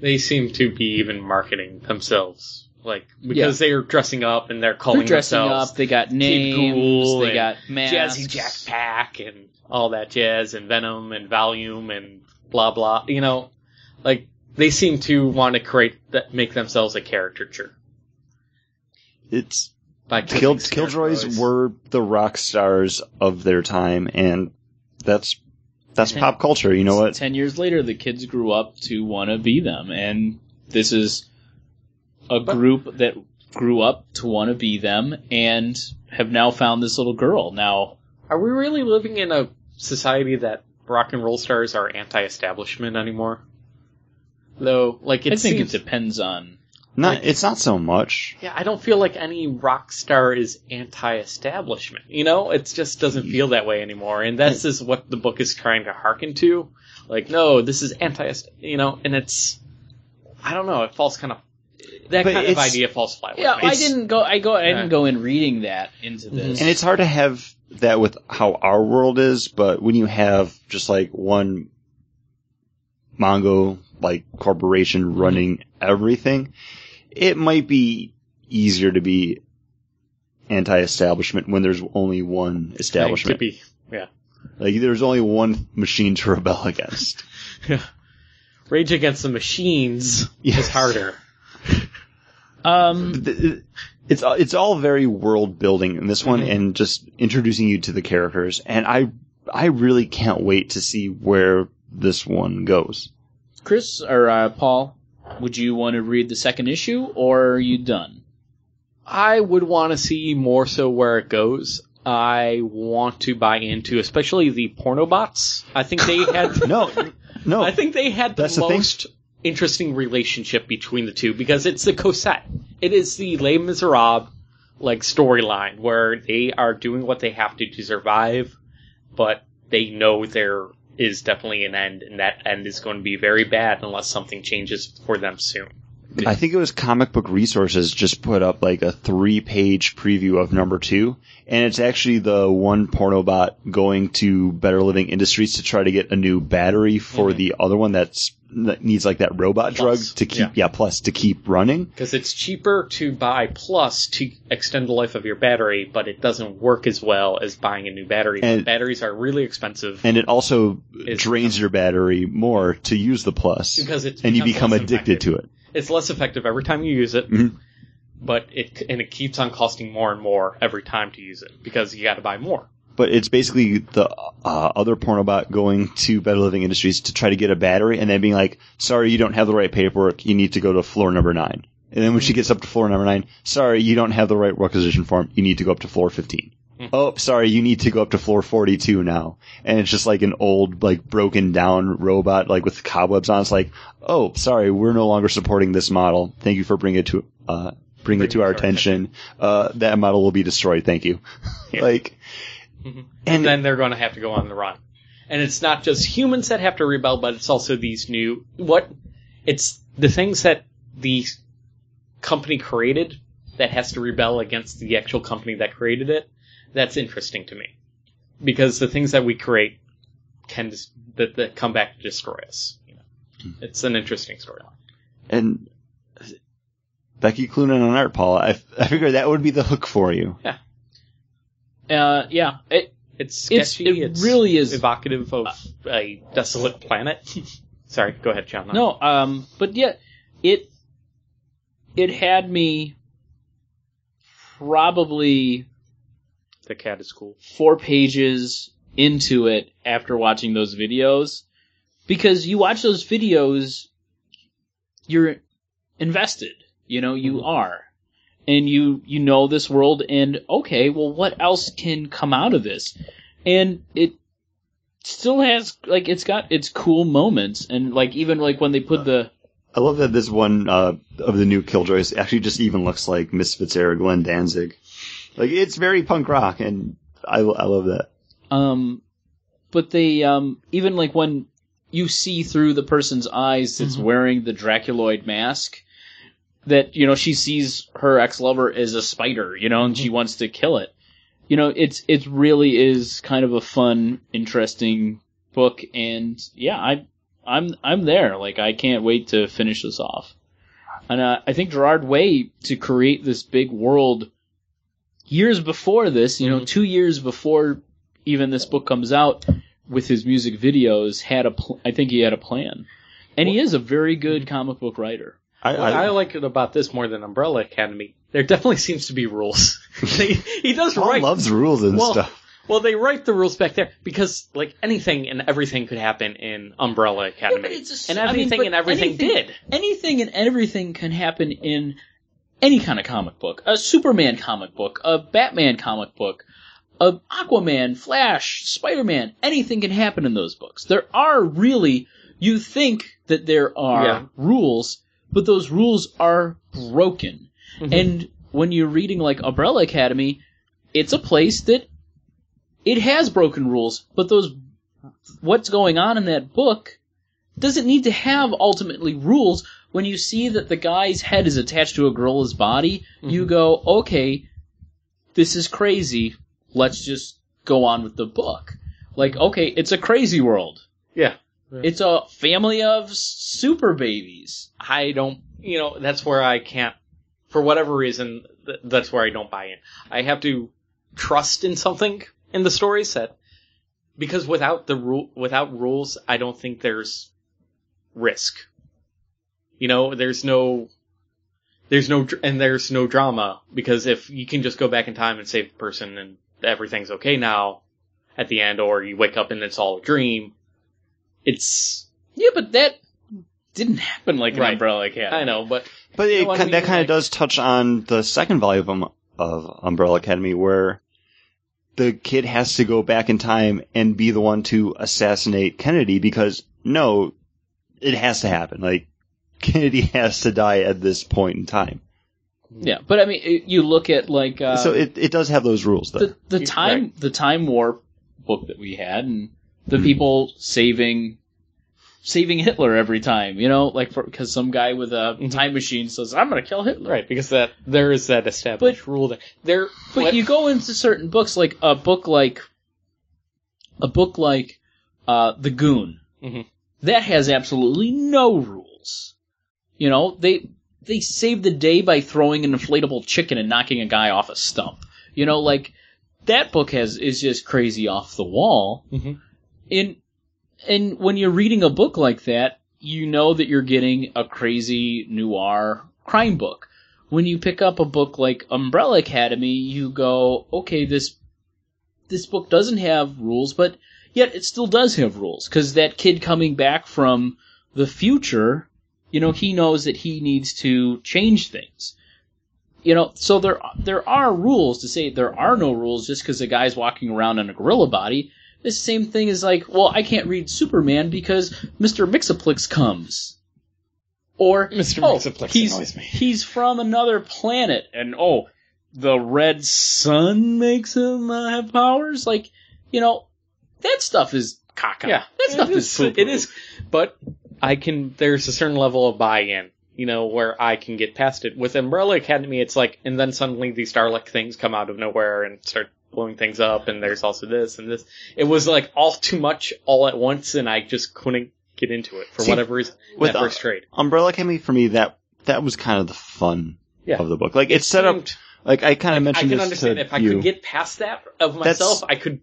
they seem to be even marketing themselves, like because they are dressing up and they're calling
They're dressing
themselves
up. They got names.
Ghoul
they
and
got masks.
Jazzy Jack Pack and all that jazz and Venom and Volume and blah blah. You know, like they seem to want to create that make themselves a caricature
It's
by
Kill,
killing
Killjoys
scarecrows.
were the rock stars of their time, and that's that's
Ten-
pop culture. You know what?
Ten years later, the kids grew up to want to be them, and this is a group that grew up to want to be them and have now found this little girl. Now,
Are we really living in a society that rock and roll stars are anti-establishment anymore? Though, like, it
I think
seems,
it depends on.
Not it's not so much.
yeah, I don't feel like any rock star is anti-establishment. You know, it just doesn't feel that way anymore, and this is what the book is trying to hearken to. Like, no, this is anti, you know, and it's, I don't know, it falls kind of. That
But
kind of
it's-
idea falls flat. with
Yeah,
me.
I didn't go. I go. I
Yeah.
didn't go in reading that into this.
And it's hard to have that with how our world is, but when you have just like one Mongo like corporation running everything, it might be easier to be anti-establishment when there's only one
Could
establishment.
be.
Like there's only one machine to rebel against.
Rage Against the Machines
Yes.
is harder.
Um,
Th- th- it's it's all very world building in this one, and just introducing you to the characters. And I I really can't wait to see where this one goes.
Chris or uh, Paul, would you want to read the second issue, or are you done?
I would want to see more so where it goes. I want to buy into, especially the porno bots. I think they had,
No, no,
I think they had the
That's the thing.
most interesting relationship between the two because it's the Cosette. It is the Les Miserables like storyline where they are doing what they have to to survive, but they know there is definitely an end, and that end is going to be very bad unless something changes for them soon.
I think it was Comic Book Resources just put up like a three page preview of number two, and it's actually the one pornobot going to Better Living Industries to try to get a new battery for the other one that's that needs like that robot
Mm-hmm. Plus,
drug to keep yeah plus to keep running.
because it's cheaper to buy plus to extend the life of your battery, but it doesn't work as well as buying a new battery.
And-
Batteries are really expensive
and it also
It's-
drains your battery more to use the plus
because it's
and you become
less
addicted
effective.
to it
It's less effective every time you use it,
Mhm.
but it and it keeps on costing more and more every time to use it because you got to buy more.
but it's basically the uh, other pornobot going to better living industries to try to get a battery and then being like sorry you don't have the right paperwork you need to go to floor number nine and then when she gets up to floor number nine sorry you don't have the right requisition form you need to go up to floor 15 Oh, sorry. You need to go up to floor forty-two now, and it's just like an old, like broken down robot, like with cobwebs on. It's like, oh, sorry, we're no longer supporting this model. Thank you for bringing it to uh, bring, it to our attention. Uh, that model will be destroyed. Thank you. like,
and then they're going to have to go on the run. And it's not just humans that have to rebel, but it's also these new what it's the things that the company created that has to rebel against the actual company that created it. That's interesting to me because the things that we create can dis- that, that come back to destroy us. You know? It's an interesting storyline.
and Becky Cloonan on art, Paul. I, I figure that would be the hook for you.
Uh, yeah, it,
It's
It's-
sketchy. It's,
it really is-
evocative of a desolate planet. Sorry, go ahead, John.
no, um, but yeah, it it had me probably
the cat is cool.
four pages into it after watching those videos because you watch those videos you're invested you know you are and you you know this world and okay well what else can come out of this and it still has like it's got its cool moments and like even like when they put the
I love that this one uh, of the new Killjoys actually just even looks like Misfits era Glenn Danzig. Like it's very punk rock, and I, I love that.
Um, but they um, even like when you see through the person's eyes that's wearing the Draculoid mask, that you know she sees her ex lover as a spider, you know, and she wants to kill it. You know, it's it really is kind of a fun, interesting book, and yeah, I I'm I'm there. Like I can't wait to finish this off. And uh, I think Gerard Way to create this big world years before this, you know, two years before even this book comes out with his music videos had a pl- I think he had a plan and he is a very good comic book writer.
I,
What I,
I,
like it about this more than Umbrella Academy, there definitely seems to be rules. he, he does
Paul
write.
loves rules and
Well,
stuff.
well, they write the rules back there because like anything and everything could happen in Umbrella Academy, and everything and everything did.
Anything and everything can happen in any kind of comic book. A Superman comic book, a Batman comic book, a Aquaman, Flash, Spider-Man, anything can happen in those books. There are really you think that there are
Yeah.
rules, but those rules are broken. And when you're reading like Umbrella Academy, it's a place that it has broken rules, but those what's going on in that book doesn't need to have ultimately rules. When you see that the guy's head is attached to a girl's body, you go, okay, this is crazy. Let's just go on with the book. Like, okay, it's a crazy world.
Yeah.
It's a family of s- super babies.
I don't, you know, that's where I can't, for whatever reason, th- that's where I don't buy in. I have to trust in something in the story set because without the rule, without rules, I don't think there's risk. You know, there's no, there's no, dr- and there's no drama because if you can just go back in time and save the person and everything's okay now at the end, or you wake up and it's all a dream, it's,
Yeah, but that didn't happen like an
Right.
Umbrella Academy.
I know, but
But it,
know what I
ki- that
mean?
kind of
Like-
does touch on the second volume of, um, of Umbrella Academy, where the kid has to go back in time and be the one to assassinate Kennedy because no, it has to happen. Like Kennedy has to die at this point in time.
Yeah, but I mean, it- you look at like uh,
so it, it does have those rules though.
the the time the time warp book that we had, and the
Hmm.
people saving saving Hitler every time. You know, like because some guy with a
Mm-hmm.
time machine says, "I'm going to kill Hitler."
Right, because that there is that established
But-
rule that there.
But
what-
you go into certain books, like a book like a book like uh, The Goon,
Mhm.
that has absolutely no rules. You know, they they save the day by throwing an inflatable chicken and knocking a guy off a stump. You know, like that book has is just crazy off the wall.
Mhm.
And and when you're reading a book like that, you know that you're getting a crazy noir crime book when you pick up a book like Umbrella Academy, you go, okay, this this book doesn't have rules, but yet it still does have rules because that kid coming back from the future, you know, he knows that he needs to change things. You know, so there there are rules to say there are no rules just because a guy's walking around in a gorilla body. It's the same thing as like, well, I can't read Superman because Mr. Mixoplex comes. Or
Mr.
oh,
Mixoplex
he's-
annoys me.
He's from another planet, and oh, the red sun makes him uh, have powers. Like, you know, that stuff is caca.
yeah,
that stuff
it
is,
is,
poo-poo.
it is. But I can. There's a certain level of buy-in, you know, where I can get past it. With Umbrella Academy, it's like, and then suddenly these Starlight things come out of nowhere and start blowing things up, and there's also this and this. It was like all too much all at once, and I just couldn't get into it for
See,
whatever reason.
with
That
the-
first trade,
Umbrella Academy for me that that was kind of the fun
Yeah.
of the book. Like it's set up
Seemed-
like I kind of
I
mentioned
can
this
understand
to
if I
you.
could get past that of
That's-
myself, I could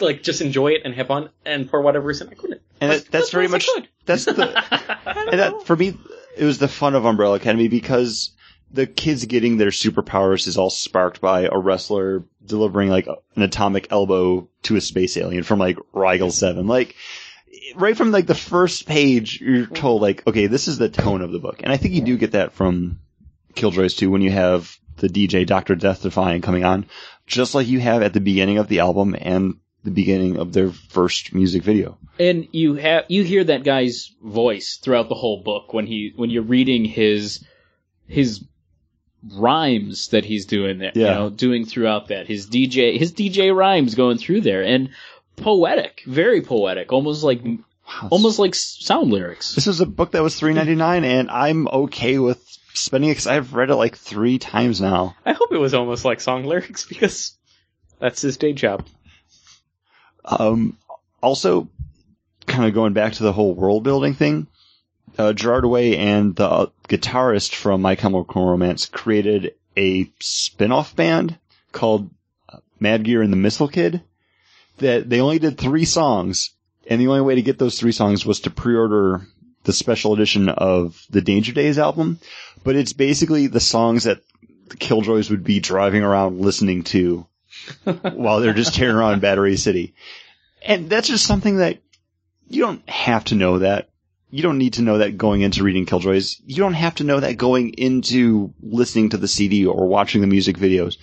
like just enjoy it and have fun. And for whatever reason, I couldn't.
and that, that's very much
That's
that's the and that for me it was the fun of umbrella academy because the kids getting their superpowers is all sparked by a wrestler delivering like a- an atomic elbow to a space alien from like rigel 7 like right from like the first page you're told like okay this is the tone of the book and i think you do get that from killjoys 2 when you have the dj dr death defying coming on just like you have at the beginning of the album and the beginning of their first music video
and you have you hear that guy's voice throughout the whole book when he when you're reading his his rhymes that he's doing there you
Yeah.
know doing throughout that his dj his dj rhymes going through there and poetic very poetic almost like
Wow, it's-
almost like s- sound lyrics
This is a book that was three ninety nine, and I'm okay with spending it because I've read it like three times now.
I hope it was almost like song lyrics because
That's his day job.
Um, also, kind of going back to the whole world building thing, uh, Gerard Way and the uh, guitarist from My Chemical Romance created a spin off band called uh, Mad Gear and the Missile Kid. That they only did three songs, and the only way to get those three songs was to pre order the special edition of the Danger Days album, but it's basically the songs that the Killjoys would be driving around listening to while they're just tearing around Battery City. And that's just something that you don't have to know that. You don't need to know that going into reading Killjoys. You don't have to know that going into listening to the CD or watching the music videos.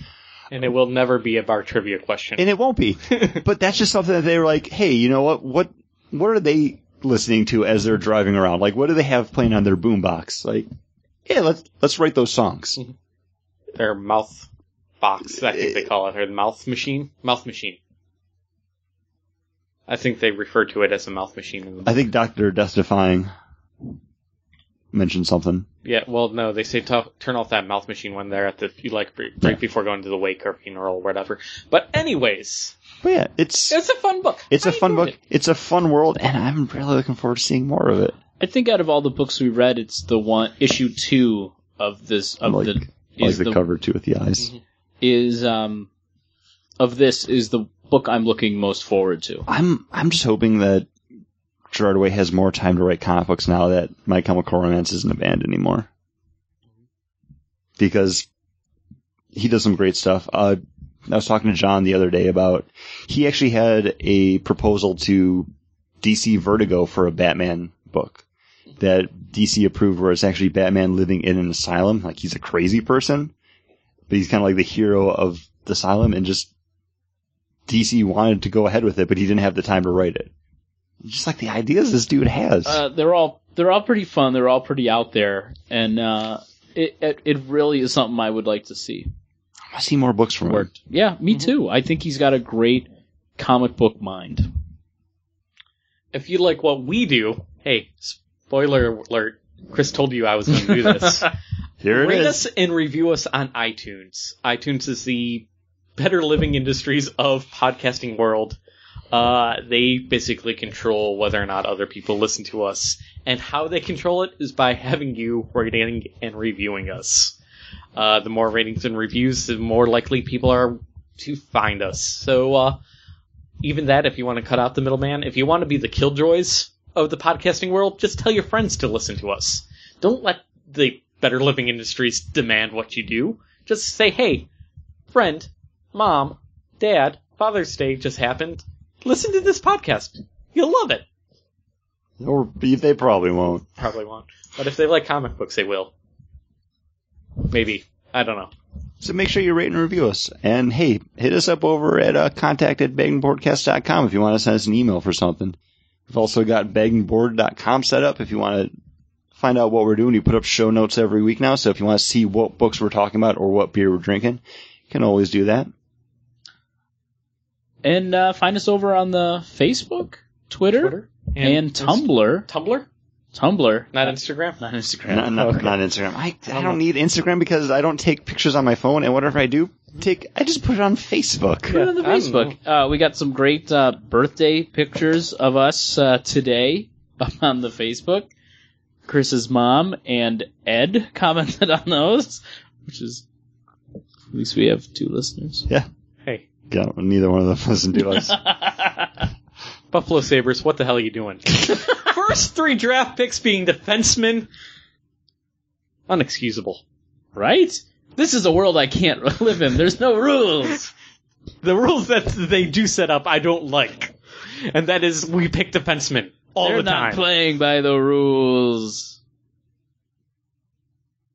And it will never be a bar trivia question.
And it won't be. but that's just something that they were like, hey, you know what? What what are they listening to as they're driving around? Like, what do they have playing on their boombox? Like, yeah, let's let's write those songs.
Their mouth box, I think they call it, or the mouth machine. Mouth machine. I think they refer to it as a mouth machine. In the
I think Doctor Death-defying mentioned something.
yeah, well, no, they say to- turn off that mouth machine when they're at the you like right
Yeah.
before going to the wake or funeral or whatever. But anyways,
But yeah, it's
it's a fun book.
it's
I
a fun
enjoyed
book. It's a fun world, and I'm really looking forward to seeing more of it.
I think out of all the books we read, it's the one issue two of this of
Like-
the
I like
is
the, Mm-hmm. cover too with the eyes.
is um of this is the book I'm looking most forward to.
I'm I'm just hoping that Gerard Way has more time to write comic books now that My Chemical Romance isn't a band anymore, because he does some great stuff. Uh, I was talking to John the other day about he actually had a proposal to DC Vertigo for a Batman book that DC approved, where it's actually Batman living in an asylum, like he's a crazy person, but he's kind of like the hero of the asylum, and just DC wanted to go ahead with it, but he didn't have the time to write it. Just like the ideas this dude has.
Uh, they're all they're all pretty fun. They're all pretty out there, and uh, it, it it really is something I would like to see.
I want to see more books from him.
Worked. Yeah, me too. I think he's got a great comic book mind.
it. If you like what we do, hey, spoiler alert. Chris told you I was going to do this.
Here it
Rate
is.
us and review us on iTunes. iTunes is the better living industries of podcasting world. Uh, they basically control whether or not other people listen to us, and how they control it is by having you rating and reviewing us. Uh, the more ratings and reviews, the more likely people are to find us. So, uh, even that, if you want to cut out the middleman, if you want to be the killjoys of the podcasting world, just tell your friends to listen to us don't let the better living industries demand what you do. Just say, hey, friend, mom, dad, Father's Day just happened. Listen to this podcast. You'll love it.
Or they probably won't.
Probably won't. But if they like comic books, they will. Maybe. I don't know.
So make sure you rate and review us. And hey, hit us up over at uh, contact at com if you want to send us an email for something. We've also got com set up if you want to find out what we're doing. We put up show notes every week now, so if you want to see what books we're talking about or what beer we're drinking, you can always do that.
And uh, find us over on the Facebook, Twitter, and, Tumblr.
Tumblr?
Tumblr,
Not Instagram?
not Instagram.
Not, not, not Instagram. I, I don't need Instagram because I don't take pictures on my phone, and whatever I do, take I just put it on Facebook.
Put it on the
I don't
Facebook. Uh, we got some great uh, birthday pictures of us uh, today up on the Facebook. Chris's mom and Ed commented on those, which is at least we have two listeners.
Hey,
Yeah, neither one of them listened to us.
Buffalo Sabres, what the hell are you doing? First three draft picks being defensemen. Unexcusable.
Right? This is a world I can't live in. There's no rules.
The rules that they do set up, I don't like, and that is we pick defensemen all
They're
the
not
time.
playing by the rules.